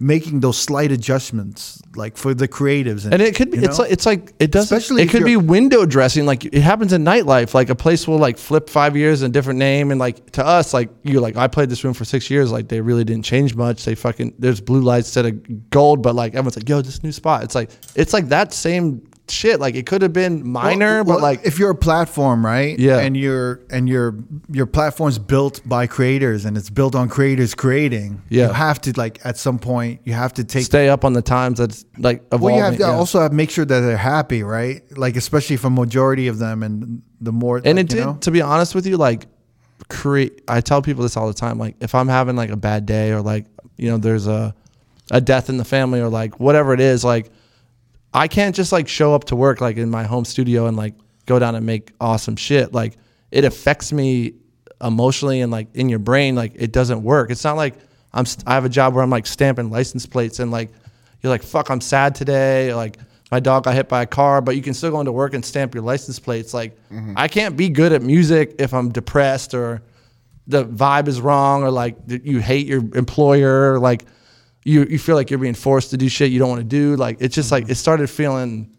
making those slight adjustments, like for the creatives.
And it could be,
you
it's
know?
like, it's like, it doesn't,
Especially
it
if
could be
you're-
window dressing. Like it happens in nightlife. Like a place will like flip five years and a different name. And like to us, like you're like, I played this room for six years. Like they really didn't change much. They fucking, there's blue lights instead of gold, but like everyone's like, yo, this new spot. It's like, it's like that same shit. Like it could have been minor,
Well,
but
well,
like,
if you're a platform, right?
Yeah.
And your and your your platform's built by creators and it's built on creators creating.
Yeah.
You have to like at some point you have to take
stay up on the times that's like evolving.
well, you have to
yeah.
also have, make sure that they're happy, right? Like especially for majority of them, and the more
and
like,
it
you
did
know?
to be honest with you like create i tell people this all the time like if i'm having like a bad day or like you know there's a a death in the family or like whatever it is like i can't just like show up to work like in my home studio and like go down and make awesome shit like it affects me emotionally and like in your brain like it doesn't work it's not like i'm st- i have a job where i'm like stamping license plates and like you're like fuck i'm sad today like my dog got hit by a car but you can still go into work and stamp your license plates like i can't be good at music if i'm depressed or the vibe is wrong or like th- you hate your employer or, like you, you feel like you're being forced to do shit you don't want to do like it's just
Mm-hmm.
like it started feeling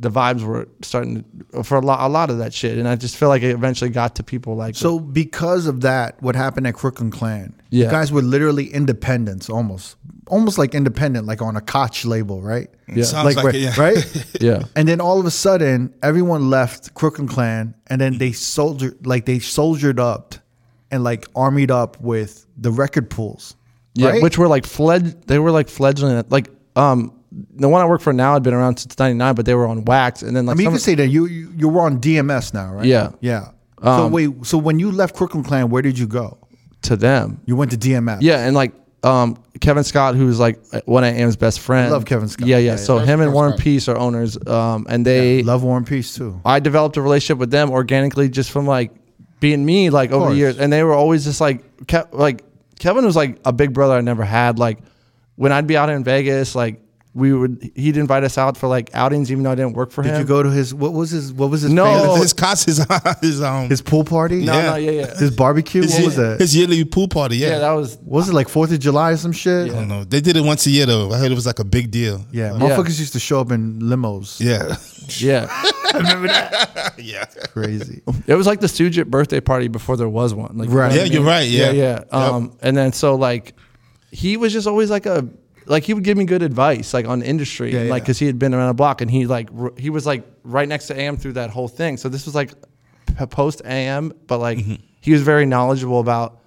the vibes were starting to, for a lot, a lot of that shit and i just feel like it eventually got to people like
So because of that, what happened at Crooked Clan? you
Yeah.
guys were literally independents, almost, almost like independent, like on a Koch label, right? Yeah,
Sounds like
where-
it, yeah.
right?
yeah
And then all of a sudden, everyone left Crooked Clan, and then they soldiered like they soldiered up, and like armied up with the record pools.
yeah
right?
which were like fled they were like fledgling like um the one i work for now had been around since 99 but they were on wax and then
I
like
mean, you
some-
can say that you you you were on DMS now, right?
Yeah. Um,
yeah. So wait, so when you left Crooked Clan, where did you go?
to them
You went to DMS.
Yeah, and like um, Kevin Scott, who's like one of Am's best friends.
love Kevin Scott.
Yeah, yeah.
Yeah,
so him and Warren Peace are owners, um, and they.
love War and Peace too.
I developed a relationship with them organically, just from like being me, like over the
course.
years, and they were always just like kept like Kevin was like a big brother I never had. Like when I'd be out in Vegas, like we would he'd invite us out for like outings, even though I didn't work for him.
Did you go to his? What was his? What was his?
No.
famous-
his cots, his his um,
his pool party.
Oh, No, no, yeah, yeah.
His barbecue.
his,
what was that?
his yearly pool party. Yeah,
yeah, that was
was it like Fourth of July or some shit?
I don't know. They did it once a year though. I heard it was like a big deal.
Yeah, motherfuckers used to show up in limos.
Yeah.
yeah.
yeah.
Crazy.
It was like the Stooges birthday party before there was one. Like, you know
Right.
what
Yeah,
I mean?
you're right. Yeah.
yeah, yeah. Um, and then so like, he was just always like a like he would give me good advice like on industry
Yeah,
and, like
yeah.
because he had been around the block and he like r- he was like right next to AM through that whole thing. So this was like p- post AM, but like
Mm-hmm.
he was very knowledgeable about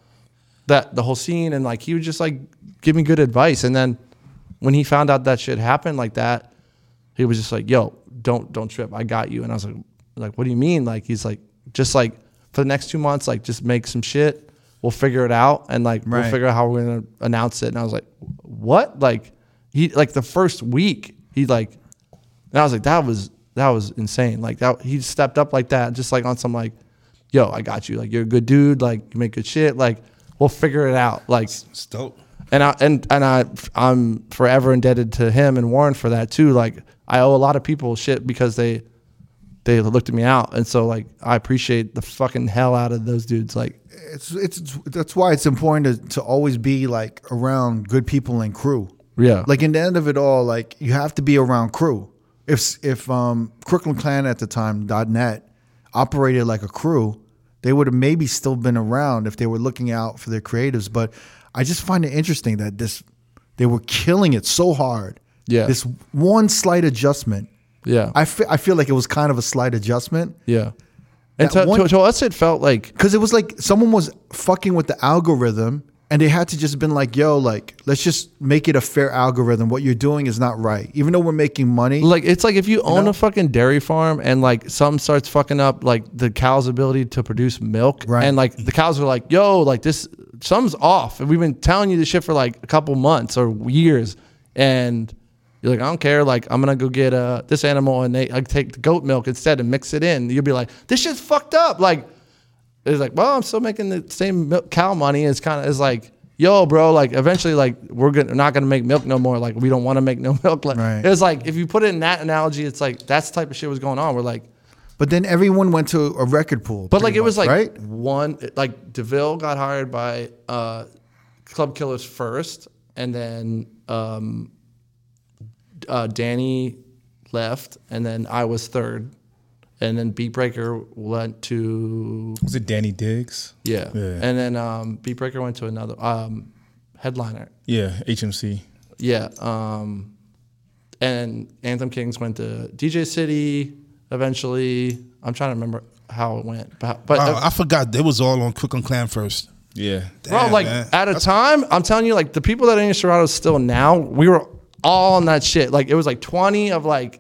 that the whole scene and like he would just like give me good advice. And then when he found out that shit happened like that, he was just like, "Yo, don't don't trip. I got you." And I was like, "Like, what do you mean?" Like, he's like, "Just like for the next two months, like just make some shit. We'll figure it out, and like
Right.
we'll figure out how we're gonna announce it." And I was like, "What?" Like he like the first week he like, and I was like, "That was that was insane." Like that he stepped up like that, just like on some like, "Yo, I got you. Like you're a good dude. Like you make good shit. Like we'll figure it out." Like
It's dope.
and I and and I I'm forever indebted to him and Warren for that too. Like I owe a lot of people shit because they they looked at me out, and so like I appreciate the fucking hell out of those dudes. Like
It's, it's it's- that's why it's important to, to always be like around good people and crew.
Yeah.
Like in the end of it all, like you have to be around crew. If if um Crooklyn Clan at the time .net operated like a crew, they would have maybe still been around if they were looking out for their creatives. But I just find it interesting that this they were killing it so hard.
Yeah.
This one slight adjustment.
yeah,
I fe- I feel like it was kind of a slight adjustment.
yeah. And
That
to,
one-
to, to us, it felt like
Cause it was like someone was fucking with the algorithm and they had to just been like, yo, like, let's just make it a fair algorithm. What you're doing is not right. Even though we're making money.
like it's like if you own a fucking dairy farm and like something starts fucking up like the cow's ability to produce milk
Right.
and like the cows are like yo like this something's off and we've been telling you this shit for like a couple months or years and you're like i don't care like i'm gonna go get uh this animal and they like take the goat milk instead and mix it in you'll be like this shit's fucked up like it's like, well, I'm still making the same milk, cow money. It's kind of it's like, yo, bro, like eventually, like we're gonna, not gonna make milk no more. Like we don't want to make no milk. Like
Right.
it's like if you put it in that analogy, it's like that's the type of shit was going on. We're like,
but then everyone went to a record pool.
but
pretty
like it was
much,
like
right?
one like Deville got hired by uh, Club Killers first, and then um, uh, Danny left, and then I was third, and then Beat Breaker went to
Was it Danny Diggs?
Yeah.
Yeah.
And then um, Beat Breaker went to another um, headliner.
Yeah, HMC.
Yeah. Um, and Anthem Kings went to DJ City eventually. I'm trying to remember how it went. But, but
Oh, I forgot. It was all on Crook and Clan first.
Yeah.
bro,
Damn,
like
man.
at a time, I'm telling you, like the people that are in Serato still now, we were all on that shit. Like it was like 20 of like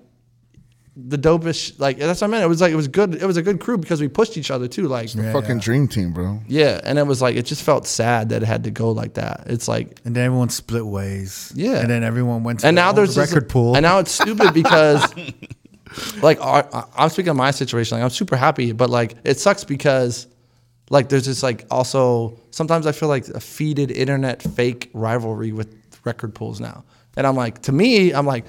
the dopest, like that's what I meant. It was like, it was good. It was a good crew because we pushed each other too. Like,
Fucking dream team, bro.
yeah. And it was like, it just felt sad that it had to go like that. It's like,
And then everyone split ways.
Yeah.
And then everyone went to
and
their
now
own
there's this-
record pool.
And now it's stupid because, like, our, I- I'm speaking of my situation. Like, I'm super happy, but like, it sucks because, like, there's this like also sometimes I feel like a feeded internet fake rivalry with record pools now, and I'm like, to me, I'm like,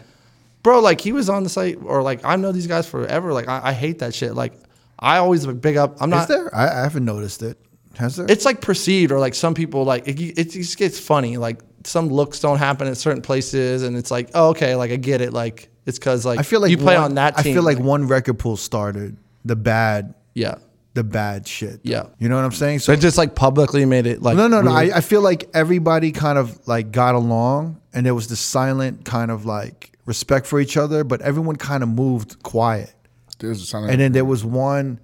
bro, like he was on the site, or like I know these guys forever. Like I, I hate that shit. Like I always big up. I'm
Is
not.
there? I, I haven't noticed it. Has there?
It's like perceived, or like some people like it, it just gets funny. Like some looks don't happen at certain places, and it's like, oh, okay, like I get it. Like it's because like
I feel like
you play
one-
on that. Team.
I feel like one record pool started the bad
yeah,
the bad shit.
Yeah.
You know what I'm saying? So
but just like publicly made it like
No, no, no.
weird.
I, I feel like everybody kind of like got along, and there was this silent kind of like respect for each other, but everyone kind of moved quiet.
There's a sound.
And then there was one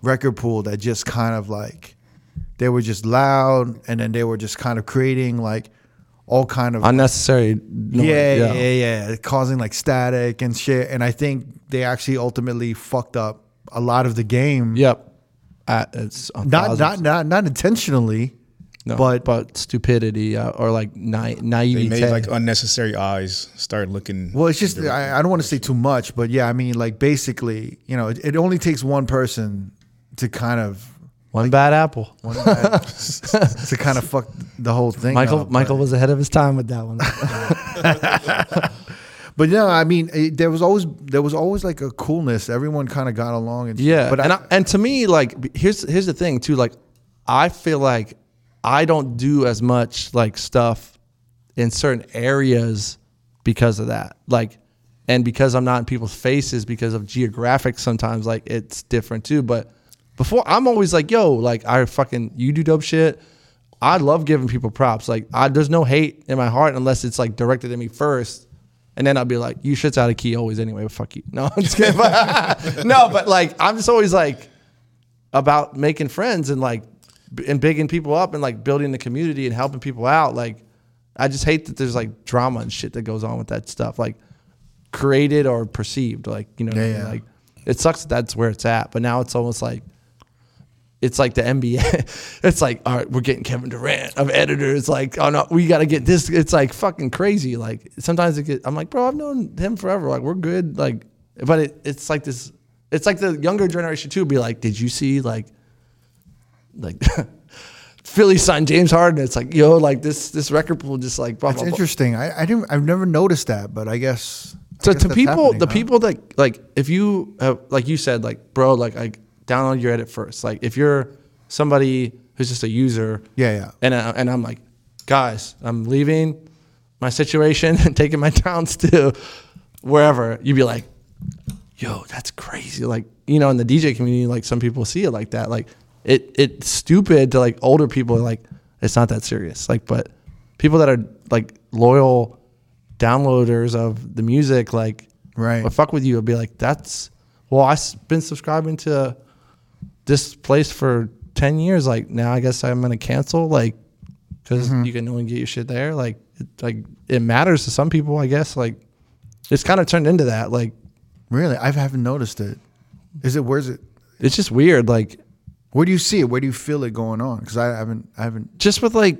record pool that just kind of like they were just loud, and then they were just kind of creating like all kind of
unnecessary. noise.
yeah, yeah, yeah, causing like static and shit. And I think they actually ultimately fucked up a lot of the game.
Yep. Uh, it's a
Not,
thousand-
not, not, not intentionally.
no,
but-
but stupidity uh, or like na-
They
naivety.
made like
uh,
unnecessary eyes start looking.
Well, it's just I, I don't want to say too much, but yeah, I mean, like basically, you know, it, it only takes one person to kind of
One bad apple.
One bad- to kind of fuck the whole thing.
Michael
up.
Michael was ahead of his time with that one.
But no, I mean, it, there was always there was always like a coolness. Everyone kind of got along. And
yeah.
but
and I, and to me, like b- here's here's the thing too. Like I feel like I don't do as much like stuff in certain areas because of that. Like and because I'm not in people's faces because of geographic sometimes like it's different too. But before I'm always like, yo, like I fucking you do dope shit. I love giving people props. Like I there's no hate in my heart unless it's like directed at me first. And then I'll be like, you shit's out of key always anyway, but fuck you. No, I'm just kidding. no, but like I'm just always like about making friends and like b- and bigging people up and like building the community and helping people out. Like I just hate that there's like drama and shit that goes on with that stuff, like created or perceived. Like you know, what I mean?
yeah.
like it sucks that that's where it's at. But now it's almost like it's like the NBA. it's like all right, we're getting Kevin Durant of editors. Like oh no, we got to get this. It's like fucking crazy. Like sometimes it get, I'm like, bro, I've known him forever. Like we're good. Like, but it, it's like this. It's like the younger generation too. Be like, did you see like like Philly signed James Harden. It's like, yo, like this this record pool just like blah,
it's
blah, blah.
interesting. I, I didn't. I've never noticed that, but I guess. I
So
guess
to
that's
people,
happening,
the
huh?
people that like, if you have, like you said, like bro, like I download your edit first. Like if you're somebody who's just a user,
Yeah, yeah.
and I, and I'm like, guys, I'm leaving my situation and taking my towns to wherever. You'd be like, yo, that's crazy. Like, you know, in the DJ community, like some people see it like that. Like it it's stupid to like older people like it's not that serious. Like, but people that are like loyal downloaders of the music, like
Right.
will fuck with you and be like, that's well, I've been subscribing to this place for 10 years like now i guess i'm gonna cancel like because you can only get your shit there like it, like it matters to some people i guess like it's kind of turned into that like
Really, I haven't noticed it. Is it? Where's it?
it's just weird like
Where do you see it? Where do you feel it going on? Because I haven't. I haven't.
just with like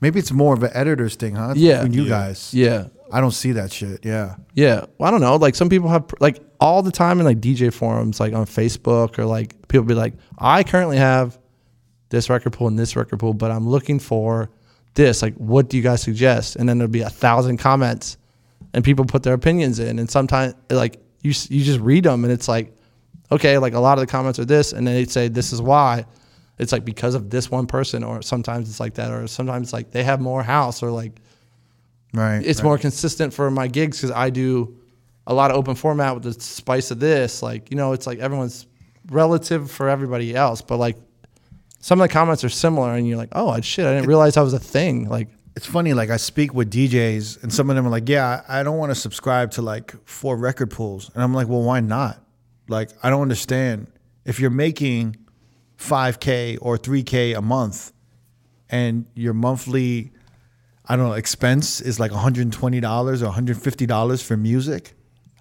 Maybe it's more of an editor's thing, huh? It's
Yeah.
between you
Yeah.
guys.
yeah
I don't see that shit. Yeah.
yeah well, i don't know like some people have like all the time in like dj forums like on facebook or like people be like i currently have this record pool and this record pool but i'm looking for this like what do you guys suggest and then there'll be a thousand comments and people put their opinions in and sometimes like you s- you just read them and it's like okay like a lot of the comments are this and then they say this is why it's like because of this one person or sometimes it's like that or sometimes like they have more house or like
Right.
it's more consistent for my gigs because I do a lot of open format with the spice of this. Like, you know, it's like everyone's relative for everybody else, but like some of the comments are similar, and you're like, oh I- shit, I didn't realize I was a thing. Like,
it's funny like i speak with djs and some of them are like yeah i don't want to subscribe to like four record pools and i'm like well why not like i don't understand if you're making 5k or 3k a month and your monthly i don't know expense is like $120 or $150 for music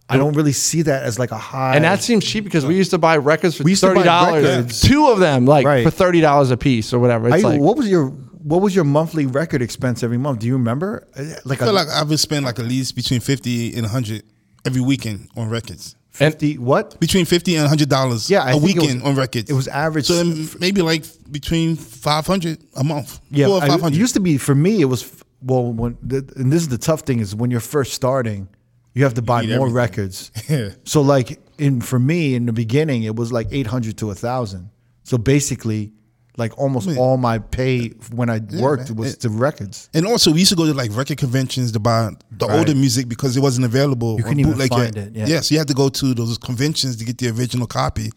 i don't really see that as like a high
and that seems cheap because we used to buy records for
We used to buy
thirty dollars,
records.
two of them, like
Right.
for thirty dollars a piece or whatever.
I,
It's like,
what was your what was your monthly record expense every month do you remember Uh, like
I
a
feel like I've been spending like at least between fifty and hundred every weekend on records.
50 what
Between fifty and hundred dollars.
Yeah, I
a
think it was-
weekend on records.
it was average-
So then maybe like between five hundred a month.
Yeah,
four or
I-
five hundred.
It used to be for me. It was well, when the, and this is the tough thing is when you're first starting, you have to buy
need
more
everything.
records.
Yeah.
So like in for me in the beginning, it was like eight hundred to thousand. So basically, like almost all my pay when I worked
man.
was
It-
to records.
And also, we used to go to like record conventions to buy the
Right.
older music because it wasn't available. You
couldn't even find it, yeah.
Yes, you had to go to those conventions to get the original copy,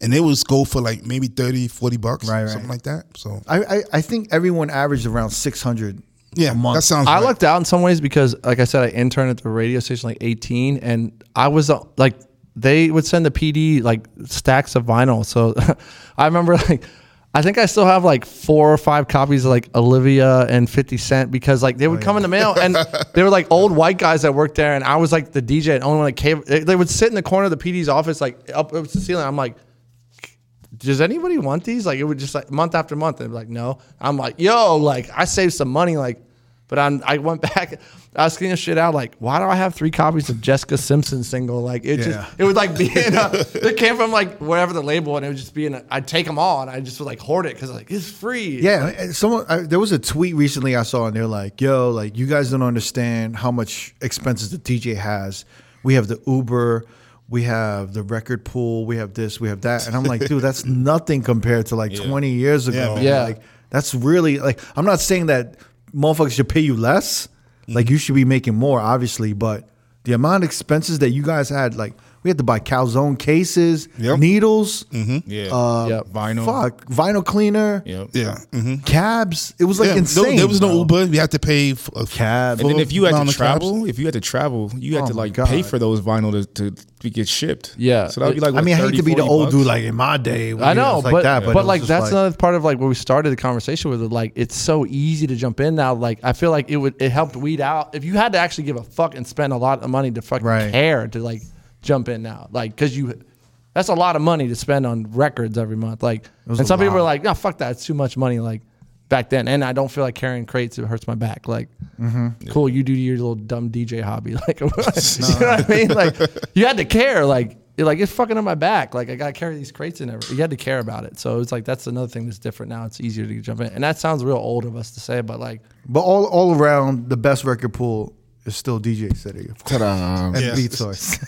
and they would go for like maybe 30, 40 bucks,
Right, right.
something like that. So,
I I, I think everyone averaged around six hundred.
yeah,
a month.
that sounds.
I
right.
lucked out in some ways because, like I said, I interned at the radio station like 18, and I was uh, like, they would send the PD like stacks of vinyl. So I remember like, I think I still have like four or five copies of like Olivia and 50 Cent because like they would come in the mail and they were like old white guys that worked there, and I was like the DJ and only one that came. They they would sit in the corner of the PD's office like up, up to the ceiling. I'm like does anybody want these? Like it would just like month after month. They'd be like, no. I'm like, yo, like I saved some money. Like But I'm, I went back. I was cleaning shit out. Like, why do I have three copies of Jessica Simpson single? Like, it
Yeah.
just it would like be in a. It came from like wherever the label, and it would just be in. A, I'd take them all, and I just would like hoard it because like it's free.
Yeah, and someone I, there was a tweet recently I saw, and they're like, "Yo, like you guys don't understand how much expenses the DJ has. We have the Uber, we have the record pool, we have this, we have that." And I'm like, "Dude, that's nothing compared to like 20 years ago.
man.
Yeah.
like that's really like I'm not saying that motherfuckers should pay you less. Like you should be making more, obviously, but the amount of expenses that you guys had, like we had to buy calzone cases,
Yep.
needles,
Mm-hmm. Yeah.
uh,
Yep.
Vinyl.
fuck, vinyl cleaner."
Yep.
Yeah. Mm-hmm.
cabs. It was like
yeah.
insane.
there, there was no
bro.
Uber. We had to pay f- a
Cab.
And then if you had
Down
to
the
travel, if you had to travel, you had
Oh
to
my
like
God.
pay for those vinyl to, to, to get shipped.
Yeah.
So that would be like.
I
what,
mean, I hate
30,
to be the
40
old dude
bucks?
like in my day.
I know,
it was
but,
like that,
but,
it was
like
just
that's another part of like where we started the conversation with. it, Like it's so easy to jump in now. Like I feel like it would it helped weed out if you had to actually give a fuck and spend a lot of money to fucking
Right.
care to like jump in now. Like because you, that's a lot of money to spend on records every month. Like
was
and
a
some people
lot.
are like, no, fuck that, it's too much money. Like back then, and I don't feel like carrying crates. It hurts my back. Like cool, you do your little dumb DJ hobby. Like you know what I mean? Like you had to care. Like you're like it's fucking on my back. Like I gotta carry these crates and everything. You had to care about it. So it's like that's another thing that's different now. It's easier to jump in. And that sounds real old of us to say, but like
But all all around, the best record pool is still DJ City, of course,
Ta-da.
and
Yes.
Beat Source.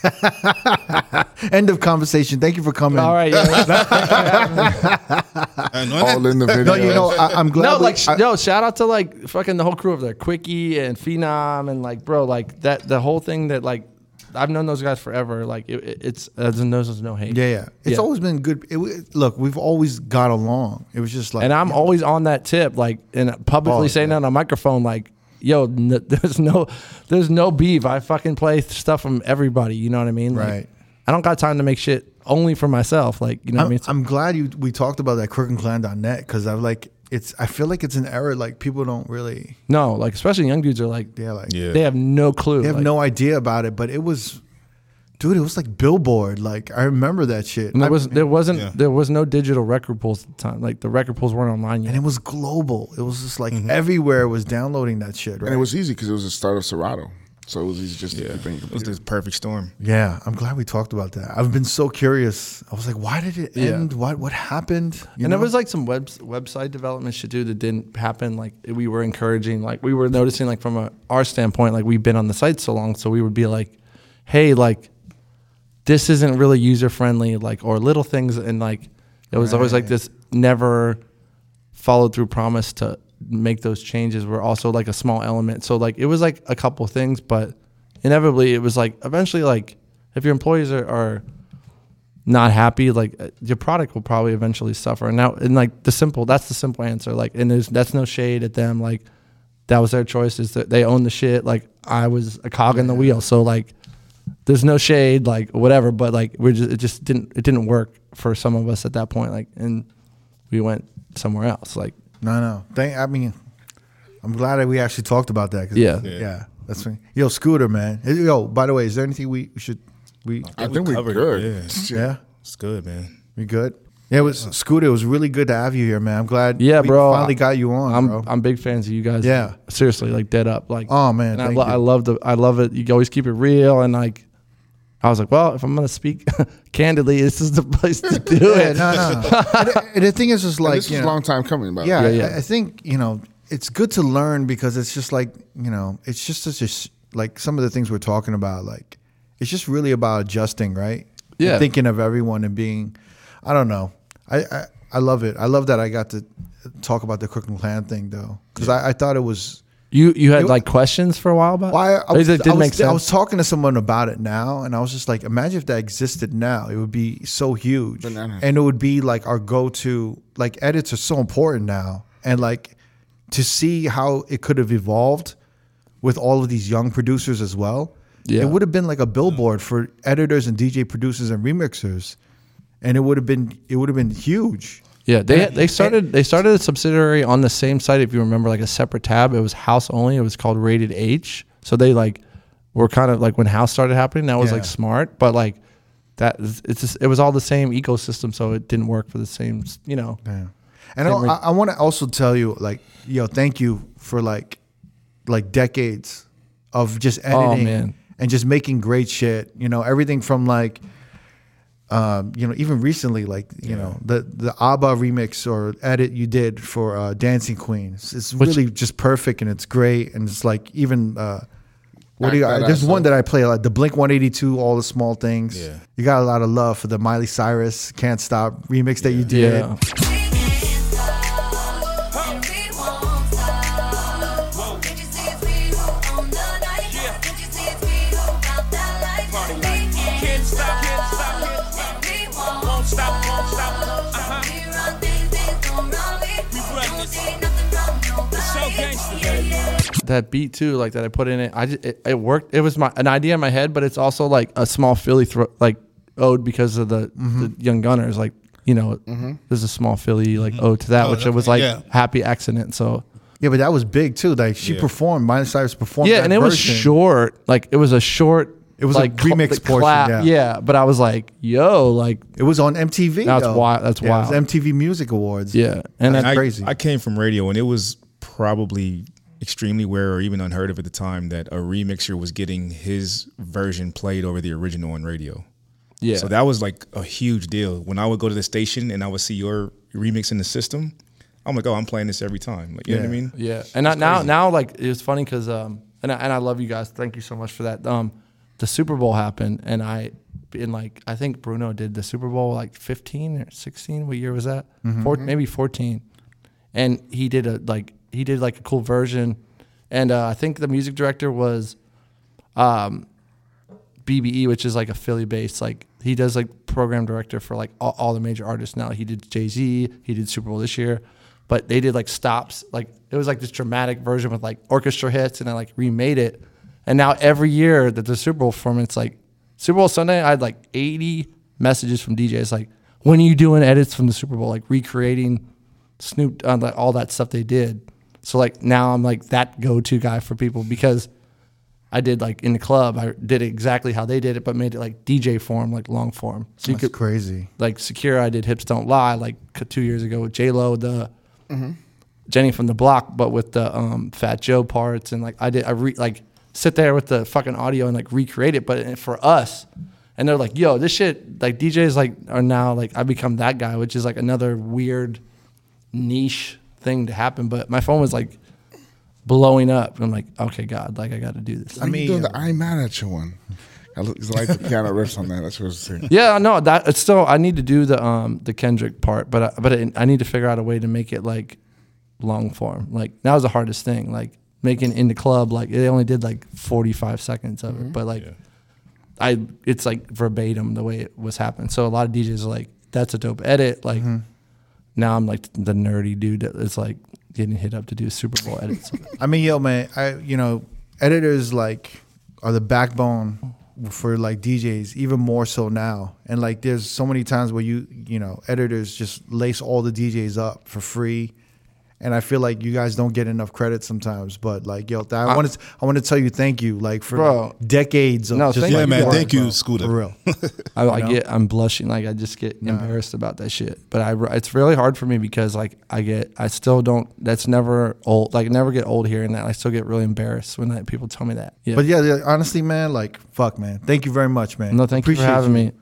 End of conversation. Thank you for coming.
all right, yeah.
And on
All
that-
in the video.
No, you know, I, I'm glad.
no,
we-
like sh
I-
no, shout out to like fucking the whole crew over there, Quickie and Phenom and like bro, like that the whole thing that like I've known those guys forever. Like it, it- it's uh, there's no hate.
yeah, yeah. It's
Yeah.
always been good. It, w- look, we've always got along. It was just like,
and I'm always on that tip, like, and publicly
Oh,
saying that on a microphone, like, yo, n- there's no, there's no beef. I fucking play stuff from everybody. You know what I mean? Like,
Right.
I don't got time to make shit only for myself. Like, you know what I
I'm,
mean?
I'm glad you we talked about that crookandclan.net because I like it's. I feel like it's an error. Like people don't really.
no, like, especially young dudes are like,
Yeah, like
Yeah.
they have no clue.
They have
like,
no idea about it, but it was, dude, it was like Billboard. Like I remember that shit,
and
I-
there was there wasn't
Yeah.
there was no digital record pools at the time. Like the record pools weren't online yet.
and it was global. It was just like
Mm-hmm.
everywhere was downloading that shit, right?
And it was easy because it was the start of Serato. So it was easy just to
Yeah.
keep it in your
It was
computer.
this perfect storm.
yeah, I'm glad we talked about that. I've been so curious. I was like, why did it
Yeah.
end? What what happened? You
and
know?
there was like some web, website development shit too that didn't happen. Like we were encouraging, like we were noticing, like from a, our standpoint, like we've been on the site so long, so we would be like, "Hey, like this isn't really user friendly," like or little things, and like it was always like this never followed through promise to make those changes were also like a small element. So like it was like a couple things, but inevitably it was like eventually like if your employees are, are not happy, like uh, your product will probably eventually suffer. And now, and like the simple, that's the simple answer. Like, and there's that's no shade at them. Like, that was their choice. Is that they own the shit? Like, I was a cog in the wheel. So like, there's no shade, like whatever. But like, we're just it just didn't it didn't work for some of us at that point. Like, and we went somewhere else. Like,
no, no. Thank. I mean, I'm glad that we actually talked about that. 'cause-
Yeah.
yeah, That's me. Yo, Scooter, man. Hey, Yo, by the way, is there anything we should we?
I think we
covered it,
good.
Yeah,
It's good, man.
we good. Yeah, it was Scooter. It was really good to have you here, man. I'm glad.
yeah,
we
bro.
Finally
I-
got you on,
I'm
bro.
I'm big fans of you guys.
Yeah.
seriously, like dead up. Like,
Oh, man,
and I,
thank
lo-
you.
I love the I love it. You always keep it real and like. I was like, well, if I'm gonna speak candidly, this is the place to do
Yeah,
it.
no, no. and, and the thing is, is like
this
you
was a
know,
long time coming, by the
yeah,
way.
Yeah,
I-
yeah.
I, think you know it's good to learn because it's just like you know it's just such a s- like some of the things we're talking about like it's just really about adjusting, right? And
Yeah.
thinking of everyone and being, I don't know, I I, I love it. I love that I got to talk about the Crook and Clan thing though because I, I thought it was
You you had
You-
like questions for a while about.
why I
Or
was,
it
I was-
didn't make sense.
I was talking to someone about it now, and I was just like, imagine if that existed now. It would be so huge,
Bananas.
and it would be like our go-to. Like edits are so important now, and like to see how it could have evolved with all of these young producers as well.
Yeah.
It would have been like a billboard for editors and DJ producers and remixers, and it would have been it would have been huge.
yeah, they they started they started a subsidiary on the same site. If you remember, like a separate tab, it was House only. It was called Rated H. So they like were kind of like when House started happening, that was
Yeah.
like smart, but like that is- it's just, it was all the same ecosystem, so it didn't work for the same you know.
Yeah. And I,
And we're-
I, want to also tell you, like, yo, thank you for like like decades of just
Oh,
editing
man.
and just making great shit. You know, everything from like, um, you know, even recently, like you know, the the Abba remix or edit you did for uh, Dancing Queen. It's, it's really just perfect and it's great and it's like even. Uh, what do you?
Act that
There's
out,
one
so-
that I play a lot. The Blink 182, all the small things.
Yeah.
You got a lot of love for the Miley Cyrus "Can't Stop" remix that you did.
Yeah. that beat too, like that I put in it. I just, it, it worked. It was my an idea in my head, but it's also like a small Philly thro- like ode because of the,
Mm-hmm.
the Young Gunners. Like you know, there's a small Philly like ode to that,
Oh,
which it was like
definitely, yeah.
happy accident. So
Yeah, but that was big too. Like she performed, Miley Cyrus performed.
yeah,
that
and it was
version.
short. Like it was a short.
It was a
like cl-
remix
the
portion,
clap,
yeah.
but I was like, yo, like
It was on MTV.
That's
though.
wild- that's
yeah, it was
wild.
MTV Music Awards.
yeah, and
That's
I,
I,
crazy.
I came from radio, and it was probably extremely rare or even unheard of at the time that a remixer was getting his version played over the original on radio.
yeah.
So that was like a huge deal. When I would go to the station and I would see your remix in the system, I'm like, oh, I'm playing this every time. Like, you know what I mean?
Yeah, and I, now now like it's funny because um and I, and I love you guys. Thank you so much for that. Um, the Super Bowl happened, and I in like I think Bruno did the Super Bowl like fifteen or sixteen. What year was that?
Mm-hmm.
Four, maybe fourteen. And he did a like he did like a cool version, and uh, I think the music director was BBE, E, which is like a Philly based, like he does like program director for like all, all the major artists now. He did Jay Z, he did Super Bowl this year, but they did like stops, like it was like this dramatic version with like orchestra hits, and I like remade it. And now every year that the Super Bowl performance, like Super Bowl Sunday, I had like 80 messages from DJs like, when are you doing edits from the Super Bowl, like recreating Snoop, uh, like all that stuff they did. So like now I'm like that go to guy for people because I did like in the club. I did it exactly how they did it, but made it like DJ form, like long form. So you
That's
could
crazy.
like Secure. I did Hips Don't Lie like c- two years ago with J Lo, the Jenny from the Block, but with the um, Fat Joe parts and like I did. I re- like sit there with the fucking audio and like recreate it, but eh, for us. And they're like, yo, this shit, like DJs like are now like I become that guy, which is like another weird niche thing to happen. But my phone was like blowing up. I'm like, okay, God, like I got to do this.
I mean, you doing the I'm mad at you one. I look- I like the piano riffs on that. That's what I was saying.
Yeah, no, that it's still I need to do the um the Kendrick part, but I, but I, I need to figure out a way to make it like long form. Like that was the hardest thing, like making in the club. Like they only did like forty five seconds of it, but like I it's like verbatim the way it was happening. So a lot of DJs are like, "That's a dope edit." Like now I'm like the nerdy dude that is like getting hit up to do Super Bowl edits.
I mean, yo, man, I you know, editors like are the backbone for like DJs, even more so now. And like, there's so many times where you you know, editors just lace all the DJs up for free. And I feel like you guys don't get enough credit sometimes, but like, yo, I, want to I want to tell you thank you, like for
Bro.
decades of
No,
just like,
thank you. Yeah, man,
work,
thank you,
bro,
Scooter.
for real.
I, I get I'm blushing like I just get embarrassed about that shit. But I it's really hard for me because like I get I still don't that's never old like never get old hearing that. I still get really embarrassed when like, people tell me that. Yeah.
But yeah, yeah, honestly, man, like, fuck, man, thank you very much, man.
no, thank you
Appreciate
for having me.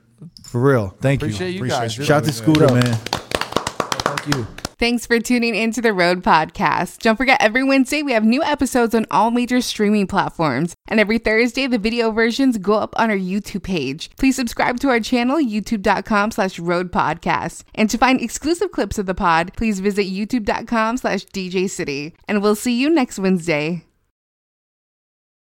For real, thank
Appreciate you
you.
Appreciate guys. you,
Shout out to Scooter, man.
Thank you.
Thanks for tuning into the Road Podcast. Don't forget, every Wednesday we have new episodes on all major streaming platforms. And every Thursday, the video versions go up on our YouTube page. Please subscribe to our channel, youtube.com slash road podcast. And to find exclusive clips of the pod, please visit youtube.com slash DJ City. And we'll see you next Wednesday.